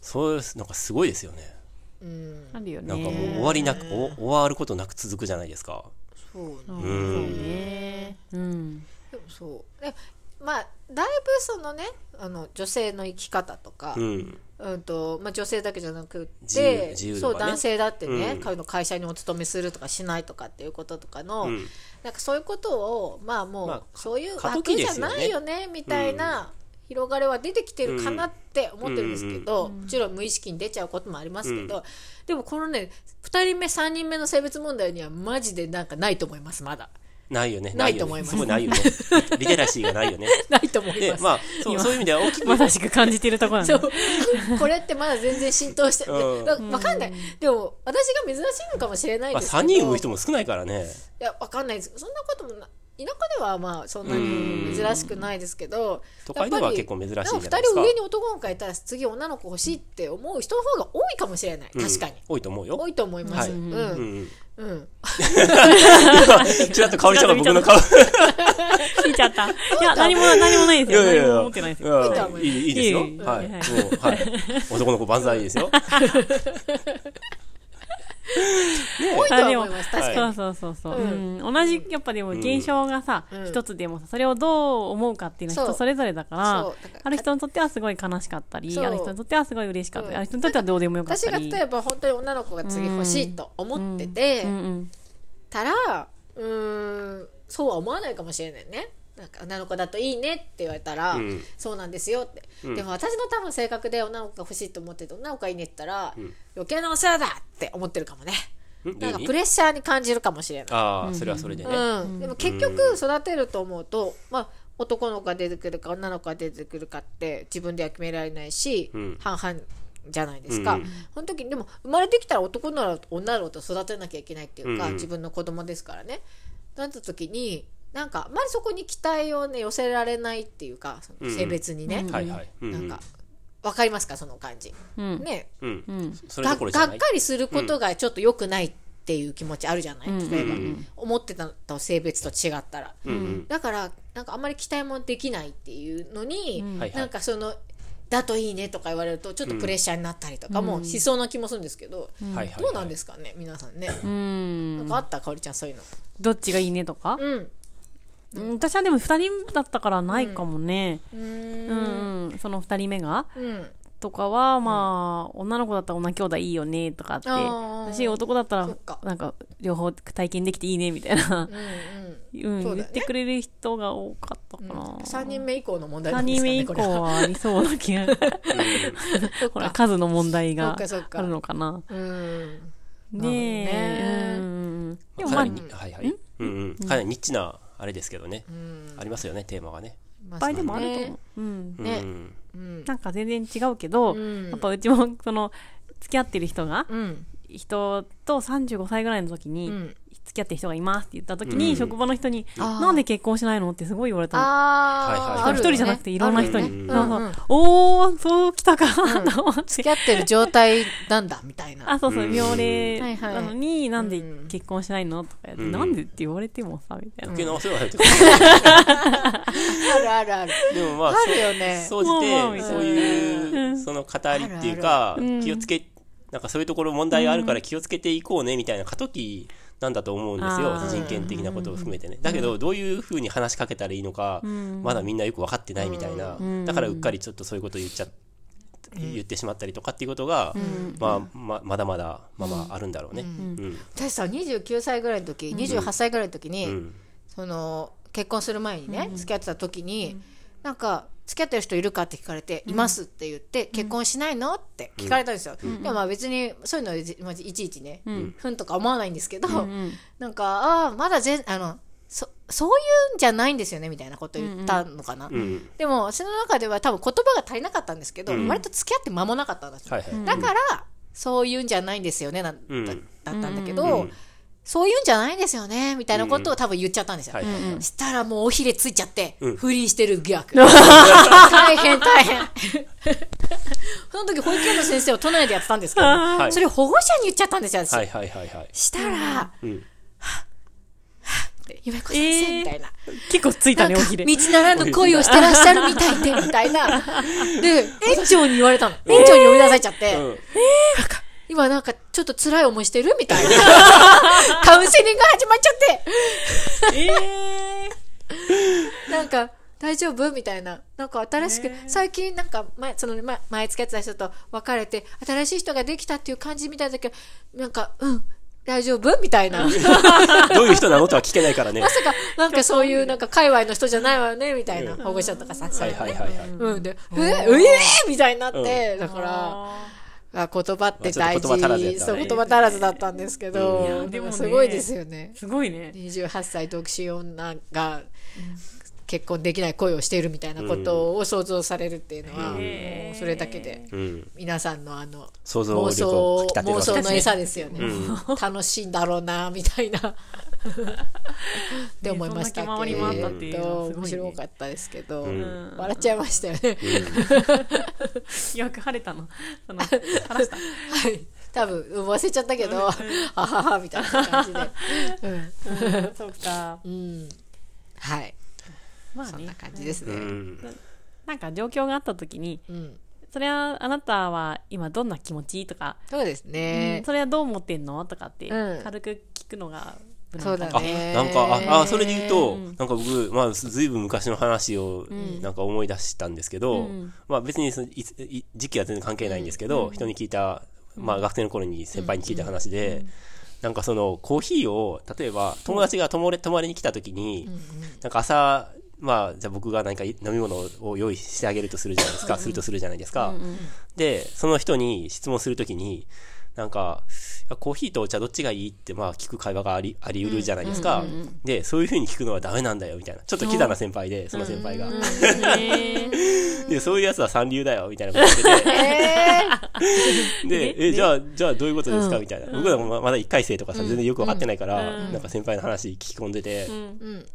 Speaker 3: そういう、なんかすごいですよね。
Speaker 2: うん、
Speaker 1: あるよね。
Speaker 3: なんかもう終わりなく、お終わることなく続くじゃないですか。
Speaker 2: そうね
Speaker 1: そう
Speaker 3: うん
Speaker 1: ね。うん。
Speaker 2: でもそうでまあだいぶそのねあの女性の生き方とか、う
Speaker 3: うんん。
Speaker 2: とまあ、女性だけじゃなく
Speaker 3: 自由
Speaker 2: て、
Speaker 3: 自由度
Speaker 2: そ
Speaker 3: が
Speaker 2: う
Speaker 3: ね
Speaker 2: 男性だってね、
Speaker 3: うん
Speaker 2: 彼の会社にお勤めするとかしないとかっていうこととかの、
Speaker 3: うん
Speaker 2: なんかそういうことをまあもう、
Speaker 3: まあ
Speaker 2: そういう
Speaker 3: 過渡
Speaker 2: 枠
Speaker 3: 期
Speaker 2: じ
Speaker 3: で
Speaker 2: ゃ
Speaker 3: すよね
Speaker 2: ないよねみたいな広がりは出てきてるかなって思ってるんですけど、もちろん無意識に出ちゃうこともありますけど、でもこのね2人目3人目の性別問題にはマジでなんかないと思いますまだ
Speaker 3: ないよね。
Speaker 2: ない
Speaker 3: よね
Speaker 2: と思います
Speaker 3: すごいないよね。リテラシーがないよね。
Speaker 2: ないと思い
Speaker 3: で
Speaker 2: ま、す。
Speaker 3: まあ、そうそういう意味では大きく
Speaker 1: まさしく感じてるところなん
Speaker 2: そ
Speaker 1: だ
Speaker 2: う。これってまだ全然浸透して、
Speaker 3: うん
Speaker 2: なわかんない。でも、私が珍しいのかもしれない
Speaker 3: ま
Speaker 2: で
Speaker 3: あ、
Speaker 2: すけど。
Speaker 3: 3人産む人も少ないからね。
Speaker 2: いや、わかんないです。そんなこともな、田舎ではまあ、そんなに珍しくないですけど、
Speaker 3: 都会では結構珍しいじゃないですか
Speaker 2: 2人上に男の子がいたら、次女の子欲しいって思う人の方が多いかもしれない。
Speaker 3: うん
Speaker 2: 確かに。
Speaker 3: 多いと思うよ。
Speaker 2: 多いと思います。
Speaker 3: はい
Speaker 2: うん。うん。
Speaker 3: うん
Speaker 2: うん。
Speaker 3: うん。ちらっと香りちゃんが僕の顔。い
Speaker 1: 聞いちゃ った。いや、何も、何もないですよ。何も思ってないですよ。
Speaker 3: うんいいいいですよ。
Speaker 1: いえいえ
Speaker 3: はい。
Speaker 1: は
Speaker 3: も、
Speaker 1: いう
Speaker 3: はい。男の子万歳ですよ。
Speaker 2: 多いとは思います。
Speaker 3: あ
Speaker 2: 確
Speaker 3: でも
Speaker 2: か
Speaker 1: そ
Speaker 2: に。
Speaker 1: うそうそうそう。
Speaker 2: う
Speaker 1: うん同じ、やっぱでも現象がさ
Speaker 2: うん、
Speaker 1: 一つでもさ、それをどう思うかっていうのは
Speaker 2: そう
Speaker 1: 人それぞれだか
Speaker 2: そうだ
Speaker 1: ら
Speaker 2: から、
Speaker 1: ある人にとってはすごい悲しかったり、
Speaker 2: そう
Speaker 1: ある人にとってはすごい嬉しかった
Speaker 2: う
Speaker 1: り、
Speaker 2: ん
Speaker 1: ある人にとってはどうでもよかっ
Speaker 2: 私
Speaker 1: た
Speaker 2: が
Speaker 1: り。
Speaker 2: 例えば本当に女の子が次欲しいと思ってて、
Speaker 1: うんうん
Speaker 2: たらうーんそうは思わないかもしれないねなんか女の子だといいねって言われたら、
Speaker 3: うん
Speaker 2: そうなんですよって、
Speaker 3: ん
Speaker 2: でも私の多分性格で女の子が欲しいと思ってて女の子がいいねって言ったら、
Speaker 3: ん
Speaker 2: 余計なお世話だって思ってるかもね
Speaker 3: ん
Speaker 2: なんか
Speaker 3: どういう意味
Speaker 2: プレッシャーに感じるかもしれない、
Speaker 3: ああ、それはそれでね。
Speaker 2: うん、でも結局育てると思うと、まあ、男の子が出てくるか女の子が出てくるかって自分では決められないし、
Speaker 3: うん
Speaker 2: 半々じゃないですか、
Speaker 3: うんうん
Speaker 2: その時にでも生まれてきたら男なら女の子と育てなきゃいけないっていうか、
Speaker 3: うんうん
Speaker 2: 自分の子供ですからねなった時になんかあまりそこに期待をね寄せられないっていうかその性別にね、
Speaker 3: はいはい。う
Speaker 2: なんかわかりますかその感じ、
Speaker 1: うん
Speaker 2: ね
Speaker 3: うん。
Speaker 1: うん
Speaker 3: それ
Speaker 2: が
Speaker 3: どこ
Speaker 2: がっ
Speaker 3: ろじ
Speaker 2: か
Speaker 3: ゃない。
Speaker 2: りすることがちょっと良くないっっていう気持ちあるじゃない、
Speaker 1: うん
Speaker 2: 例えば、
Speaker 3: うんうん
Speaker 2: 思ってたのと性別と違ったら、
Speaker 3: うんうん
Speaker 2: だからなんかあんまり期待もできないっていうのに、
Speaker 1: うん
Speaker 3: はいはい
Speaker 2: なんかそのだといいねとか言われるとちょっとプレッシャーになったりとかもしそうな気もするんですけど、
Speaker 3: はいはい
Speaker 2: どうなんですかね皆さんね、
Speaker 1: うん
Speaker 2: なんかあったかおりちゃんそういうの
Speaker 1: どっちがいいねとか、
Speaker 2: うん
Speaker 1: うん私はでも2人だったからないかもね、
Speaker 2: うーん
Speaker 1: うんうん、その2人目が
Speaker 2: うん
Speaker 1: とかはまあ、女の子だったら女兄弟いいよねとかって
Speaker 2: あー
Speaker 1: 私男だった
Speaker 2: そ
Speaker 1: ら
Speaker 2: っか
Speaker 1: なんか両方体験できていいねみたいな、
Speaker 2: うんうん
Speaker 1: うん
Speaker 2: そうだよね
Speaker 1: 言ってくれる人が多かったかな、
Speaker 2: 3人目以降の問題
Speaker 1: 3
Speaker 2: なんで
Speaker 1: 人目
Speaker 2: すかね
Speaker 1: 以
Speaker 2: こ
Speaker 1: 降
Speaker 2: れは
Speaker 1: はありそうな気が
Speaker 2: そっ
Speaker 1: ほら
Speaker 2: か
Speaker 1: 数の問題
Speaker 2: そ
Speaker 1: が
Speaker 2: っかそっか
Speaker 1: あるのかな
Speaker 2: うん
Speaker 1: ねえ
Speaker 2: なるほどね
Speaker 1: うんでも
Speaker 3: か
Speaker 1: まあ
Speaker 3: なり
Speaker 1: いっ
Speaker 3: に、はいはい。うんうん。かなりニッチな、あれですけどね。ありますよね、テーマがね。
Speaker 1: ぱいでもあると思
Speaker 2: ね
Speaker 1: う、うん、
Speaker 2: ね
Speaker 3: うん
Speaker 2: うん
Speaker 1: なんか全然違うけど、
Speaker 2: うん
Speaker 1: やっぱうちもその付き合ってる人が
Speaker 2: うん
Speaker 1: 人と35歳ぐらいの時に、
Speaker 2: うん
Speaker 1: 付き合ってる人がいますって言った時に、
Speaker 3: うん
Speaker 1: 職場の人に「
Speaker 2: あー
Speaker 1: なんで結婚しないの?」ってすごい言われたの。
Speaker 2: あー
Speaker 3: は
Speaker 1: 一
Speaker 3: いはいはい
Speaker 2: あるよね
Speaker 1: 人じゃなくていろんな人に。
Speaker 2: あるよね
Speaker 1: そうそう
Speaker 2: うんうん
Speaker 1: おー、そうきたか、と思って。
Speaker 2: 付き合ってる状態なんだみたい な
Speaker 1: あ、そうそうう、
Speaker 3: ん
Speaker 1: 妙齢
Speaker 2: はいはい
Speaker 1: なのに、なんで
Speaker 2: うん
Speaker 1: 結婚しないのとか言って、
Speaker 3: うん
Speaker 1: なんでって言われてもさ、みたいな。
Speaker 3: 受け直せばよって
Speaker 2: あるあるある
Speaker 3: でもまあ、
Speaker 2: あるよね
Speaker 3: そうじ
Speaker 1: もうもう
Speaker 3: て、そう
Speaker 1: う
Speaker 3: い
Speaker 1: ん
Speaker 3: う、その語りっていうか
Speaker 1: あるある、
Speaker 3: 気をつけ、なんかそういうところ問題があるから気をつけていこうね、みたいな過渡期なんだと思うんです
Speaker 1: あ
Speaker 3: よ。
Speaker 1: ー
Speaker 3: 人権的なことを含めてね。だけど、どういうふうに話しかけたらいいのか、
Speaker 1: ん
Speaker 3: まだみんなよく分かってないみたいな
Speaker 1: うん。
Speaker 3: だからうっかりちょっとそういうこと言っちゃ、言ってしまったりとかっていうことが、まあ、ままだまだ、まあまああるんだろうね。うん。
Speaker 2: 私さ29歳ぐらいの時28歳ぐらいの時に、
Speaker 3: うん。
Speaker 2: その結婚する前にね、付き合ってた時に、なんか付き合ってる人いるかって聞かれて、いますって言って結婚しないのって聞かれたんですよ、でもまあ別にそういうのじまあいちいちね、ふんとか思わないんですけど、
Speaker 1: うん
Speaker 2: なんかああまだ全あのそそういうんじゃないんですよねみたいなこと言ったのかな、
Speaker 3: うん。
Speaker 2: でも私の中では多分言葉が足りなかったんですけど、
Speaker 3: うん
Speaker 2: 割と付き合って間もなかったんですよ、
Speaker 3: はいはい。
Speaker 2: だから、そういうんじゃないんですよねなんだ,、
Speaker 3: うん
Speaker 2: だったんだけ
Speaker 3: う
Speaker 2: ど、
Speaker 3: ん
Speaker 2: そういうんじゃないんですよねみたいなことを多分言っちゃったんですよ、
Speaker 3: はいはいはい。
Speaker 2: したらもうおひれついちゃって、
Speaker 3: うん
Speaker 2: フリーしてる 逆大変大変 その時保育園の先生を都内でやってたんですけど、
Speaker 3: はい
Speaker 2: それ保護者に言っちゃったんですよ私、
Speaker 3: はいはいはいはい。
Speaker 2: したら「
Speaker 3: うん。
Speaker 2: でゆめこ先生」みたいな。
Speaker 1: 結構ついたね、お
Speaker 2: なんか
Speaker 1: ひ
Speaker 2: 道
Speaker 1: れ。
Speaker 2: ならぬ恋をしてらっしゃるみたい で、みたいな。で、園長に言われたの。園長に呼び出されちゃって、
Speaker 3: うん
Speaker 2: 今なんかちょっと辛い思いしてるみたいな。 カウンセリングが始まっちゃって、なんか、大丈夫みたいな。なんか新しく、最近なんか前、その前、前付き合ってた人と別れて、新しい人ができたっていう感じみたいだけど、なんか、うん、大丈夫みたいな。
Speaker 3: どういう人なのとは聞けないからね。
Speaker 2: まさか、なんかそういう、なんか、界隈の人じゃないわよね、みたいな、保護者とかさ、そ
Speaker 3: は
Speaker 2: うい
Speaker 3: いう
Speaker 2: の
Speaker 3: は
Speaker 2: ね
Speaker 3: いはいはい。
Speaker 2: うん、で、えうえーみたいになって、だから、
Speaker 1: あ
Speaker 2: あ言葉って大
Speaker 3: まあちょっと言葉足らずやっ
Speaker 2: 事、
Speaker 3: た
Speaker 2: そう、
Speaker 3: ね
Speaker 2: 言葉足らずだったんです
Speaker 1: い
Speaker 2: け
Speaker 1: や
Speaker 2: ど、
Speaker 1: でもね
Speaker 2: すごいですよね
Speaker 1: ー。すごいね。
Speaker 2: 28歳独身女が結婚できない恋をしているみたいなことを想像されるっていうのは、
Speaker 1: へー
Speaker 2: もうそれだけで、
Speaker 3: うん。
Speaker 2: 皆さんのあの、
Speaker 3: 想像
Speaker 2: 妄
Speaker 3: 力
Speaker 2: 想
Speaker 3: を
Speaker 2: を
Speaker 3: かき立てる
Speaker 2: 妄想
Speaker 3: わけで
Speaker 2: の
Speaker 3: すね。
Speaker 2: 餌ですよね、 楽しいんだろうなみたい なって思いましたけ
Speaker 1: そんな気回りもあったっていう
Speaker 2: ど、
Speaker 1: のはすごいね
Speaker 2: 面白かったですけど、
Speaker 3: ん
Speaker 2: 笑っちゃいましたよね、
Speaker 1: よく晴れたの。そ の、晴らした。
Speaker 2: はい多分うん忘れちゃったけ ど、あははみたいな感じ で、
Speaker 1: うんそうか。
Speaker 2: うん、はい
Speaker 1: まあ
Speaker 2: そん
Speaker 1: ね
Speaker 2: な。感じです
Speaker 3: う
Speaker 2: ね、
Speaker 3: ん。
Speaker 1: なんか状況があった時に、
Speaker 2: うん
Speaker 1: それはあなたは今どんな気持ちとか、
Speaker 2: そうですね、
Speaker 1: それはどう思ってんのとかって、
Speaker 2: うん
Speaker 1: 軽く聞くのが無
Speaker 2: そう
Speaker 1: 難かな、
Speaker 2: だ
Speaker 3: あ、
Speaker 2: ね
Speaker 3: なんか、あ、あそれで言うと、なんか僕、まあ、ずいぶん昔の話を、なんか思い出したんですけど、
Speaker 1: うん
Speaker 3: まあ別にそのいつい時期は全然関係ないんですけど、人に聞いた、まあ学生の頃に先輩に聞いた話で、なんかそのコーヒーを、例えば友達が泊まれ泊まりに来た時に、なんか朝、まあ、じゃあ僕が何か飲み物を用意してあげるとするじゃないですか、するとするじゃないですか。で、その人に質問するときに、なんか、いやコーヒーとお茶どっちがいいって、まあ、聞く会話があり、あり得るじゃないですか。で、そういうふうに聞くのはダメなんだよ、みたいな。ちょっとキザな先輩で、その先輩が。
Speaker 1: へー
Speaker 3: で、そういうやつは三流だよ、みたいなこと言って
Speaker 2: えー
Speaker 3: て。 で、え、じゃあ、じゃあどういうことですかみたいな。僕らもままだ一回生とかさ、全然よくわかってないから、なんか先輩の話聞き込んでて。
Speaker 2: うん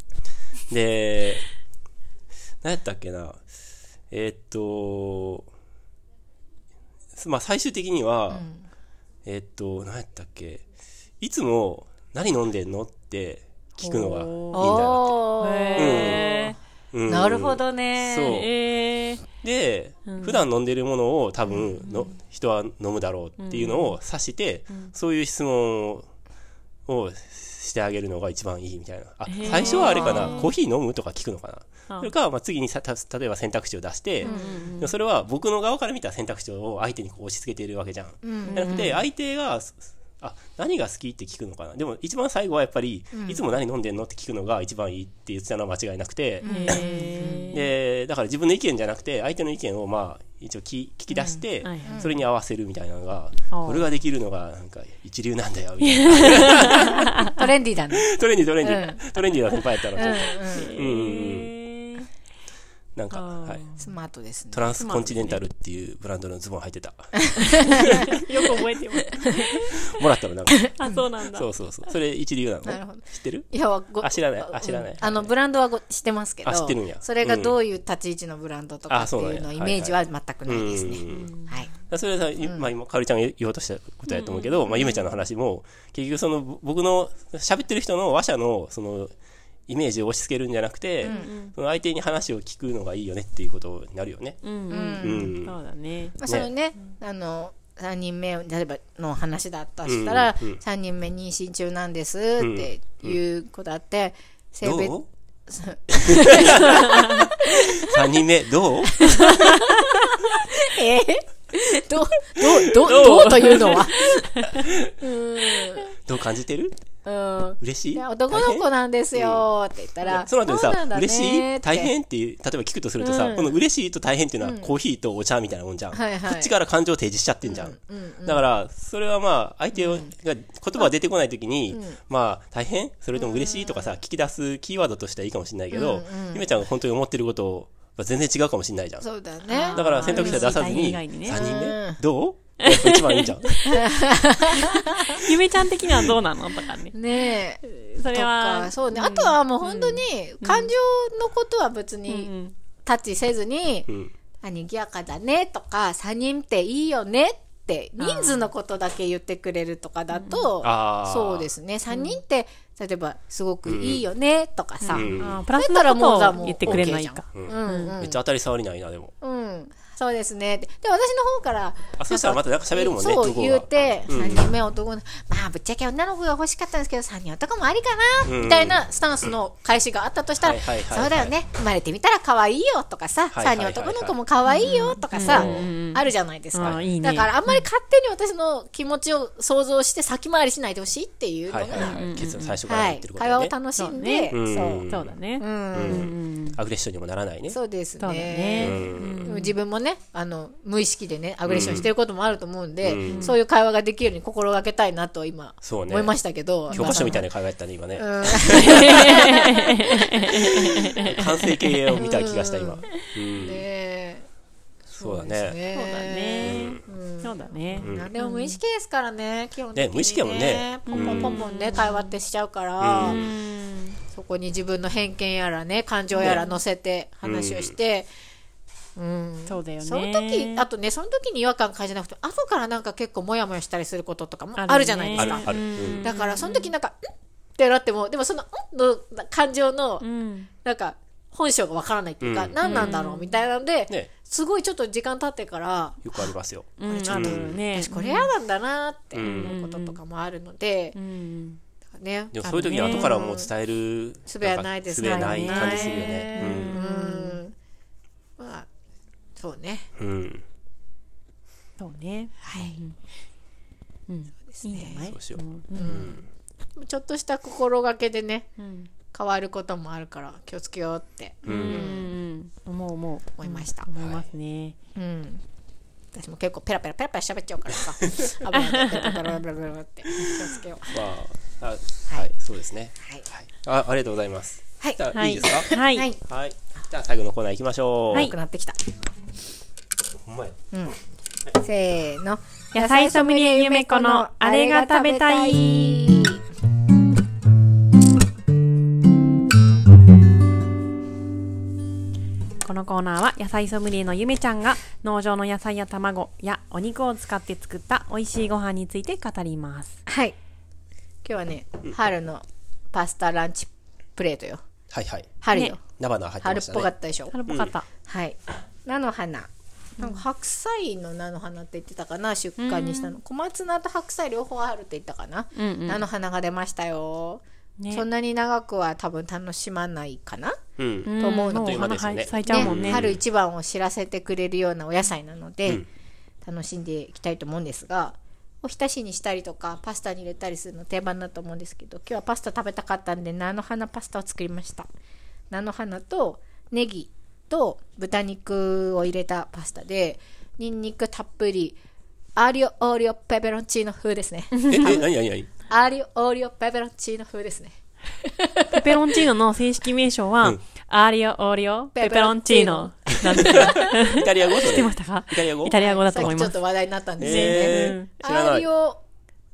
Speaker 3: で、何やったっけな。えーっと、まあ最終的には、えーっと、何やったっけ。いつも何飲んでんのって聞くのがいいんだなって
Speaker 2: お
Speaker 1: へ
Speaker 3: うん。
Speaker 2: なるほどね
Speaker 3: そう。
Speaker 1: えー
Speaker 3: で、普段飲んでるものを多分の、人は飲むだろうっていうのを指して、そういう質問ををしてあげるのが一番いいみたいな。あ、
Speaker 1: ー
Speaker 3: 最初はあれかな、コーヒー飲むとか聞くのか
Speaker 1: あ
Speaker 3: な。それか、まあ、次にさた例えば選択肢を出して、でもそれは僕の側から見た選択肢を相手にこう押し付けてるわけじゃん。じゃなくて、相手が、すあ、何が好きって聞くのかな。でも一番最後はやっぱり、いつも何飲んでんのって聞くのが一番いいって言ってたのは間違いなくて、
Speaker 1: え
Speaker 3: でだから自分の意見じゃなくて相手の意見をまあ一応聞聞き出して、
Speaker 1: うんはいは
Speaker 3: それに合わせるみたいなのが、
Speaker 1: ああ
Speaker 3: 俺ができるのがなんか一流なんだよみたいな
Speaker 2: トレンディーだね。
Speaker 3: トレンディトレンディ、トレンディな先輩やったらそう、
Speaker 1: ー
Speaker 3: うんうん
Speaker 1: えー
Speaker 3: なんか、
Speaker 1: ああ
Speaker 3: はい、
Speaker 2: スマートですね
Speaker 3: ト。ランスコンチネンタルっていうブランドのズボン履い てた
Speaker 1: よく覚えてます。
Speaker 3: もらったのなんか
Speaker 1: あ、そうなんだ。
Speaker 3: そうそうそうそれ一流なの
Speaker 2: なるほど
Speaker 3: 知ってる
Speaker 2: いや、わご
Speaker 3: あ知らないあ知らない
Speaker 2: あの、ブランドはご知ってますけど、
Speaker 3: あ知ってるんや
Speaker 2: それがどういう立ち位置のブランドとか
Speaker 3: あ
Speaker 2: って
Speaker 3: そうなんや
Speaker 2: いうのイメージは全くないです
Speaker 3: うんうんう
Speaker 2: ね。はい。
Speaker 3: だからそれはさ、まあ今、かおりちゃんが言おうとしたことやと思うけど、まあゆめちゃんの話も、結局その、ぼ僕の、喋ってる人の話者の、その、イメージを押し付けるんじゃなくて、その相手に話を聞くのがいいよねっていうことになるよね。
Speaker 1: うんう。
Speaker 3: うんん。
Speaker 1: そうだね。
Speaker 2: まあ、そのね、あの、3人目、例えばの話だったとしたら、
Speaker 3: うんうんうん
Speaker 2: 3人目妊娠中なんですっていう子だって、性別、
Speaker 3: どう ?3 人目、どう
Speaker 2: えーどう、どう、どう、どうという のは。
Speaker 3: どう感じてる
Speaker 2: うん。
Speaker 3: 嬉しい
Speaker 2: いや男の子
Speaker 3: だ
Speaker 2: なんですよって言ったら、
Speaker 3: その後に
Speaker 2: うな
Speaker 3: さ、
Speaker 2: んだね
Speaker 3: 嬉し
Speaker 2: って
Speaker 3: い大変っていう、例えば聞くとするとさ、この嬉しいと大変っていうのはコーヒーとお茶みたいなもんじゃん。
Speaker 2: はいはい
Speaker 3: こっちから感情を提示しちゃってんじゃん。だから、それはまあ、相手をが言葉が出てこないときに、まあ、大変それとも嬉しいとかさ、聞き出すキーワードとしてはいいかもしれないけど、ゆめちゃんが本当に思ってることは全然違うかもしれないじゃん。
Speaker 2: そうだね。
Speaker 3: だから選択肢は出さず
Speaker 1: 嬉しい大変以
Speaker 3: に、
Speaker 1: 外にね
Speaker 3: 3人
Speaker 2: う
Speaker 3: 目
Speaker 2: ん
Speaker 3: どうやっぱ一番い いじゃん。
Speaker 1: ゆめちゃん的にはどうなのとかね。
Speaker 2: ねえ。
Speaker 1: それ
Speaker 2: と
Speaker 1: は
Speaker 2: か、そうね。あとはもう本当に、感情のことは別
Speaker 1: う
Speaker 2: に
Speaker 1: ん
Speaker 2: タッチせずに、
Speaker 3: うん。
Speaker 2: あ、賑やかだねとか、3人っていいよねって、人数のことだけ言ってくれるとかだと、
Speaker 3: あー
Speaker 2: そうですね。3人って、例えば、すごくいいよねとかさ、
Speaker 3: うん
Speaker 1: あープラ
Speaker 2: だっ
Speaker 1: ス
Speaker 2: たら
Speaker 1: のこ
Speaker 2: も
Speaker 1: と
Speaker 2: うさ
Speaker 1: を
Speaker 2: もう
Speaker 1: 言ってくれない
Speaker 2: OK じ
Speaker 1: か。
Speaker 2: ゃんうんうん
Speaker 3: めっちゃ当たり障りないな、でも。
Speaker 2: うん、そうですねって。で、私の方から。
Speaker 3: あそしたらまたなんか喋るもんね
Speaker 2: そう
Speaker 3: 向こうが
Speaker 2: 言うて、
Speaker 3: うん
Speaker 2: 3人目男の、まあ、ぶっちゃけ女の子が欲しかったんですけど、3人男もありかな、
Speaker 3: うん
Speaker 2: みたいなスタンスの返しがあったとした
Speaker 3: は
Speaker 2: ら、
Speaker 3: いはいはいはい
Speaker 2: そうだよね、生まれてみたら可愛いよとかさ、
Speaker 3: はいはいは
Speaker 2: 3
Speaker 3: い
Speaker 2: 人男の子も可愛いよとかさ、
Speaker 3: うん
Speaker 2: あるじゃないですか、
Speaker 1: あいいね
Speaker 2: だからあんまり勝手に私の気持ちを想像して先回りしないでほしいっていうのが、は
Speaker 3: は
Speaker 2: いい
Speaker 3: はいはい。結論最初から言ってること
Speaker 2: 会
Speaker 3: だよ
Speaker 2: 話を
Speaker 3: ね。
Speaker 2: 楽しんで、
Speaker 3: うん
Speaker 2: そう。
Speaker 1: そうだね。
Speaker 2: うん
Speaker 3: うん。アグレッションにもならないね。
Speaker 2: そうです
Speaker 1: そうだね。
Speaker 3: う
Speaker 2: で
Speaker 3: ん
Speaker 2: も自分もねあの無意識でねアグレッションしてることもあると思うんで、
Speaker 3: うん
Speaker 2: そういう会話ができるように心がけたいなと今
Speaker 3: そうね
Speaker 2: 思いましたけど、
Speaker 3: 教科書みたい
Speaker 2: な、
Speaker 3: な会話やったね、今ね。
Speaker 2: うん、
Speaker 3: 完成形を見た気がした、今。う ん。
Speaker 2: ね
Speaker 3: そうだ
Speaker 2: です
Speaker 3: ね。
Speaker 1: そうだね。
Speaker 2: うん
Speaker 1: そうだね。
Speaker 3: ん
Speaker 2: あれも無意識ですからね、基本的に、
Speaker 3: ね無意識やもんね
Speaker 2: ポンポンポンポンね、会話ってしちゃうから、そこに自分の偏見やらね、感情やら乗せて話をして、うん、
Speaker 1: そうだよね
Speaker 2: その時、あとね、その時に違和感感じなくて、後からなんか結構モヤモヤしたりすることとかもあるじゃないです
Speaker 3: ある
Speaker 2: か。
Speaker 3: ある。うん
Speaker 2: だからその時なんか「ん?」ってなってもでもその「ん?」の感情の
Speaker 1: うん。
Speaker 2: なんか本性がわからないっていうか、
Speaker 3: うん
Speaker 2: 何なんだろうみたいなので、
Speaker 3: ね
Speaker 2: すごいちょっと時間経ってから
Speaker 3: よくありますよ。
Speaker 1: うん
Speaker 2: ちょっ
Speaker 1: あ
Speaker 2: と
Speaker 1: るね。
Speaker 2: 私これ嫌なんだなって
Speaker 3: うん
Speaker 2: 思うこととかもあるので
Speaker 1: う、ん。
Speaker 2: ね
Speaker 3: でもそういう時に後からもう伝える。
Speaker 2: すべはないです
Speaker 3: すべない感じするよね。
Speaker 2: うん、まあそうね
Speaker 3: うん。うん。
Speaker 1: そうね。
Speaker 2: はい、
Speaker 1: いいんじゃない
Speaker 3: そうしよう。
Speaker 2: ちょっとした心がけでね
Speaker 1: うん。
Speaker 2: 変わることもあるから気をつけようって
Speaker 1: うん。思う思う。
Speaker 2: 思いました、
Speaker 1: 思いますね。
Speaker 2: うん。私も結構ペラペラペラペラ喋っちゃうか らさ。危ない。ペラペラペラペラって。気をつけよう。
Speaker 3: まあ、あはい、そうですね。
Speaker 2: はい。
Speaker 3: はい。あ、ありがとうございます。
Speaker 2: はい
Speaker 3: じゃあ
Speaker 1: はい
Speaker 3: いいですか
Speaker 1: はい。
Speaker 2: はい。
Speaker 3: はい。じゃあ最後のコーナー行きましょう。
Speaker 2: 多くなってきた。
Speaker 3: ほんまや。
Speaker 2: せーの。
Speaker 1: 野菜ソムリエゆめこのあれが食べたい。このコーナーは野菜ソムリエのゆめちゃんが農場の野菜や卵やお肉を使って作った美味しいご飯について語ります。
Speaker 2: はい。日はね、春のパスタランチプレートよ。
Speaker 3: はいはい。
Speaker 2: 春よ。
Speaker 1: ね
Speaker 3: 菜花入って
Speaker 2: 春
Speaker 3: ま
Speaker 2: っ
Speaker 3: した
Speaker 2: ぽか
Speaker 3: ね。
Speaker 2: ったでしょ。
Speaker 1: 春っぽかった。
Speaker 2: はい。菜の花。なんか白菜の菜の花って言ってたかな出荷にしたの、小松菜と白菜両方あるって言ったかな、
Speaker 1: うんうん
Speaker 2: 菜の花が出ましたよ、
Speaker 1: ね
Speaker 2: そんなに長くは多分楽しまないかな、
Speaker 3: うん。
Speaker 1: うん
Speaker 2: と思うの
Speaker 1: も
Speaker 2: と
Speaker 1: う
Speaker 2: いう
Speaker 1: お
Speaker 3: こと
Speaker 1: 花
Speaker 3: ですよ
Speaker 1: 咲
Speaker 3: ね
Speaker 1: いちゃうもんね。
Speaker 2: 春一番を知らせてくれるようなお野菜なので、
Speaker 3: うん
Speaker 2: 楽しんでいきたいと思うんですがおひたしにしたりとかパスタに入れたりするの定番だと思うんですけど今日はパスタ食べたかったんで菜の花パスタを作りました菜の花とネギと豚肉を入れたパスタでニンニクたっぷりアリオオーリオペペロンチーノ風ですね
Speaker 3: え、え、何何何
Speaker 2: アリオオーリオペペロンチーノ風ですね
Speaker 1: ペペロンチーノの正式名称は、
Speaker 3: うん
Speaker 1: アーリオ・オーリオ・ペペロンチーノなんですよ。
Speaker 3: イタリア語知
Speaker 1: 知ってましたか
Speaker 3: イタリア語
Speaker 1: イタリア語だと
Speaker 2: さっ
Speaker 1: 思
Speaker 2: き
Speaker 1: い
Speaker 2: ち
Speaker 1: ま
Speaker 2: ょっ
Speaker 1: す。
Speaker 2: と話題になったんですよね、
Speaker 3: えー、知ら
Speaker 2: ア
Speaker 3: な
Speaker 2: リ
Speaker 3: い。
Speaker 2: オ
Speaker 3: だ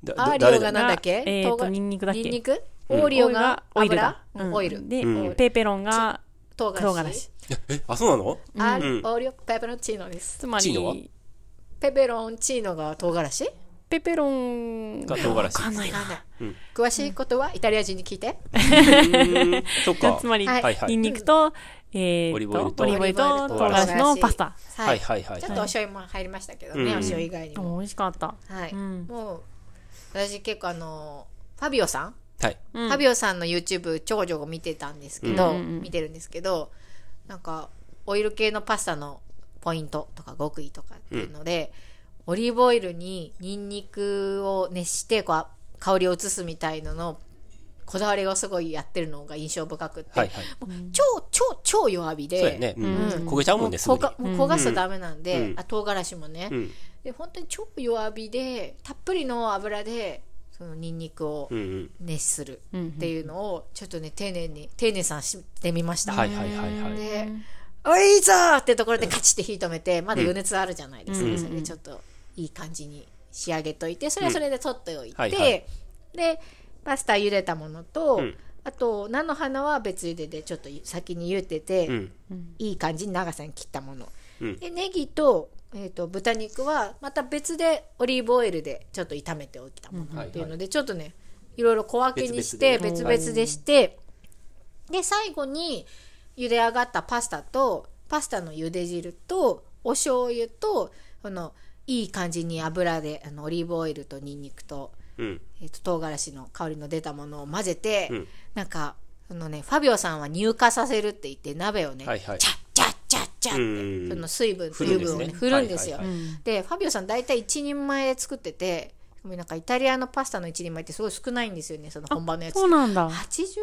Speaker 3: ど
Speaker 2: アーリ
Speaker 3: 誰
Speaker 2: オ
Speaker 3: だ
Speaker 2: がなんだっけ
Speaker 1: がえーと
Speaker 2: 唐辛
Speaker 1: ニンニクだっけ
Speaker 2: ニンニクオーリオが
Speaker 1: オイル
Speaker 2: 油
Speaker 1: だ。うん
Speaker 2: オイル。
Speaker 1: で、
Speaker 3: うん
Speaker 1: ペペロンが
Speaker 2: 唐辛
Speaker 1: 唐
Speaker 2: 子。
Speaker 1: 辛子。
Speaker 3: え、あ、そうなの
Speaker 2: アリ
Speaker 3: うん
Speaker 2: オーリオペペロンチーノです。
Speaker 1: つま
Speaker 3: チーノは
Speaker 1: り、
Speaker 2: ペペロンチーノが唐辛子
Speaker 1: ペペロン
Speaker 3: が唐辛子
Speaker 1: わかんないな。
Speaker 2: 詳しいことはイタリア人に聞いて。
Speaker 3: うん そっか。
Speaker 1: つまり、
Speaker 2: はい
Speaker 3: はいはい
Speaker 1: ニンニクと、えーと
Speaker 3: オリーブオイルと
Speaker 1: オリーブオイルと唐辛子のパスタ。。
Speaker 2: は
Speaker 3: はい
Speaker 2: い。
Speaker 3: はいはい
Speaker 2: ちょっとお醤油も入りましたけどね、
Speaker 3: うん
Speaker 2: お塩以外に
Speaker 1: う
Speaker 2: も。
Speaker 1: ん美味しかった。
Speaker 2: はい。
Speaker 1: うん
Speaker 2: もう、私結構あの、ファビオさん
Speaker 3: はい。
Speaker 1: うん
Speaker 2: ファビオさんの YouTube 長女が見てたんですけど、
Speaker 1: うんうんうん
Speaker 2: 見てるんですけどなんかオイル系のパスタのポイントとか極意とかっていうので、オリーブオイルにニンニクを熱してこう香りを移すみたいののこだわりがすごいやってるのが印象深くって、
Speaker 3: はいはい。
Speaker 2: もう超超超弱火で
Speaker 3: そうやね。うん
Speaker 1: うん
Speaker 3: 焦げちゃうもんね、すぐ
Speaker 2: 焦
Speaker 3: に。
Speaker 2: がもう焦がすとダメなんで、
Speaker 3: うん
Speaker 2: あ唐辛子もね、
Speaker 3: うん。
Speaker 2: で本当に超弱火でたっぷりの油でそのニンニクを
Speaker 3: うんうん。
Speaker 2: 熱するっていうのをちょっとね丁寧に丁寧さんしてみました、
Speaker 3: はいはいはいはい。
Speaker 2: で「おいいいぞ!」ってところでカチッて火止めてまだ余熱あるじゃないですか、
Speaker 3: うん
Speaker 2: それでちょっといい感じに仕上げといてそれはそれで取っておいて、
Speaker 3: うんはいはい
Speaker 2: でパスタ茹でたものと、
Speaker 3: うん
Speaker 2: あと菜の花は別茹ででちょっと先に茹でて、
Speaker 3: うん。
Speaker 2: いい感じに長さに切ったもの、
Speaker 3: うん
Speaker 2: でネギと,、えー、と豚肉はまた別でオリーブオイルでちょっと炒めておいたものっていうので、ちょっとねいろいろ小分けにして別
Speaker 3: 別々で
Speaker 2: 々でして、で最後に茹で上がったパスタとパスタの茹で汁とお醤油とこのいい感じに油であのオリーブオイルとニンニクと,、
Speaker 3: うん。
Speaker 2: えー、と唐辛子の香りの出たものを混ぜて、
Speaker 3: うん
Speaker 2: なんかあのねファビオさんは乳化させるって言って鍋をね、
Speaker 3: はいはい
Speaker 2: チャッチャッチャッチャッ
Speaker 3: う
Speaker 2: その
Speaker 3: ん。
Speaker 2: 水分と油分をね振
Speaker 3: 振
Speaker 2: る
Speaker 3: る
Speaker 2: ん
Speaker 3: ん
Speaker 2: で
Speaker 3: ですすね
Speaker 2: よ
Speaker 3: はいは
Speaker 2: でファビオさん大体一人前で作っててごめんなんかイタリアのパスタの一人前ってすごい少ないんですよねその本場のやつ
Speaker 1: そうなんだ。
Speaker 2: 80g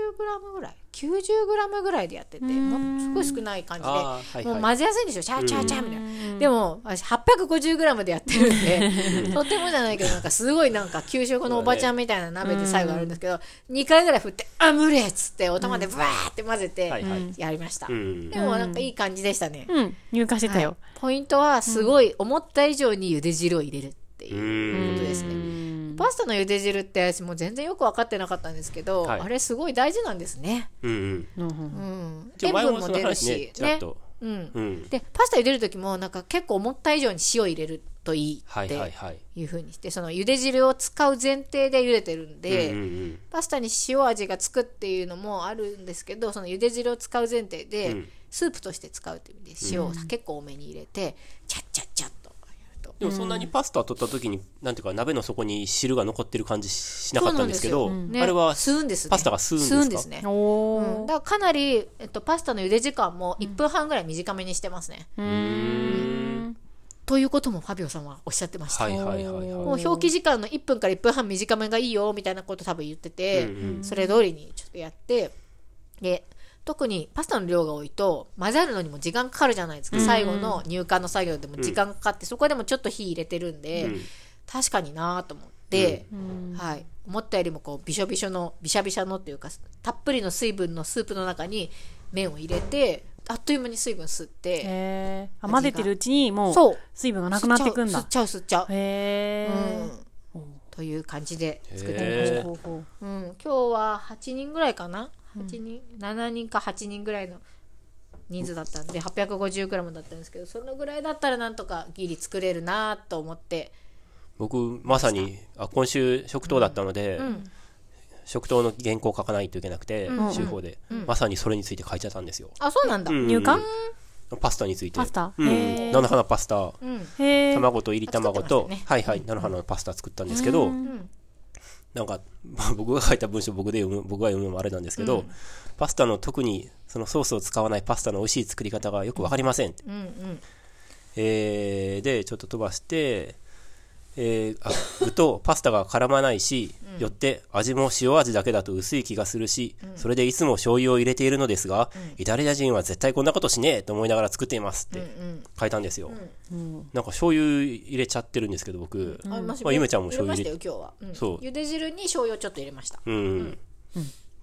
Speaker 2: ぐらい 90g ぐらいでやっててもうすごい少ない感じで、
Speaker 3: あーはいはい
Speaker 2: もう混ぜやすいんですよシャーシャーシャーみたいなでも私 850g でやってるんで とてもじゃないけどなんかすごいなんか給食のおばちゃんみたいな鍋で最後あるんですけど、2回ぐらい振って「あ無理!」っつってお玉でブワーって混ぜて
Speaker 3: はいはい
Speaker 2: やりました、
Speaker 3: うん。
Speaker 2: でもなんかいい感じでしたね、
Speaker 1: うん、入荷してた
Speaker 2: は
Speaker 1: よ。
Speaker 2: いポイントはすごい思った以上に茹で汁を入れるっていうう、
Speaker 3: ん。
Speaker 2: 当ですねパスタの茹で汁って私もう全然よく分かってなかったんですけど、
Speaker 3: はい
Speaker 2: あれすごい大事なんですね、
Speaker 3: うんうん。
Speaker 1: うんう
Speaker 2: うんん、
Speaker 3: ちょ
Speaker 2: 塩
Speaker 3: 前
Speaker 2: 分
Speaker 3: も
Speaker 2: も
Speaker 3: その
Speaker 2: 出る
Speaker 3: 話ね
Speaker 2: し、
Speaker 3: ちら
Speaker 2: ね
Speaker 3: っと。
Speaker 2: うん、
Speaker 3: うん。
Speaker 2: でパスタ茹でる時もなんか結構思った以上に塩入れるといい
Speaker 3: は
Speaker 2: っ
Speaker 3: いはい
Speaker 2: て
Speaker 3: はい。
Speaker 2: いうふうにしてその茹で汁を使う前提で茹でてるんで、
Speaker 3: うんうん
Speaker 2: パスタに塩味がつくっていうのもあるんですけどその茹で汁を使う前提で、
Speaker 3: うん
Speaker 2: スープとして使うっていう意味で塩を結構多めに入れて、チャッチャッチャッとやると。
Speaker 3: でもそんなにパスタ取った時に、なんていうか、鍋の底に汁が残ってる感じしなかったんですけど、
Speaker 2: そうなんですよね
Speaker 3: あれは、
Speaker 2: 吸うんですね
Speaker 3: パスタが吸うんですか
Speaker 2: 吸うんですね、
Speaker 1: お
Speaker 2: う
Speaker 1: ー
Speaker 2: ん、だからかなり、えっと、パスタの茹で時間も1分半ぐらい短めにしてますね、
Speaker 1: うーん。
Speaker 2: ということもファビオさんはおっしゃってました、
Speaker 3: はいはいはいはい。
Speaker 2: もう表記時間の1分から1分半短めがいいよみたいなこと多分言ってて、
Speaker 3: うん
Speaker 2: それ通りにちょっとやってで特にパスタの量が多いと混ざるのにも時間かかるじゃないですか、最後の入荷の作業でも時間かかって、そこでもちょっと火入れてるんで、
Speaker 3: うん
Speaker 2: 確かになーと思って、はい、思ったよりもこうびしょびしょのびしゃびしゃのっていうかたっぷりの水分のスープの中に麺を入れてあっという間に水分吸って、
Speaker 1: へーあ混ぜてるうちにもう
Speaker 2: そう
Speaker 1: 水分がなくなってくん
Speaker 2: 吸っ
Speaker 1: だ。
Speaker 2: ちゃう吸っちゃう吸っちゃう、
Speaker 1: へ
Speaker 2: うん、という感じで作ってみました
Speaker 1: え
Speaker 3: へ。
Speaker 1: ほうほうほう
Speaker 2: うん、今日は8人ぐらいかな8人、7人か8人ぐらいの人数だったんで 850g だったんですけどそのぐらいだったらなんとかギリ作れるなと思って
Speaker 3: 僕まさにあ今週食堂だったので、食糖の原稿を書かないといけなくて、
Speaker 1: うん
Speaker 3: 週報で、
Speaker 2: うん
Speaker 3: まさにそれについて書いちゃったんですよ。
Speaker 2: あ、そうなんだ。
Speaker 3: うん
Speaker 1: 入管
Speaker 3: パスタについて。
Speaker 1: パスタ
Speaker 3: う
Speaker 1: へー
Speaker 3: ん。菜の花パスタ、
Speaker 2: うん。
Speaker 1: へえ。
Speaker 3: 卵といり卵と、
Speaker 2: あ作ってましたね
Speaker 3: はいはい、菜の花のパスタ作ったんですけど、
Speaker 1: うん
Speaker 2: うん。
Speaker 3: なんか、 まあ僕が書いた文章僕で読む、僕が読むのもあれなんですけど、パスタの特にそのソースを使わないパスタの美味しい作り方がよくわかりません。
Speaker 2: うん。うん。
Speaker 3: えーで、ちょっと飛ばして、えーあ具とパスタが絡まないし、よって味も塩味だけだと薄い気がするし、それでいつも醤油を入れているのですが、イタリア人は絶対こんなことしねえと思いながら作っていますって
Speaker 2: うん。
Speaker 3: 書いたんですよ。
Speaker 1: うん
Speaker 3: なんか醤油入れちゃってるんですけど、僕。
Speaker 2: あ、ま
Speaker 3: まあゆめちゃんも醤油
Speaker 2: 入
Speaker 3: 入
Speaker 2: れ
Speaker 3: れ
Speaker 2: ましたよ、今日は。ん
Speaker 3: そう
Speaker 2: ゆで汁に醤油をちょっと入れました。
Speaker 3: うん。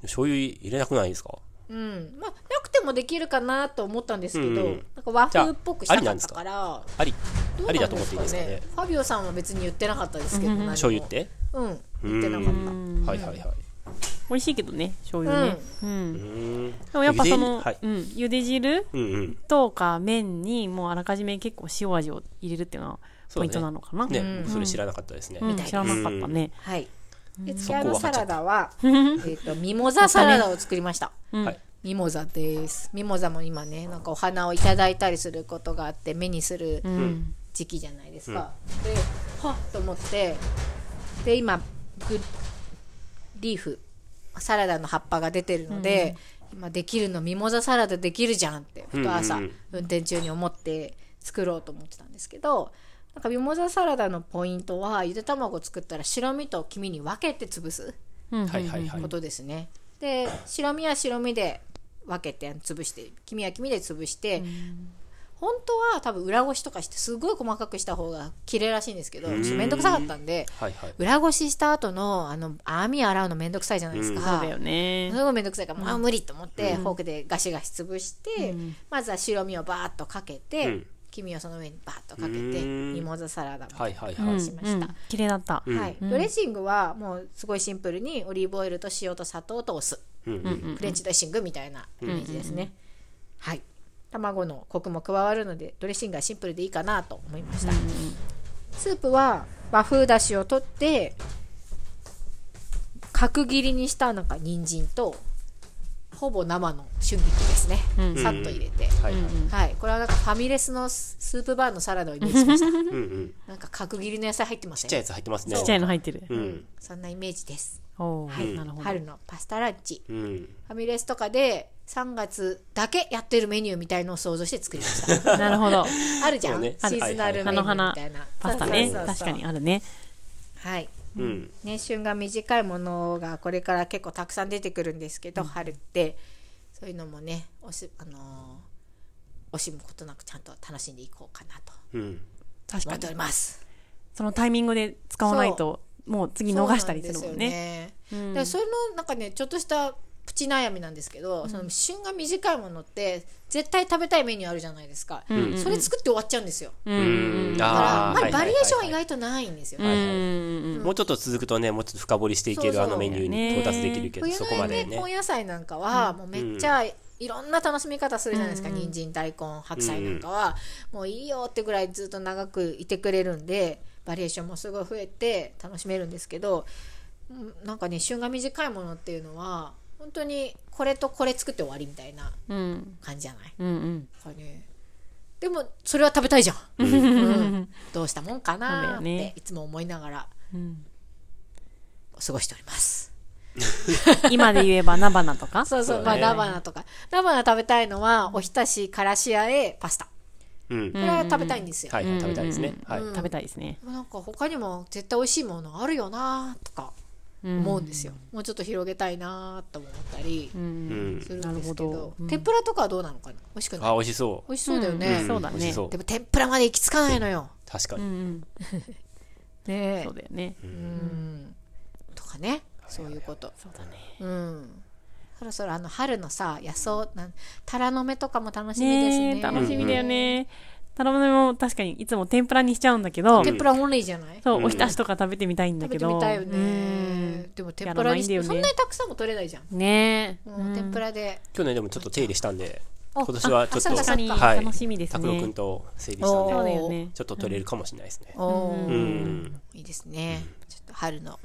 Speaker 3: 醤油入れなくないですか
Speaker 2: うん。まあ、なくてもできるかなと思ったんですけ
Speaker 3: うんう
Speaker 2: ど、
Speaker 3: ん
Speaker 2: なんか和風っぽくし
Speaker 3: じゃあ
Speaker 2: たかったから、
Speaker 3: あり、
Speaker 2: どう
Speaker 3: あり
Speaker 2: な
Speaker 3: だ
Speaker 2: ん
Speaker 3: と思っていいですかね。
Speaker 2: ファビオさんは別に言ってなかったですけど、何も
Speaker 3: 醤油って
Speaker 2: うん。言ってなかった。
Speaker 3: うんはいはいはい。
Speaker 1: 美味しいけどね、醤油ね。うん。
Speaker 3: う
Speaker 1: で
Speaker 3: ーん。で
Speaker 1: もやっぱその、
Speaker 3: はい。
Speaker 1: うん、ゆで汁
Speaker 3: うんうん。
Speaker 1: とか麺にもうあらかじめ結構塩味を入れるっていうのがポイントなのかな。
Speaker 3: ね、
Speaker 2: うん
Speaker 3: 僕それ知らなかったですね。
Speaker 1: うん、知らなかったね。
Speaker 2: はい。で、
Speaker 3: そ
Speaker 2: 付き
Speaker 3: こ
Speaker 2: 合いの
Speaker 3: は分か
Speaker 2: サラ
Speaker 3: っちゃった
Speaker 2: ダ は、えっと、ミモザサラダを作りました。
Speaker 1: うん
Speaker 3: はい。
Speaker 2: ミモザです。ミモザも今ね、なんかお花をいただいたりすることがあって、目にする
Speaker 1: うん。
Speaker 2: 時期じゃないですか。で、はっと思って、で、今、グリーフ、サラダの葉っぱが出てるので、今できるの、ミモザサラダできるじゃんって、ふと朝、
Speaker 3: うんうんうん
Speaker 2: 運転中に思って作ろうと思ってたんですけど、なんかミモザサラダのポイントは、ゆで卵を作ったら白身と黄身に分けて潰す。
Speaker 1: うん。
Speaker 3: はいはいはい
Speaker 2: こ。とですね。で白身は白身で分けて潰して黄身は黄身で潰して、本当は多分裏ごしとかしてすごい細かくした方が綺麗らしいんですけどちょ
Speaker 3: ん
Speaker 2: っと面倒くさかったんで
Speaker 3: はいはい。
Speaker 2: 裏ごしした後のあの網洗うの面倒くさいじゃないです
Speaker 1: そ
Speaker 2: か。
Speaker 1: うだよね
Speaker 2: す。ごい面倒くさいから、もうあ無理と思って、フォークでガシガシ潰して、まずは白身をバーッとかけて、
Speaker 3: うん
Speaker 2: 黄身をその上にバーッとかけて、
Speaker 3: うん
Speaker 2: ミモザサラダも
Speaker 3: はいはい
Speaker 1: うん
Speaker 3: は
Speaker 1: う
Speaker 3: い。
Speaker 2: しました
Speaker 1: ん綺麗だった。
Speaker 2: はい、ドレッシングはもうすごいシンプルにオリーブオイルと塩と砂糖とお酢、
Speaker 3: うんうん。
Speaker 2: フレンチドレッシングみたいなイメージですね、はい卵のコクも加わるのでドレッシングはシンプルでいいかなと思いました、スープは和風だしを取って角切りにしたなんか人参とほぼ生の春菊ですね、
Speaker 1: ん
Speaker 2: さっと入れて、
Speaker 3: はいはい。
Speaker 2: はい、これはなんかファミレスのススープバーのサラダをイメージしました
Speaker 3: うんうん。
Speaker 2: なんか角切りの野菜入ってませ
Speaker 3: ち
Speaker 2: ん
Speaker 3: っちゃいやつ入ってますね。
Speaker 1: ちっちゃいの入ってる。
Speaker 3: うん。
Speaker 2: そんなイメージです
Speaker 1: おお、
Speaker 2: はい
Speaker 1: なるほど。
Speaker 2: 春のパスタランチ
Speaker 3: うん。
Speaker 2: ファミレスとかで3月だけやってるメニューみたいのを想像して作りまし た
Speaker 1: なるほど。
Speaker 2: あるじゃ
Speaker 3: そ
Speaker 2: ん、
Speaker 3: うね
Speaker 2: シーズナル
Speaker 1: 菜
Speaker 2: メニ
Speaker 1: の
Speaker 2: ュー
Speaker 1: 花
Speaker 2: みたいな
Speaker 1: パスタね。
Speaker 2: そうそうそう
Speaker 1: 確かにあるね。
Speaker 2: はい
Speaker 3: うん。
Speaker 2: ね、旬が短いものがこれから結構たくさん出てくるんですけど、春ってそういうのもねおし、あのー惜しむことなくちゃんと楽しんでいこうかなと
Speaker 3: うん。
Speaker 1: 確か
Speaker 2: 思っ
Speaker 1: に
Speaker 2: てお。ります
Speaker 1: そのタイミングで使わないと、もう次逃したりするもんね。
Speaker 2: そうなんですよねでそれのなんかねちょっとしたプチ悩みなんですけど、その旬が短いものって絶対食べたいメニューあるじゃないですか、
Speaker 1: ん
Speaker 2: それ作って終わっちゃうんですよ、
Speaker 1: う。
Speaker 3: うんん。
Speaker 2: だからあんま
Speaker 3: は
Speaker 2: り
Speaker 3: い
Speaker 2: バ
Speaker 3: はいはいはい
Speaker 2: リエーションは意外とないんですよ、
Speaker 3: はいはい
Speaker 1: うん。
Speaker 3: もうちょっと続くとね、もうちょっと深掘りしていけ
Speaker 2: そう
Speaker 3: る
Speaker 2: そう
Speaker 3: あのメニューに到達できるけど、
Speaker 2: 冬
Speaker 3: そこま
Speaker 2: の
Speaker 3: で
Speaker 2: ね
Speaker 3: ね
Speaker 2: 根。野菜なんかはもうめっちゃいろんな楽しみ方するじゃないですか、人参大根白菜なんかは、もういいよってぐらいずっと長くいてくれるんでバリエーションもすごい増えて楽しめるんですけどうんなんかね旬が短いものっていうのは本当にこれとこれ作って終わりみたいな
Speaker 1: うん。
Speaker 2: 感じじゃない
Speaker 1: うん。うん。
Speaker 2: かねでもそれは食べたいじゃん、うんどうしたもんかなー
Speaker 1: そう
Speaker 2: っ
Speaker 1: だよね
Speaker 2: ていつも思いながら
Speaker 1: うん
Speaker 2: 過ごしております。
Speaker 1: 今で言えば菜花とか。
Speaker 2: そうそう、
Speaker 3: そう
Speaker 2: ま
Speaker 3: だ
Speaker 2: あ、
Speaker 3: ね
Speaker 2: 菜花とか。菜花食べたいのは、おひたし、からしあえ、パスタ。
Speaker 3: うん。
Speaker 2: これは食べたいんですよ。
Speaker 3: はいはい、食べたいですね。はい。
Speaker 1: 食べたいですね。
Speaker 2: なんか他にも絶対美味しいものあるよなとか思うんですよ。もうちょっと広げたいなとも思ったり
Speaker 3: うん。
Speaker 2: するんですけど
Speaker 1: なるほど
Speaker 2: 天ぷらとかはどうなのかな美味しくない
Speaker 3: あ、美味しそう。
Speaker 2: 美味しそうだよね。
Speaker 1: んそうだ
Speaker 3: 美味
Speaker 1: ね
Speaker 3: し。そう
Speaker 2: で。も天ぷらまで行き着かないのよ。
Speaker 3: 確か
Speaker 1: う
Speaker 3: に。
Speaker 1: ん。
Speaker 2: ね
Speaker 1: そうだよね。
Speaker 2: うんとかね。そういうこと。
Speaker 1: そうだね。
Speaker 2: うん。そろそろあの春のさ、野草、なんタラの芽とかも楽しみです
Speaker 1: ね
Speaker 2: ね
Speaker 1: え、。楽しみだよね。タラバネも確かにいつも天ぷらにしちゃうんだけど、
Speaker 2: 天ぷらオンリーじゃない
Speaker 1: そうう、
Speaker 3: ん
Speaker 1: おひたしとか食べてみたいんだ
Speaker 2: 食べ
Speaker 1: け
Speaker 2: て
Speaker 1: ど。
Speaker 2: みたいよねでも天ぷ
Speaker 1: やら
Speaker 2: ら
Speaker 1: ない
Speaker 2: に
Speaker 1: んだよね
Speaker 2: そんなにたくさんも取れないじゃん、
Speaker 1: うん。ねえ。
Speaker 2: うん、天ぷらで
Speaker 3: 去年でもちょっと手入れしたんで、
Speaker 2: お
Speaker 3: 今年はちょっ
Speaker 2: あ
Speaker 3: と、
Speaker 2: そっ
Speaker 1: 確
Speaker 2: か
Speaker 1: かに
Speaker 3: はい
Speaker 1: 楽しみです
Speaker 3: 拓郎くん
Speaker 1: ね。
Speaker 3: と整理したんで
Speaker 1: そうだよね。
Speaker 3: ちょっと取れるかもしれないですね。
Speaker 2: おー
Speaker 3: うん。
Speaker 2: いいですねちょっと春の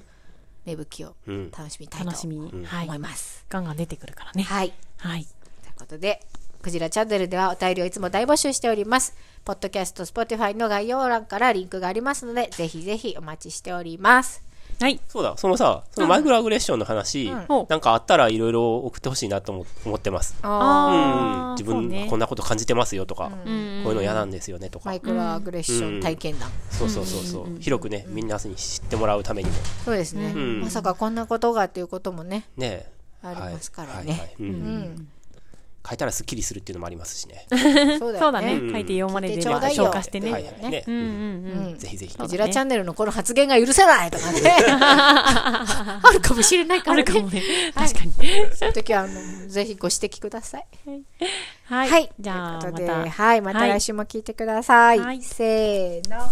Speaker 2: 芽吹きを
Speaker 3: うん
Speaker 2: 楽しみたいと
Speaker 1: 楽しみに、はい
Speaker 2: 思います。
Speaker 1: ガンガン出てくるからね
Speaker 2: はい
Speaker 1: はい
Speaker 2: ということで、クジラチャンネルではお便りをいつも大募集しております。ポッドキャスト、スポティファイの概要欄からリンクがありますので、ぜひぜひお待ちしております。
Speaker 1: はい
Speaker 3: そうだ、そのさ、そのマイクロアグレッションの話、
Speaker 1: ほう
Speaker 3: なんかあったらいろいろ送ってほしいなと思思ってます。
Speaker 1: あ
Speaker 3: うん、
Speaker 1: ー
Speaker 3: 自
Speaker 1: そう
Speaker 3: 分、
Speaker 1: ね
Speaker 3: こんなこと感じてますよとか、こ
Speaker 1: う
Speaker 3: ういうの嫌なんですよねとか
Speaker 2: マイ、クロアグレッション体験談。
Speaker 3: そうそうそうそう、広くね、みんなに知ってもらうためにも、
Speaker 2: そうですね、
Speaker 3: ん
Speaker 2: まさかこんなことがっていうこともね、
Speaker 3: ね、
Speaker 2: ありますから
Speaker 3: はい
Speaker 2: ね
Speaker 3: はいはいうん
Speaker 2: うん、
Speaker 3: 変えたらスッキリするっていうのもありますしね。
Speaker 2: そうだ
Speaker 1: そ
Speaker 2: よ
Speaker 1: うだね
Speaker 2: ね。
Speaker 3: ん
Speaker 1: 書いて読まれて
Speaker 2: 聞
Speaker 1: れ
Speaker 2: いてちょ
Speaker 1: ば
Speaker 2: うだいよ
Speaker 1: 消化してね、
Speaker 3: はいはいね。
Speaker 1: うんうんうん
Speaker 3: ぜひぜひ。
Speaker 2: クジラチャンネルのこの発言が許せないとかね。あるかもしれないか
Speaker 1: あ
Speaker 2: らね。
Speaker 1: るかもね
Speaker 2: はい
Speaker 1: 確かに
Speaker 2: そういう時は、あの、ぜひご指摘ください。
Speaker 1: はい、
Speaker 2: はい。
Speaker 1: じゃあ
Speaker 2: という
Speaker 1: ま
Speaker 2: ことで
Speaker 1: た
Speaker 2: はい。また
Speaker 1: はい
Speaker 2: 来週も聞いてください。
Speaker 1: はい
Speaker 2: せーの。